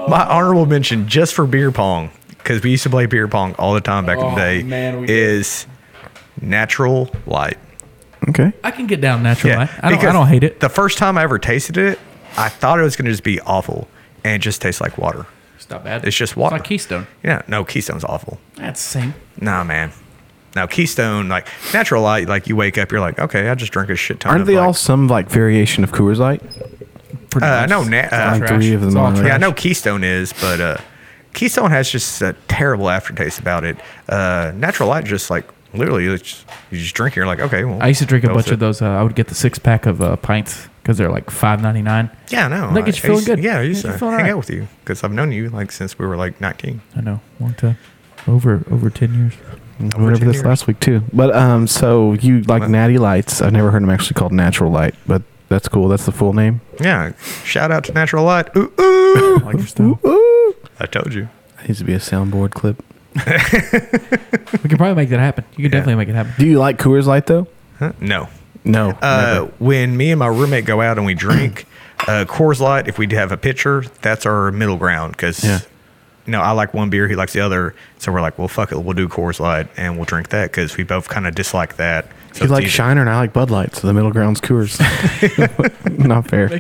my honorable mention just for beer pong because we used to play beer pong all the time back
Oh,
in the day
man, we did.
is Natural Light.
Okay.
I can get down natural
Yeah,
light. I don't, I
because
don't hate it.
The first time I ever tasted it, I thought it was going to just be awful, and it just tastes like water.
It's not bad.
It's just water.
It's not Keystone.
Yeah, no, Keystone's awful.
That's the same.
Nah, man. Now Keystone, like natural light, like you wake up, you're like, okay, I just drank a shit ton.
Aren't
of,
they
like,
all some like variation of Coors Light?
Pretty
Uh, no, na- uh,
Like three of them.
It's all
on there.
yeah, I know Keystone is, but uh, Keystone has just a terrible aftertaste about it. Uh, natural light, just like literally, it's just, you just drink, it, you're like, okay. Well,
I used to drink a
that was
bunch of
it.
those. Uh, I would get the six pack of uh, pints because they're like five ninety nine.
Yeah, no.
That gets
I
you feeling
used,
good.
Yeah, I used
Makes you
to hang
feel
out
alright.
with you because I've known you like since we were like 19.
I know, long time, over over ten years.
I went over this last week too. But um, so you like Natty Lights? I've never heard them actually called Natural Light, but that's cool. That's the full name.
Yeah, shout out to Natural Light. Ooh, ooh.
I like your style.
I told you.
Needs to be a soundboard clip.
we can probably make that happen. You can definitely make it happen.
Do you like Coors Light though?
Huh? No.
No.
Uh,
never.
when me and my roommate go out and we drink uh, Coors Light, if we have a pitcher, that's our middle ground because
Yeah.
no, I like one beer, he likes the other, so we're like, well, fuck it, we'll do Coors Light and we'll drink that because we both kind of dislike that. So
You
it's
like
easy.
Shiner and I like Bud Light, so the middle ground's Coors. Not fair.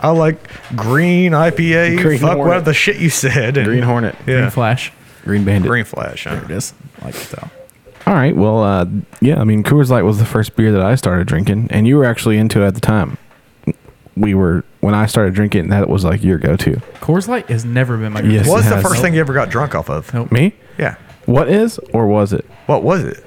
I like green IPA.
Green
fuck
Hornet.
what the shit you said. and-
Green Hornet.
Yeah.
Green Flash.
Green Bandit.
Green Flash. huh?
It is. I like your style.
All right. Well, uh, yeah. I mean, Coors Light was the first beer that I started drinking, and you were actually into it at the time. We were when I started drinking. That was like your go-to.
Coors Light has never been my.
Yes.
go-to.
What was the
has-
first thing you ever got drunk off of?
Nope.
Me?
Yeah.
What is or was it?
What was it?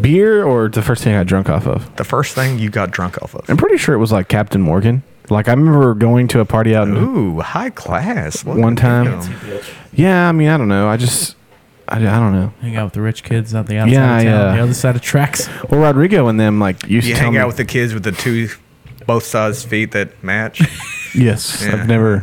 Beer or the first thing I got drunk off of?
The first thing you got drunk off of?
I'm pretty sure it was like Captain Morgan. Like I remember going to a party out in
Ooh, high class. Look
one
at
time.
them.
Yeah, I mean, I don't know. I just, I, I don't know.
Hang out with the rich kids on the outside
Yeah,
of town,
yeah.
the other side of tracks.
Well, Rodrigo and them like used
You
to tell
hang
me.
out with the kids with the two, both sides feet that match.
yes,
Yeah.
I've never.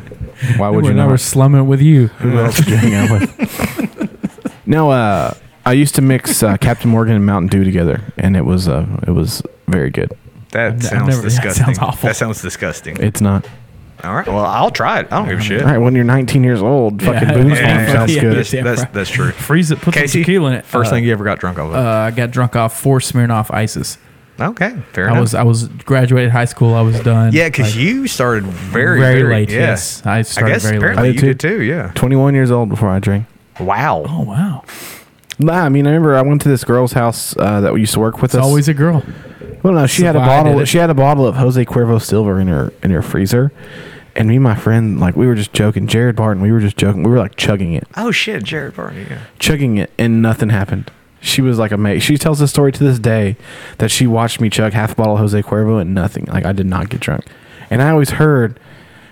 Why would
We're
you
never
not?
slumming with you.
Who else did you hang out with? no, uh, I used to mix uh, Captain Morgan and Mountain Dew together, and it was uh, it was very good.
That
I've
sounds
never- that sounds
disgusting. That sounds,
awful.
disgusting.
It's not.
All right. Well, I'll try it. I don't give a shit.
All right, when you're 19 years old, fucking
Yeah.
booze
Yeah.
bomb sounds
Yeah.
good.
That's, that's, that's true.
Freeze it, put
Casey,
some tequila in it.
First
Uh,
thing you ever got drunk off of.
uh, I got drunk off four Smirnoff Ices.
okay. Fair
I
enough.
was I was graduated high school. I was done.
yeah, because
Like,
you started very,
Very
very,
late,
yeah.
yes. I started
guess
very late.
apparently
I did
you did too. Yeah.
21 years old before I drank.
Wow.
Oh wow!
Nah, I mean, I remember I went to this girl's house uh, that used to work with
It's
us.
always a girl.
Well, no, she had a
That's why I did
bottle.
it.
She had a bottle of Jose Cuervo Silver in her in her freezer, and me and my friend, like, we were just joking. Jared Barton, we were just joking. We were like chugging it,
Oh shit, Jared Barney. Yeah.
chugging it, and nothing happened. She was like amazed. She tells the story to this day that she watched me chug half a bottle of Jose Cuervo and nothing. Like, I did not get drunk, and I always heard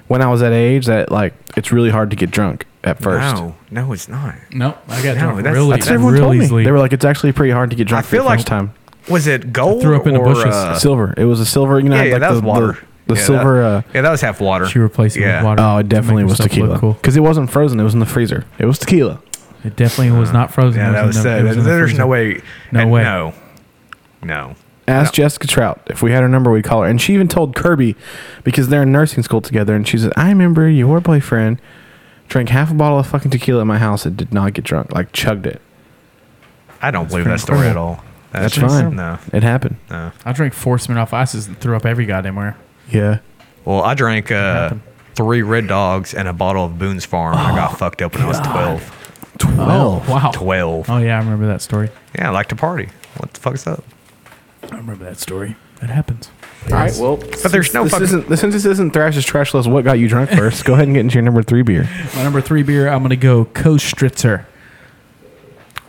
when I was that age that like it's really hard to get drunk at first.
No, no, it's not.
No, I got
No,
drunk
that's-
really.
That's what
That
everyone told
really
me.
easily-
They were like, it's actually pretty hard to get
I
drunk for
feel
the
like
first time.
Was it gold?
threw up in the
or,
bushes.
uh,
silver. It was a silver. You know,
yeah,
had,
yeah,
like
that
the,
was water.
The, the
Yeah,
silver.
that-
uh,
yeah, that was half water.
She replaced it
Yeah.
with water.
Oh, it
to
definitely
make
was
herself
tequila.
look
Because
Cool.
it wasn't frozen. It was in the freezer. It was tequila.
It definitely was not frozen.
Yeah,
It
that
was
was
in the-
said.
it was in the
There's no
freezer.
way.
No
uh,
way.
No. No.
Ask Jessica Trout if we had her number, we'd call her. And she even told Kirby because they're in nursing school together. And she said, I remember your boyfriend drank half a bottle of fucking tequila at my house and did not get drunk. Like, chugged it.
I don't believe that story at all.
That's
just-
fine.
No.
It happened.
I drank four Smirnoff Ices and threw up every goddamn where.
Yeah.
Well, I drank uh, three Red Dogs and a bottle of Boone's Farm. and I got fucked up when I was 12.
12.
Oh, Wow.
12.
Oh yeah, I remember that story.
Yeah, I like to party. What the fuck's up?
I remember that story. It happens.
All right, well.
But there's no
this
fucking.
isn't, since this isn't Thrash's Trash List, what got you drunk first? Go ahead and get into your number three beer.
My number three beer, I'm gonna go Kostritzer.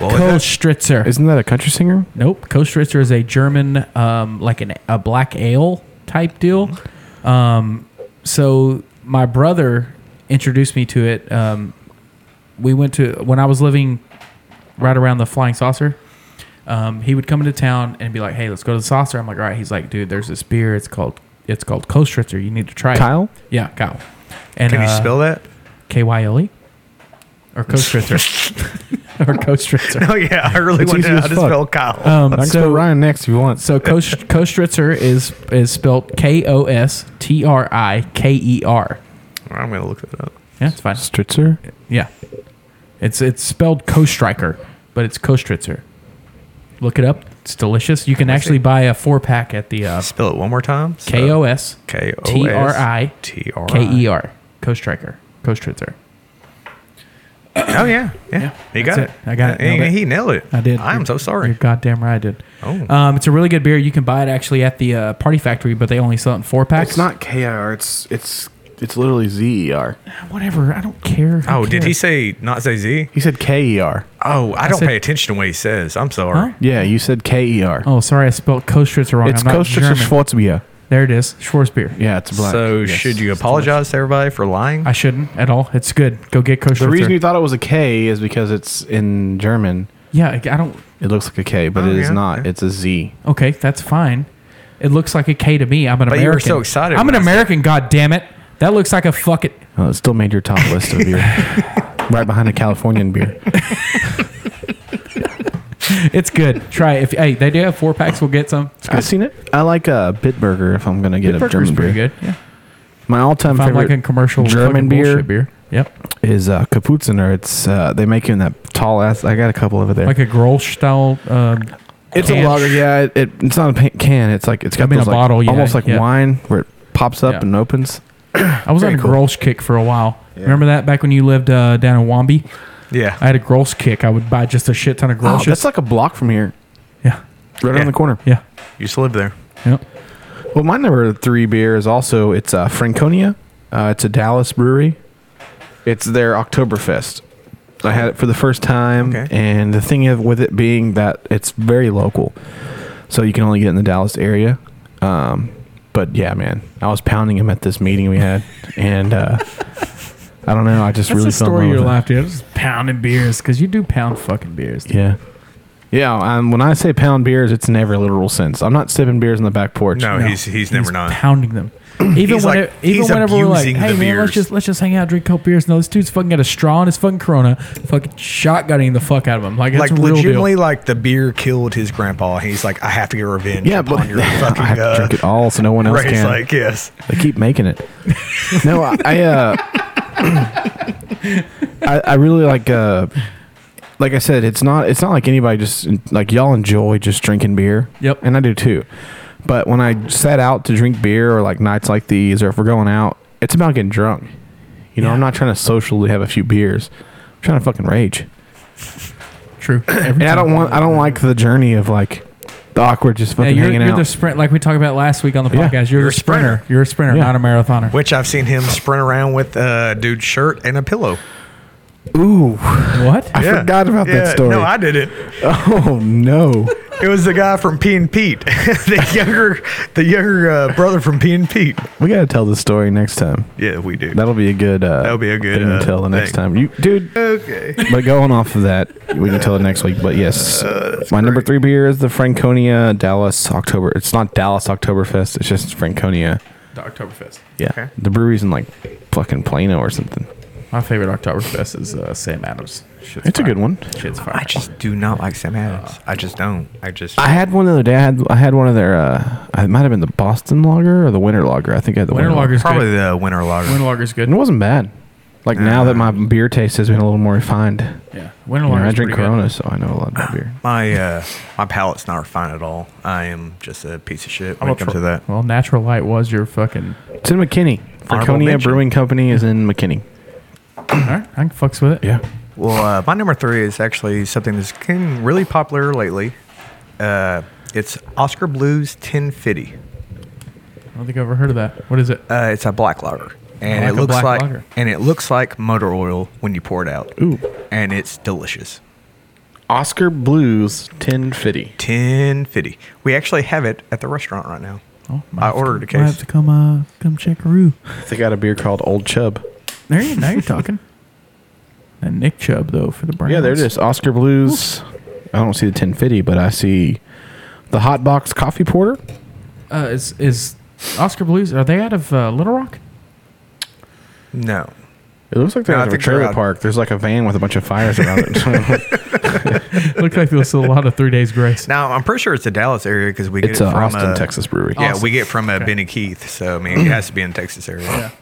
Well, is
Kostritzer.
Isn't that a country singer?
Nope. Kostritzer is a German, um, like an, a black ale type deal.
Mm-hmm.
Um, so my brother introduced me to it. Um, we went to, when I was living right around the Flying Saucer, um, he would come into town and be like, hey, let's go to the saucer. I'm like, all right. He's like, dude, there's this beer. It's called, it's called Kostritzer. You need to try
Kyle?
it. Yeah, Kyle. And,
that- can you
uh,
spell that?
K Y L E? Or Kostritzer. or Kostritzer.
Oh, yeah. I really
It's
want to
easy
know
as
how to
fuck.
spell Kyle.
Um,
I can spell Ryan next if you want.
So Kosh- Kostritzer is is spelled K O S T R I K E R.
I'm going to look that up.
Yeah, it's fine.
Stritzer?
Yeah, it's it's spelled Kostriker, but it's Kostritzer. Look it up. It's delicious. You can actually buy a four pack at the uh,
Spell it one more time. So-
K O S
K O S
T R I
T R I.
K E R Kostriker Kostritzer.
Oh, yeah. Yeah. He got it.
that's it. I got it.
He-
Nailed it.
He, nailed it.
I did.
I am so
You're
sorry.
goddamn right, I did.
Oh.
Um, it's a really good beer. You can buy it actually at the uh, Party Factory, but they only sell it in four packs.
It's not KIR. It's it's it's literally E ZER.
whatever. I don't care. Who
Oh, did he
cares?
say not say Z?
He said E KER.
Oh, I don't
said-
pay attention to what he says. I'm sorry.
Huh?
Yeah, you said KER.
Oh, sorry, I spelled Kostritzer wrong.
it's
I'm not
Kostritzer
German.
Schwarzbier.
There it is, Schwarzbier.
Yeah, it's black.
So
Yes.
should you apologize to everybody for lying?
I shouldn't at all. It's good. Go get Kostritzer.
The reason you thought it was a K is because it's in German.
yeah, I I don't.
It looks like a K, but
Oh,
it is
yeah,
not.
yeah.
It's a Z.
Okay, that's fine. It looks like a K to me. I'm an
But you
American.
were so excited
I'm an
when I said-
American. God damn it! That looks like a fucking.
Oh, it still made your top list of beer, right behind a Californian beer.
It's good. Try it. If hey, they do have four packs. We'll get some.
I've seen it. I like a Bitburger if I'm gonna get a
Bitburger's
German
pretty
beer.
good. Yeah.
My all-time
If I'm
favorite
like in commercial
German
fucking
beer,
bullshit beer. Yep.
is uh, Kapuziner. It's uh, they make it in that tall ass. I got a couple over there.
Like a Grolsch style. Um,
It's
can.
a lager, yeah. It, it, it's not a pa- can. It's like it's got
I mean,
those,
a
like,
bottle, yeah,
almost like
yeah.
wine where it pops up
Yeah.
and opens.
I was on a
cool.
Grolsch kick for a while. Remember that back when you lived uh, down in Wombi?
yeah.
I had a Grolsch kick. I would buy just a shit ton of
Oh,
Grolsches.
that's like a block from here,
yeah.
right
Yeah.
around the corner.
Yeah.
You used to live there.
Yep.
Well, my number three beer is also it's uh, Franconia. Uh, it's a Dallas brewery. It's their Oktoberfest. I had it for the first time,
Okay.
and the thing of, with it being that it's very local, so you can only get it in the Dallas area. Um, but yeah, man, I was pounding him at this meeting we had, and uh, I don't know. I just
That's
really
the
fell in
story
love
of your
with it.
life, dude. I'm Just pounding beers because you do pound fucking beers. dude.
Yeah. Yeah, um, when I say pound beers, it's never literal sense. I'm not sipping beers on the back porch.
No,
No.
he's he's never not.
pounding them. Even
He's
when
like-
it- even
he's
whenever we're like,
abusing
hey
the
man,
beers."
let's just let's just hang out, drink a couple beers. No, this dude's fucking got a straw in his fucking Corona, fucking shotgunning the fuck out of him. Like, it's
Like
a real deal.
legitimately, like the beer killed his grandpa. He's like, I have to get revenge.
Yeah,
upon
but
your
I have
fucking.
to
Uh,
drink it all so no one else
Ray's
can.
like, yes.
They keep making it. No, I I, uh, I, I really like uh, like I said, it's not it's not like anybody just like y'all enjoy just drinking beer.
Yep.
and I do too. But when I set out to drink beer or like nights like these, or if we're going out, it's about getting drunk. You know, I'm not trying to socially have a few beers. I'm trying to fucking rage.
True. Every
And I don't want I don't like the journey of like the awkward just
Yeah,
fucking
you're,
hanging
you're
out.
the sprint like we talked about last week on the
Yeah.
podcast. You're,
You're
a
a
sprinter.
sprinter.
You're a sprinter,
Yeah.
not a marathoner.
Which I've seen him sprint around with a dude's shirt and a pillow.
Ooh,
What?
I forgot about that story.
No, I did it.
oh no.
It was the guy from P and Pete, the younger, the younger uh, brother from P and Pete.
We gotta tell this story next time.
Yeah, we do.
That'll be a good. Uh,
That'll be a good,
thing to
uh,
tell the next
thing.
time, you dude.
okay.
But going off of that, we can tell it next week. But yes,
Uh,
my number three beer is the Franconia Dallas October. It's not Dallas Oktoberfest. It's just Franconia.
Oktoberfest.
Yeah,
Okay.
the brewery's in like fucking Plano or something.
My favorite Oktoberfest is uh, Sam Adams. Shit's
It's a
fire.
good one.
Shit's fire.
I just do not like Sam Adams. I just don't. I just.
I had one the other day. I had I had one of their. Uh, it might have been the Boston Lager or the Winter Lager. I think I had the
Winter
Winter, Lager.
Lager's
probably
good.
the winter lager.
Winter Lager's good.
And it wasn't bad. Like now that my beer taste has been a little more refined.
Yeah. Winter
You know,
Lager's
I drink
pretty good.
Corona, so I know a lot about beer.
My uh, my palate's not refined at all. I am just a piece of shit when
I'll
it comes
try-
to that.
Well, Natural Light was your fucking.
It's in McKinney. Franconia
mention.
Brewing Company is in McKinney.
All right, I can fucks with it.
Yeah.
Well, uh, my number three is actually something that's getting really popular lately. Uh, it's Oscar Blues 1050.
I don't think I've ever heard of that. What is it?
Uh, it's a black lager, and
I like
it
a
looks
black
like
lager.
and it looks like motor oil when you pour it out.
Ooh.
and it's delicious.
Oscar Blues 1050.
1050. We actually have it at the restaurant right now.
Oh, might
I
have to-
ordered a
might have
case.
to come, uh, come check a roo.
They got a beer called Old Chub.
There you now you're talking. And Nick Chubb though for the Browns.
Yeah, there it is. Oscar Blues. I don't see the 1050, but I see the Hot Box Coffee Porter.
Uh, is is Oscar Blues? Are they out of uh, Little Rock?
No,
It looks like they're
No, I
at a
think they're
trailer
out.
park. There's like a van with a bunch of fires around it. uh,
Looks like there's still a lot of three days grace.
now I'm pretty sure it's the Dallas area because we get
it's
it
an
from
Austin,
uh,
Texas brewery.
Yeah,
Austin.
we get from uh, Benny Keith, so I mean
Mm-hmm.
it has to be in the Texas area.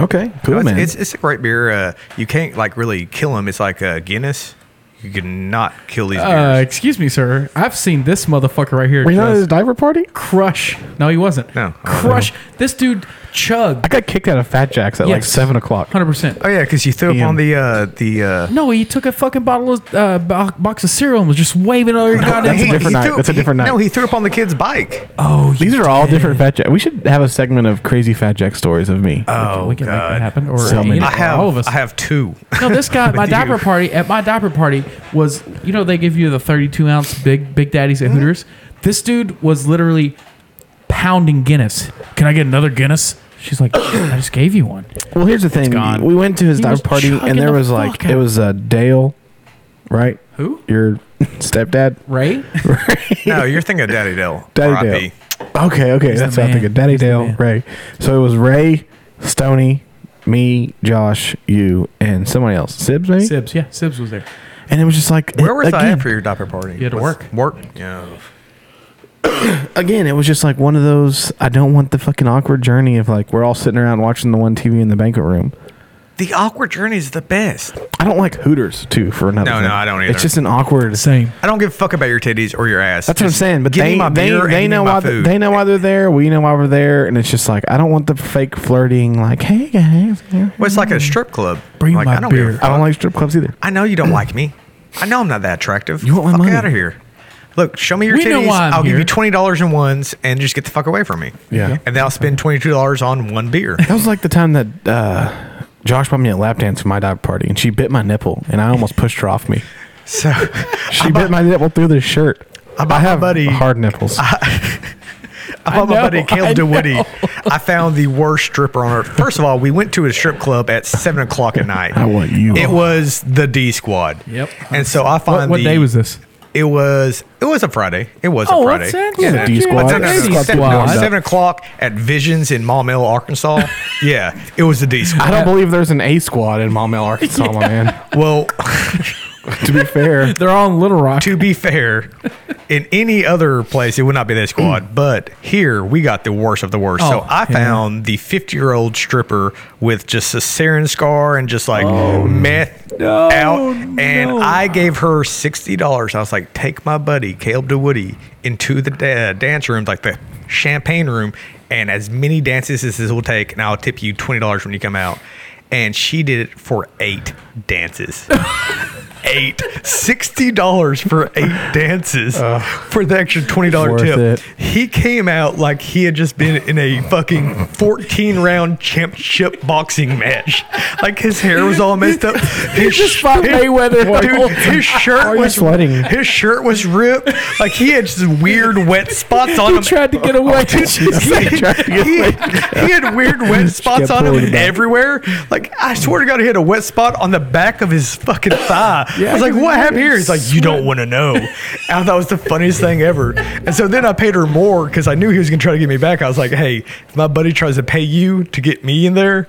Okay,
No,
cool,
it's,
man.
it's it's a great beer. Uh, you can't like really kill them. It's like uh, Guinness. You cannot kill these
Uh,
beers.
excuse me, sir. I've seen this motherfucker right here.
Were you not at
just
his diver party?
crush. No, he wasn't.
No.
Crush. This dude chugged.
I got kicked out of Fat Jack's at like
Yes.
7 o'clock.
Hundred percent.
Oh yeah, because you threw up
Damn.
on the uh, the. Uh,
No, he took a fucking bottle of uh, bo- box of cereal and was just waving it all over your goddamn.
that's a
plate.
different night.
threw-
That's a different
he-
night.
No, he threw up on the kid's bike.
Oh,
These are all different Fat Jack. We should have a segment of crazy Fat Jack stories of
Uh,
me.
Oh, we can make that happen, or
So
you
many.
know,
I have
all of us.
I have two.
No, this guy, at my
With
diaper
you.
party at my diaper party was, you know, they give you the 32 ounce big big daddies at Hooters. This dude was literally pounding Guinness. Can I get another Guinness? She's like, I just gave you one.
Well, here's the thing.
gone.
We went to his
He was
dive party,
chugging
and there
the
was like
fuck
it
out.
was uh, Dale, right?
Who?
Your stepdad?
Ray?
No, you're thinking of Daddy Dale.
Daddy
RIP.
Dale. Okay, okay, that's
the
what I'm
man.
thinking. Daddy
He's the
Dale,
man.
Ray. So it was Ray, Stony, me, Josh, you, and somebody else. Sibs, maybe.
Sibs, yeah, Sibs was there.
And it was just like
Where was I
again,
at for your diaper party?
You had to
Was-
work.
Work. Yeah.
again, it was just like one of those. I don't want the fucking awkward journey of like we're all sitting around watching the one TV in the banquet room.
The awkward journey is the best.
I don't like Hooters too for another.
No,
thing.
no, I don't either.
It's just an awkward.
Same.
I don't give a fuck about your titties or your ass.
That's what I'm
Just
saying. But
give me
they
my
they,
beer and
they
give me
know
my
why th-
food.
they know why they're there. We know why we're there, and it's just like I don't want the fake flirting. Like, hey guys,
Well, it's like a strip club.
Bring
like,
my
I don't give a
beer.
fuck.
I don't like strip clubs either.
I know you don't like me. I know I'm not that attractive.
You want my
fuck
money.
out of here. Look, show me your
We know
titties.
why I'm
I'll give
here.
you twenty dollars in ones and just get the fuck away from me.
Yeah.
And then I'll spend twenty two dollars on one beer.
That was like the time that uh, Josh brought me a lap dance for my dive party, and she bit my nipple, and I almost pushed her off me.
So
She bit my nipple through the shirt. I,
bought my
have
buddy-
hard nipples.
I bought
know,
my buddy
I
Caleb DeWoody. I found the worst stripper on earth. First of all, we went to a strip club at seven o'clock at night.
I want you.
It was the D Squad.
Yep.
And so I
What,
find
what
the
day was this?
It was it was a Friday. It was
Oh,
a Friday.
that's it?
Yeah,
Yeah,
D
dude.
squad.
No, no, no,
Squad
no, seven,
squad.
no, seven o'clock at Visions in Maul Mill, Arkansas. yeah, it was the D
I
squad.
don't believe there's an A squad in Maumelle, Arkansas, my man.
Well,
To be fair,
They're all in Little Rock.
to be fair, in any other place it would not be that squad, but here we got the worst of the worst. so
Oh,
I
yeah.
found the fifty-year-old stripper with just a sarin scar and just like
Oh,
meth out, and I gave her sixty dollars. I was like, "Take my buddy Caleb DeWoody into the da- dance room, like the champagne room, and as many dances as this will take, and I'll tip you twenty dollars when you come out." And she did it for eight dances eight. Sixty dollars for eight dances for the extra twenty dollar
worth
tip.
it.
He came out like he had just been in a fucking fourteen round championship boxing match. Like his hair was all messed up. His
just fought Mayweather the whole
Dude, his
Are
shirt
you
was
sweating?
His shirt was ripped. Like he had just weird wet spots on
he
him.
tried to get away.
he,
He tried to get
he-
away.
he had weird wet spots
kept
on
pulling
him
him back.
everywhere. Like I swear to God, he had a wet spot on the back of his fucking thigh. I was like, "What happened here?" He's like, "You don't want to know." And I thought it was the funniest thing ever. And so then I paid her more because I knew he was gonna try to get me back. I was like, "Hey, if my buddy tries to pay you to get me in there."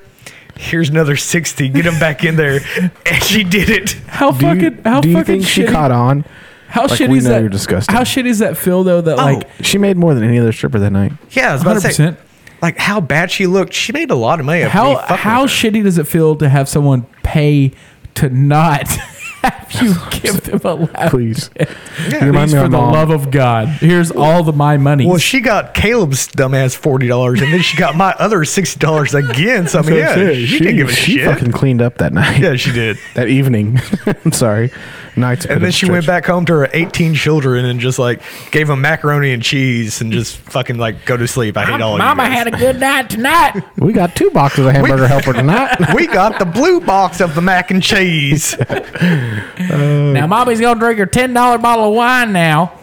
Here's another sixty. Get him back in there, and she did it.
How
do you,
fucking how
do you
fucking
think
shitty,
she caught on?
How
Like,
shitty
we
is
know
that?
you're disgusting.
How shitty is that feel though?
Oh,
That like
She made more than any other stripper that night.
Yeah, I was about to say,
100%.
like how bad she looked. She made a lot of money. off me
how
fucking
how
with her.
shitty does it feel to have someone pay to not have you give them a laugh?
Please.
Yeah.
You remind
Please,
me
for
of
the
mom.
love of God, here's all the my money.
Well, she got Caleb's dumbass forty dollars, and then she got my other sixty dollars again. So I mean, yeah, she, didn't give a
she
shit.
fucking cleaned up that night.
yeah, she did.
That evening. I'm sorry. Nights.
And then she went back home to her eighteen children and just like gave them macaroni and cheese and just fucking like go to sleep. I hate all of you.
Mama
guys.
had a good night tonight.
We got two boxes of hamburger helper tonight.
we got the blue box of the mac and cheese.
Now, mommy's gonna drink her ten dollar bottle of wine now.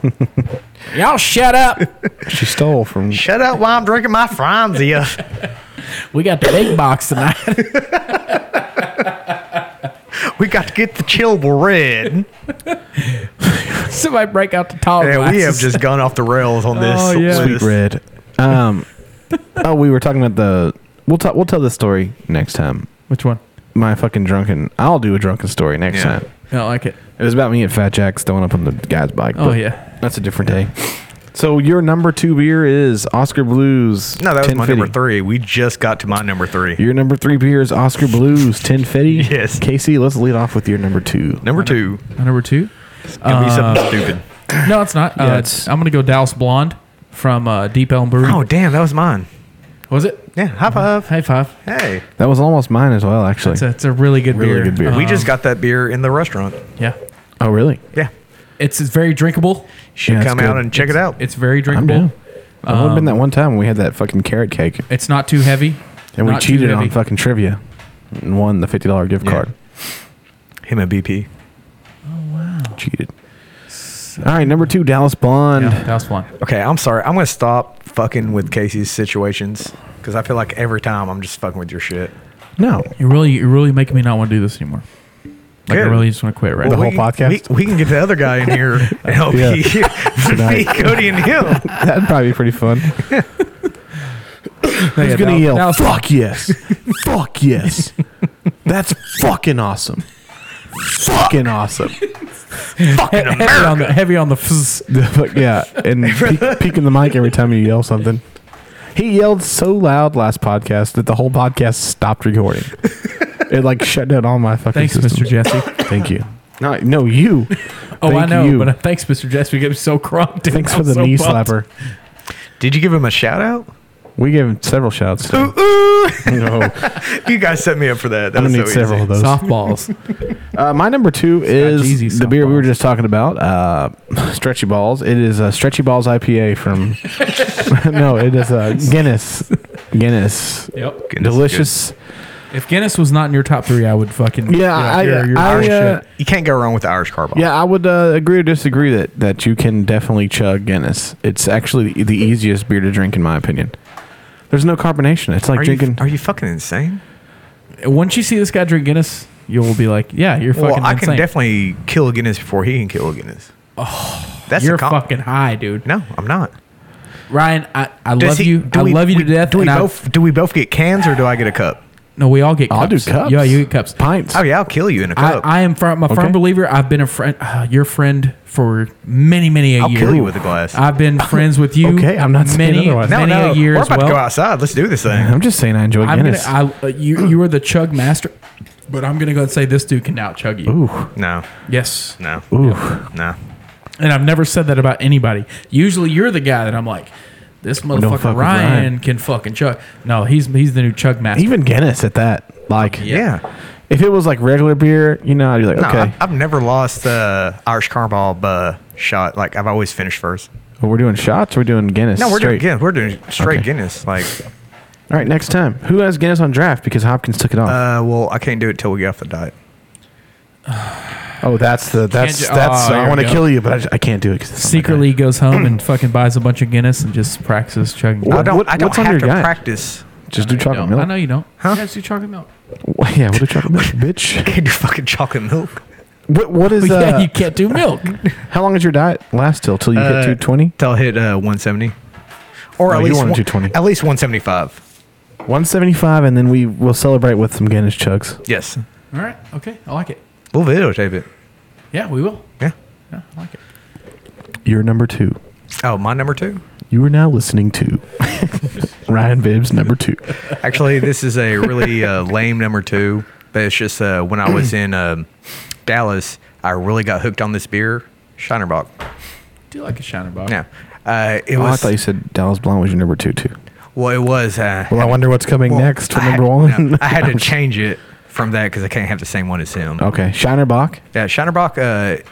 Y'all shut up.
she stole from.
Shut up while I'm drinking my Franzia.
We got the big box tonight.
We got to get the chill red.
Somebody break out the tall
Yeah,
glasses.
we have just gone off the rails on this.
Oh, yeah.
with
Sweet
this.
red. Um. oh, we were talking about the. We'll talk. We'll tell this story next time.
Which one?
My fucking drunken. I'll do a drunken story next
Yeah.
time.
I don't like it.
It was about me at Fat Jack's throwing up on the guy's bike.
Oh,
but
yeah.
that's a different day. So your number two beer is Oscar Blues.
No, that was my number
1050.
three. We just got to my number three.
Your number three beer is Oscar Blues Ten Fetty.
Yes.
Casey, let's lead off with your number two.
number two.
My number two.
Gonna be something stupid.
No, it's not.
Yeah,
uh,
it's-
I'm gonna go Dallas Blonde from uh, Deep Elm Brewery.
Oh damn, that was mine.
was it?
Yeah, high five.
High five.
Hey,
That was almost mine as well, actually.
It's a, it's a really good
Really
beer.
good beer.
we
Uh,
just got that beer in the restaurant.
yeah.
oh, really?
Yeah,
It's, it's very drinkable.
should
Yeah, it's
come out
good.
and check it out.
It's very
I'm down.
drinkable.
I've only
Um,
been that one time when we had that fucking carrot cake,
It's not too heavy.
and we
Not too
cheated on
heavy.
fucking trivia, and won the fifty dollar gift card.
Him and BP.
Cheated. All right, number two, Dallas Blonde.
Yeah, Dallas Blonde.
Okay, I'm sorry. I'm gonna stop fucking with Casey's situations because I feel like every time I'm just fucking with your shit.
No,
You really, you really making me not want to do this anymore. Like I
Good.
really just want to quit right
The
now.
whole
we,
podcast?
We, we can get the other guy in here and help
Yeah.
me, me, Cody, and him.
that'd probably be pretty fun. He's gonna
Dallas-
yell,
Dallas-
"Fuck yes, fuck yes, that's fucking awesome, fucking awesome."
He- heavy on the heavy on the. fizz.
The fuck- yeah, and peek, peeking the mic every time you yell something. He yelled so loud last podcast that the whole podcast stopped recording. It like shut down all my fucking.
Thanks, Mr.
systems.
Jesse.
Thank you. No, no, you.
Oh, I
Thank
know,
you.
but uh, thanks, Mr. Jesse. We get so crunked. dude.
thanks
I'm
for the
so
knee
pumped.
slapper.
Did you give him a shout out?
We gave him several shouts. today.
Ooh, ooh.
no,
you guys set me up for that. that
I'm gonna
was
need
so
several
easy.
of those.
Softballs.
Uh, my number two is
Jeezy
the beer we were
softballs.
just talking about, uh, Stretchy Balls. It is a Stretchy Balls IPA from. no, it is a Guinness. Guinness.
yep.
Delicious.
If Guinness was not in your top three, I would fucking
Yeah, I,
you're- you're
I,
Irish
uh,
shit.
You can't go wrong with the Irish Carball.
yeah, I would uh, agree or disagree that, that you can definitely chug Guinness. It's actually the, the easiest beer to drink, in my opinion. There's no carbonation. It's like
Are you,
drinking.
are you fucking insane?
Once you see this guy drink Guinness, you'll be like, yeah, you're fucking
Well, I
insane.
can definitely kill a Guinness before he can kill a Guinness. That's
Oh, You're
a comp.
fucking high, dude.
No, I'm not.
Ryan, I, I
Does
love
he-
you.
do
I
we-
love you
we-
to death.
Do we
and I-
both? do we both get cans or do I get a cup?
No, we all get cups.
I'll do cups.
Yeah, you get cups.
Pints.
Oh yeah, I'll kill you in a
I,
cup.
I am firm, I'm a
Okay.
firm believer. I've been a friend, uh, your friend for many, many a
I'll
year.
kill you with a glass.
I've been friends with you.
Okay, I'm not saying
many,
otherwise.
many a year
We're
as
about
well. Uh-huh.
to go outside. Let's do this thing.
I'm just saying I enjoy
I'm gonna,
Guinness.
I, uh, you, you are the chug master, but I'm gonna go and say this dude can now chug you.
No,
Yes,
no,
Ooh,
no.
and I've never said that about anybody. Usually, you're the guy that I'm like, this
don't
motherfucker
fuck with
Ryan,
Ryan.
can fucking chug. No, he's he's the new chug master.
even Guinness at that. Like,
Yeah.
if it was like regular beer, you know, I'd be like,
No,
okay,
I, I've never lost the Irish Carmel uh, shot. Like I've always finished first.
well, we're doing shots. We're doing Guinness.
No, we're doing
straight.
Guinness. We're doing straight
Okay.
Guinness. Like,
All right, next time. Who has Guinness on draft because Hopkins took it off?
uh, well, I can't do it till we get off the diet.
oh, that's the that's
ju-
that's.
oh,
I
here
want to
we go.
kill you, but I, ju- I can't do it. 'cause it's on my
secretly goes home and fucking buys a bunch of Guinness and just practices chugging.
I
What-
don't.
what-
I don't
what's on
have
your
to
diet?
practice.
diet. Just do
You
chocolate
don't.
milk.
I know you don't. You guys do chocolate milk.
Yeah, what do chocolate milk, bitch?
Can't do fucking chocolate milk.
What, what is?
yeah,
Uh,
you can't do milk.
how long does your diet last till? Till you hit
Uh,
two twenty?
Till I hit uh, 170, or at
Oh, you
least
wanted
one-
220.
At least 175.
One seventy five, and then we will celebrate with some Guinness chugs.
Yes,
All right. Okay. I like it.
we'll videotape it.
Yeah, we will.
Yeah.
Yeah, I like it.
You're number two.
Oh, my number two.
You are now listening to Ryan Bibbs, number two.
Actually, this is a really uh, lame number two, but it's just uh, when I was in um Dallas, I really got hooked on this beer, Shinerbach.
Do you like a shiner box?
Yeah, uh, it
Oh, I
was.
thought you said Dallas Blonde was your number two too.
well, it was. Uh,
Well, I wonder what's coming
well,
next for
I had-
number one.
no, I had to change it from that because I can't have the same one as him.
okay, Shiner Bach.
Yeah, Shinerbach. Uh,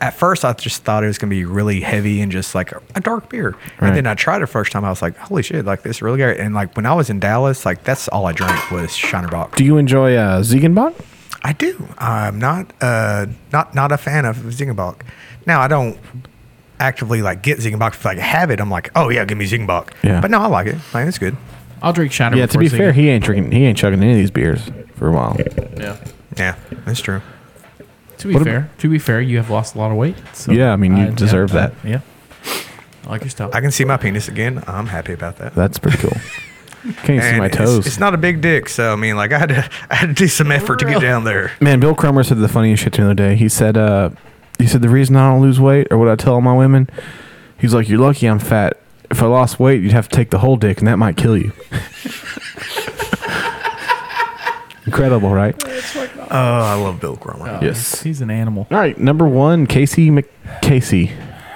at first, I just thought it was going to be really heavy and just like a, a dark beer.
Right.
And then I tried it first time. I was like, "Holy shit! Like this is really good." And like when I was in Dallas, like that's all I drank was Shinerbach.
Do you enjoy uh, Ziegenbach?
I do. I'm not uh not not a fan of Zingenbach. Now I don't actively like get Zingenbach. If I have it, I'm like, oh yeah, give me Zingenbach.
Yeah.
But no, I like it. Like it's good.
I'll drink shiner.
Yeah, to
before
be
Ziggy.
fair, he ain't drinking, he ain't chugging any of these beers for a while.
Yeah, that's true.
to be
what ab-
fair, to be fair, you have lost a lot of weight. So
Yeah, I mean, you deserve
yeah,
that.
I- yeah. I like your stuff.
I can see my penis again. I'm happy about that.
That's pretty cool. Can't even see
And
my
it's-
toes.
It's, not a big dick, so I mean, like I had to, I had to do some effort to get down there.
Man, Bill Cromer said the funniest shit to me the other day. He said, uh, he said the reason I don't lose weight or what I tell all my women, he's like, you're lucky I'm fat. If I lost weight, you'd have to take the whole dick, and that might kill you. Incredible, right?
Oh, I love Bill Cromer.
Uh,
yes.
he's an animal.
All right, number one, Casey McCasey.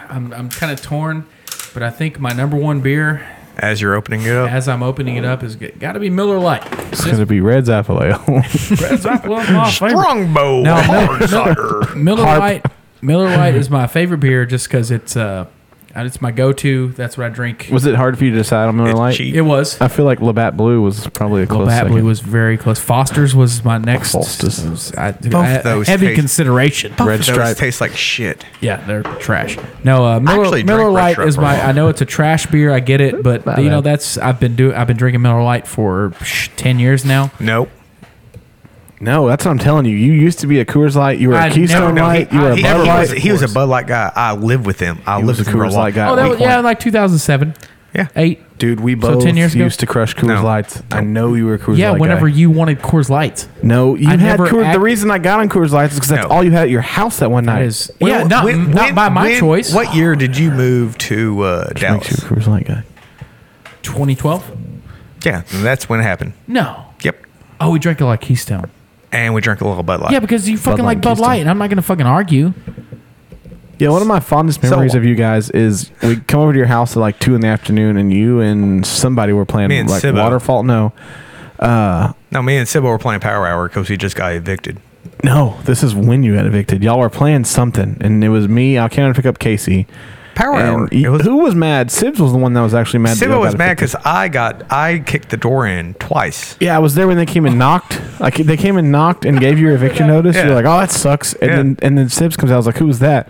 I'm, I'm kind of torn, but I think my number one beer,
As you're opening it up,
as I'm opening it up, is got to be Miller Lite.
It's gonna be Red's apple ale.
That's one of my favorite.
Strongbow
No,
hard cider.
Miller Lite. Miller Lite is my favorite beer just because it's uh, it's my go-to. That's what I drink.
was it hard for you to decide on Miller
It's
Lite?
cheap.
It was.
I feel like Labatt Blue was probably a close
Labatt
second.
Blue was very close. Foster's was my next.
Foster's.
was- I,
Both those
heavy
taste-
consideration.
Red
Those
Stripe.
tastes like shit.
Yeah, they're trash. No, uh, Miller,
actually drank
Miller
Red
Lite
Stripe
is
for a
my.
while.
I know it's a trash beer. I get it, but
Not
you know
bad.
that's I've been doing. I've been drinking Miller Lite for psh, ten years now.
Nope.
No, that's what I'm telling you. You used to be a Coors Light. You were a
I- no,
Keystone
no,
Light.
he-
you were a
he,
Bud
he
Light.
was, he was a Bud Light guy. I lived with him. I lived
was a
with him for a
Coors
long-
Light guy.
Oh, that
Week
was, yeah, like 2007.
Yeah.
eight.
Dude, we
So
both
10 years ago?
used to crush Coors
No.
Lights. I know you were a Coors
Yeah,
Light
whenever
guy.
you wanted Coors Lights.
No, you
I
had
never
Coors.
act-
the reason I got on Coors Lights is because that's
No.
all you had at your house that one night.
That is, yeah, not,
When-
not
when-
by my
when-
choice.
What year did you move to uh,
Makes you
Dallas?
a Coors Light guy.
2012?
Yeah, that's when it happened.
No.
Yep.
Oh, we drank a lot of Keystone.
And we drank a little Bud Light.
Yeah, because you
Light
fucking like
and
Bud
Keystone.
Light, and I'm not gonna fucking argue.
Yeah, one of my fondest memories of you guys is we come over to your house at like two in the afternoon, and you and somebody were playing
Me and
like
Sibbo.
waterfall. No,
no, me and Sybil were playing Power Hour because we just got evicted.
no, this is when you got evicted. Y'all were playing something, and it was me. I came out to pick up Casey.
Power Hour.
And y-
It was,
who was mad? Sibs was the one that was actually mad. that
Sybil
y'all
was
got
mad
evicted.
because I got I kicked the door in twice.
Yeah, I was there when they came and knocked. Like they came and knocked and gave you your eviction notice.
Yeah.
You're like, oh, that sucks. And
Yeah.
then and then Sips comes out. I was like, who was that?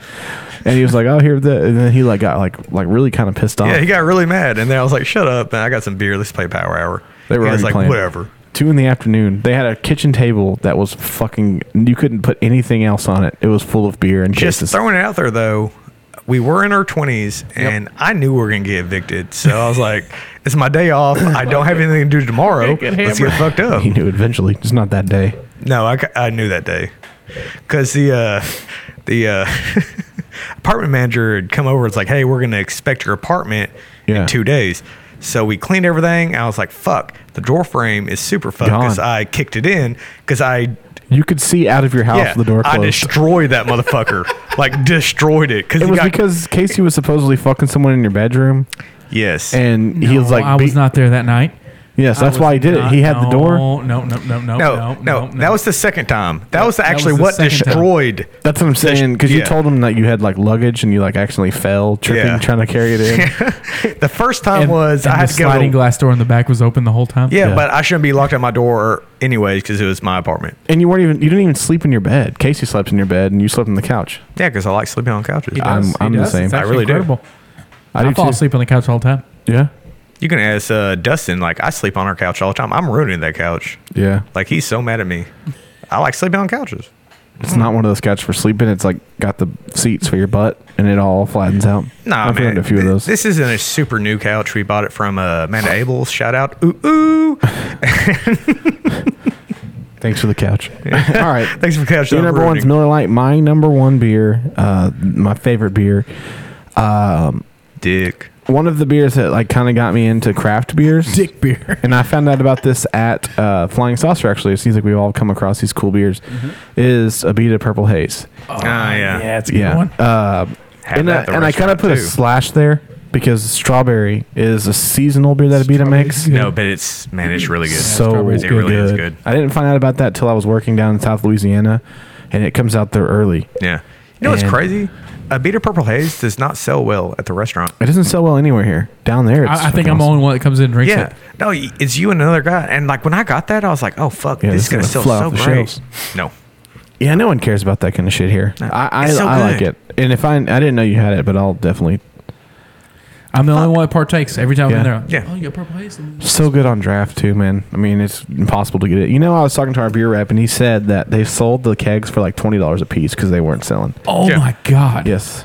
And he was like, oh, here the. And then he like got like like really kind of pissed off.
Yeah, he got really mad, and then I was like, "Shut up!" And I got some beer. Let's play Power Hour.
they were
And I was
already
like,
playing.
"Whatever."
Two in the afternoon. They had a kitchen table that was fucking. You couldn't put anything else on it. It was full of beer and
Just
cases.
throwing it out there though. we were in our 20s and I knew we were going to get evicted. So I was like, it's my day off. I don't have anything to do tomorrow.
Get
Let's get fucked up.
He knew eventually, just not that day.
No, I, ca- I knew that day because the uh, the uh, apartment manager had come over. It's like, hey, we're gonna inspect your apartment
Yeah.
in two days. So we cleaned everything. I was like, fuck, the door frame is super fucked
Gone.
because I kicked it in because I
You could see out of your house
yeah
the door
I
closed.
destroyed that motherfucker like destroyed it because
it was because Casey was supposedly fucking someone in your bedroom,
yes
and he was
No,
like,
I was
beat-
not there that night.
Yes,
I
that's why
was
he did it.
not-
He had the door.
No, no, no, no, no,
no
no,
no, that was the second time that was
was
actually
the
what
second time.
destroyed
That's what I'm saying. Because you
Yeah.
told him that you had like luggage and you like accidentally fell, tripping,
Yeah.
trying to carry it in.
the first time
And-
was
and
I had
the
to go
sliding
to
glass door in the back was open the whole time.
Yeah, but I shouldn't be locked out my door anyways because it was my apartment.
and you weren't even. You didn't even sleep in your bed. Casey slept in your bed, and you slept on the couch.
Yeah, because I like sleeping on couches.
I'm-
Yes, he
I'm the
does.
same.
It's
I
actually
really do.
incredible.
I,
I,
do
fall
too.
asleep on the couch all the time.
Yeah,
You can ask uh, Dustin. Like I sleep on our couch all the time. I'm ruining that couch.
yeah.
Like he's so mad at me. I like sleeping on couches.
It's not one of those couches for sleeping. It's like got the seats for your butt, and it all flattens out.
Nah,
I've
man.
owned a few of
th-
those.
This isn't a super new couch. We bought it from uh, Amanda Abels. Shout out. Ooh ooh.
Thanks for the couch. all right.
Thanks for couch.
Your number one's
ruining.
Miller Lite. My number one beer. Uh, my favorite beer.
Dick.
One of the beers that like kind of got me into craft beers.
Dick beer.
and I found out about this at uh, Flying Saucer. Actually, it seems like we've all come across these cool beers.
Mm-hmm.
Is a beat of Purple Haze?
Oh, yeah.
Yeah, it's a good
yeah,
one.
Uh,
Had
and
that
I,
at the
and I kind of
restaurant,
put a
too.
slash there because strawberry is a seasonal beer that Abita makes.
No, but it's man, it's really good.
so
strawberry's
good.
good. It really is good.
I didn't find out about that till I was working down in South Louisiana, and it comes out there early.
Yeah. You know what's
And-
crazy? A beater purple haze does not sell well at the restaurant.
It doesn't sell well anywhere here. Down there, it's
I, I think
fucking
I'm the
awesome.
only one that comes in and drinks
Yeah.
it.
No, y- it's you and another guy. And like when I got that, I was like, oh fuck,
Yeah,
this,
this
is gonna
is
sell so
gonna fly off the
great.
shelves.
No.
Yeah, no one cares about that kind of shit here. I I,
It's so
I like
good.
it, and if I I didn't know you had it, but I'll definitely
I'm the only one that partakes every time I'm in
Yeah.
there.
Yeah.
Oh, you got purple haze.
So good on draft too, man. I mean, it's impossible to get it. You know, I was talking to our beer rep, and he said that they sold the kegs for like twenty dollars a piece because they weren't selling.
Oh
Yeah.
my god.
Yes,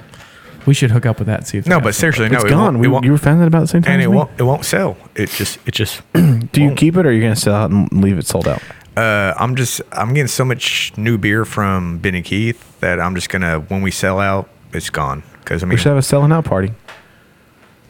We should hook up with that. And see if
No,
they
but
have
seriously, no,
it's
it
gone.
Won't,
We,
it won't,
you were found that about the same time.
and
as
it
me?
won't. It won't sell. It just. It just.
Do you keep it or are you gonna sell out and leave it sold out?
Uh, I'm just. I'm getting so much new beer from Benny Keith that I'm just gonna. When we sell out, it's gone. Because I
We
mean,
should have a selling out party.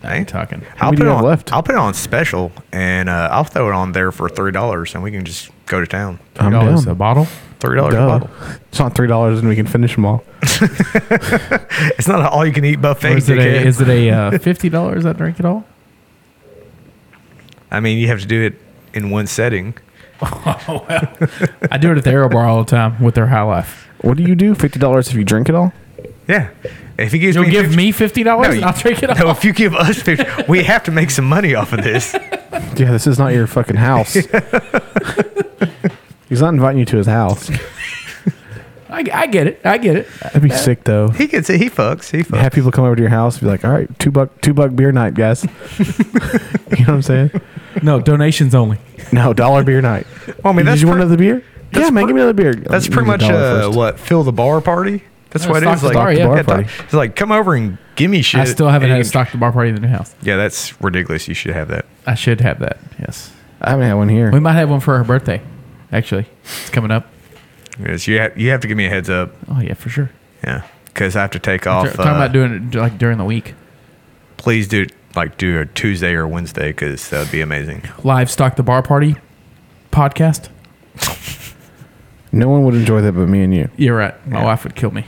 I ain't
talking.
How
I'll
many
put
do
it
you have
on.
left?
I'll put it on special, and uh, I'll throw it on there for three dollars, and we can just go to town.
I'm
$3 Oh, a
down.
bottle.
Three dollars a
Duh.
bottle.
It's on three dollars, and we can finish them all.
It's not an all-you-can-eat buffet.
Or is it a,
dickhead.
is it a uh, fifty dollars that drink at all?
I mean, you have to do it in one setting.
I do it at the Arrow Bar all the time with their High Life.
What do you do? Fifty dollars if you drink it all?
Yeah. If he gives
You'll
me
give
50
me fifty dollars, and I'll drink it all.
No, if you give us 50, we have to make some money off of this.
Yeah, this is not your fucking house. He's not inviting you to his house.
I, I get it. I get it.
That'd be sick though.
He gets it. He fucks. He fucks.
have people come over to your house and be like, all right, two buck, two buck beer night, guys. you know what I'm saying?
No donations only.
No, dollar beer night.
Well, I mean,
Did
that's
you want
pre-
another beer?
that's
yeah, man,
pre-
give me another beer.
That's
Give
pretty
me
much
the dollar
uh,
first.
what fill the bar party. That's
Yeah,
what it
stock
is.
the
Like,
bar, yeah.
Bar
talk-
party.
It's like come over and give me shit.
I still haven't
and
had a
you-
stock the bar party in the new house.
Yeah, that's ridiculous. You should have that.
I should have that. Yes,
I haven't had one here.
we might have one for her birthday. Actually, it's coming up.
Yes, you have. You have to give me a heads up.
Oh yeah, for sure.
Yeah, because I have to take off.
Talking
uh,
about doing it like during the week.
please do like do a Tuesday or Wednesday because that would be amazing.
Live stock the bar party podcast.
no one would enjoy that but me and you.
You're right. My wife would kill me.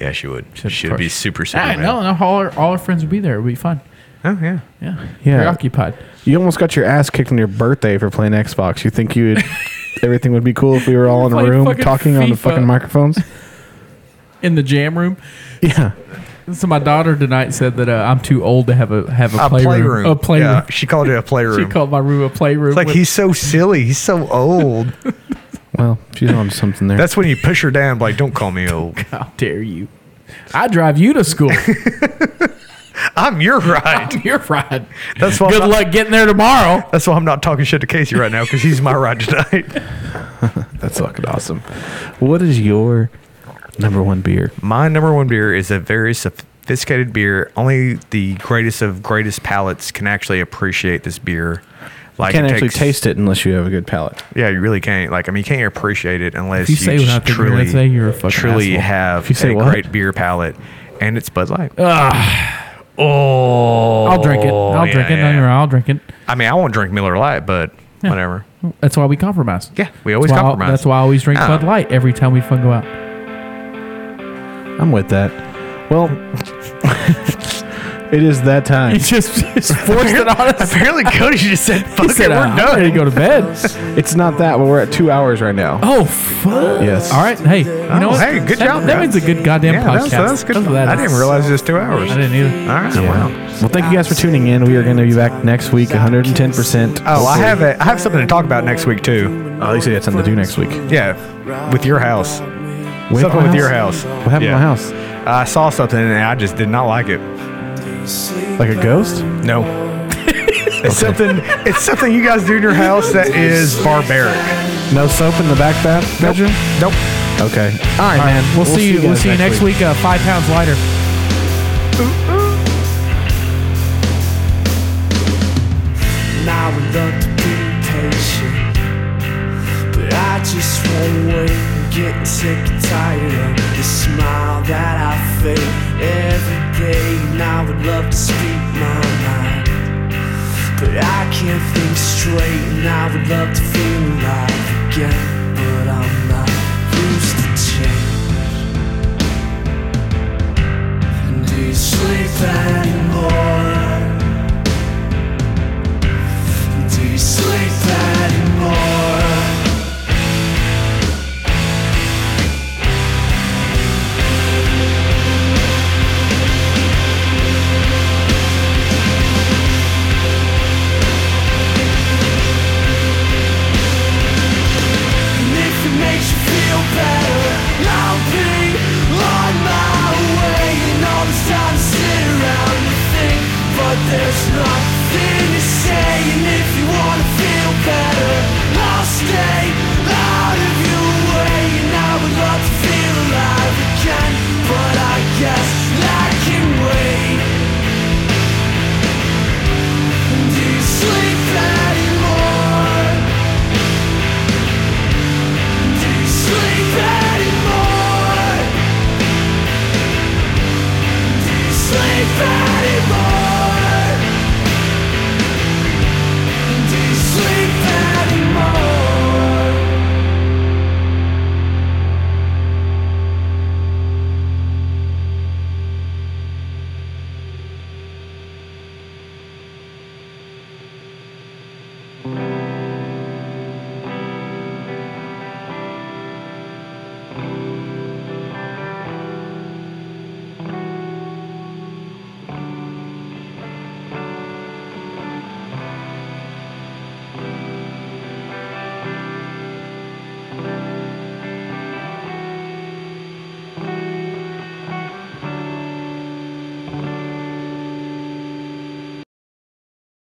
Yeah, she would.
Should-
she would be
course.
super super.
Ah,
mad.
no, no. All our, all our friends would be there. It'd be fun.
Oh yeah.
Yeah.
Yeah.
Preoccupied.
You almost got your ass kicked on your birthday for playing Xbox. You think you would, everything would be cool if we were all in a
Playing
room
fucking
talking on the
FIFA.
fucking microphones?
In the jam room.
Yeah.
So my daughter tonight said that uh, I'm too old to have a have a,
A
playroom.
playroom.
A playroom.
Yeah, she called it a
She
playroom.
called my room a playroom.
it's like
with-
he's so silly. He's so old.
Well, she's on to something there.
That's when you push her down. Like, don't call me old.
How dare you? I drive you to school.
I'm your ride.
You're right.
That's why. I'm
Good
not,
luck getting there tomorrow.
That's why I'm not talking shit to Casey right now because he's my ride tonight.
That's fucking awesome. What is your number one beer?
my number one beer is a very soph- sophisticated beer. Only the greatest of greatest palates can actually appreciate this beer. Like
Can't
it
actually
takes-
taste it unless you have a good palate.
Yeah, you really can't. Like, I mean, you can't appreciate it unless
If you say
just
what I think you're gonna
truly,
say, you're a fucking
truly
asshole.
have
If you say
a
what?
great beer palate. And it's Bud Light.
I'll drink it. I'll
Oh, yeah,
drink it. No,
yeah.
you're right. I'll drink it.
I mean, I won't drink Miller Light, but whatever.
That's why we compromise.
Yeah, we always
that's why I-
compromise. Ah.
that's why I always drink
Nah.
Bud Light every time we fun go out.
I'm with that. Well, it is that time.
just, just forced it on us.
Apparently, Cody just said, "Fuck
Said, uh, I'm ready to go to bed.
It's not that, but we're at two hours right now.
Oh, fuck.
Yes.
All right. Hey, you
Oh,
know what?
hey, good
that,
job,
That
guys.
means a good goddamn
Yeah,
podcast.
that's, that's good.
That's what that
I
is.
didn't realize it was two hours.
I didn't either.
All
Oh,
right, wow.
Well, thank you guys for tuning in. We are going to be back next week, 110. percent
Oh, I have a, I have something to talk about next week too.
Oh,
At least we had something to do next week.
Yeah, with your house.
With
something
my
with your house.
What happened
yeah.
to my house?
I saw something and I just did not like it.
Like a ghost?
No. it's something. It's something you guys do in your house that is barbaric.
No soap in the back bath bedroom?
Nope.
Okay.
All right, man. We'll, see you. We'll
guys
see you next week. uh, five pounds lighter.
Now I learned to be patient, but I just won't wait. I'm getting sick and tired of the smile that I fake every day. Now I would love to speak my mind, but I can't think straight. And I would love to feel alive again, but I'm not used to change. And do you sleep anymore? Do you sleep anymore? And if it makes you feel better, I'll be on my way. And all this time I sit around and think, but there's nothing to say. And if you wanna feel better, I'll stay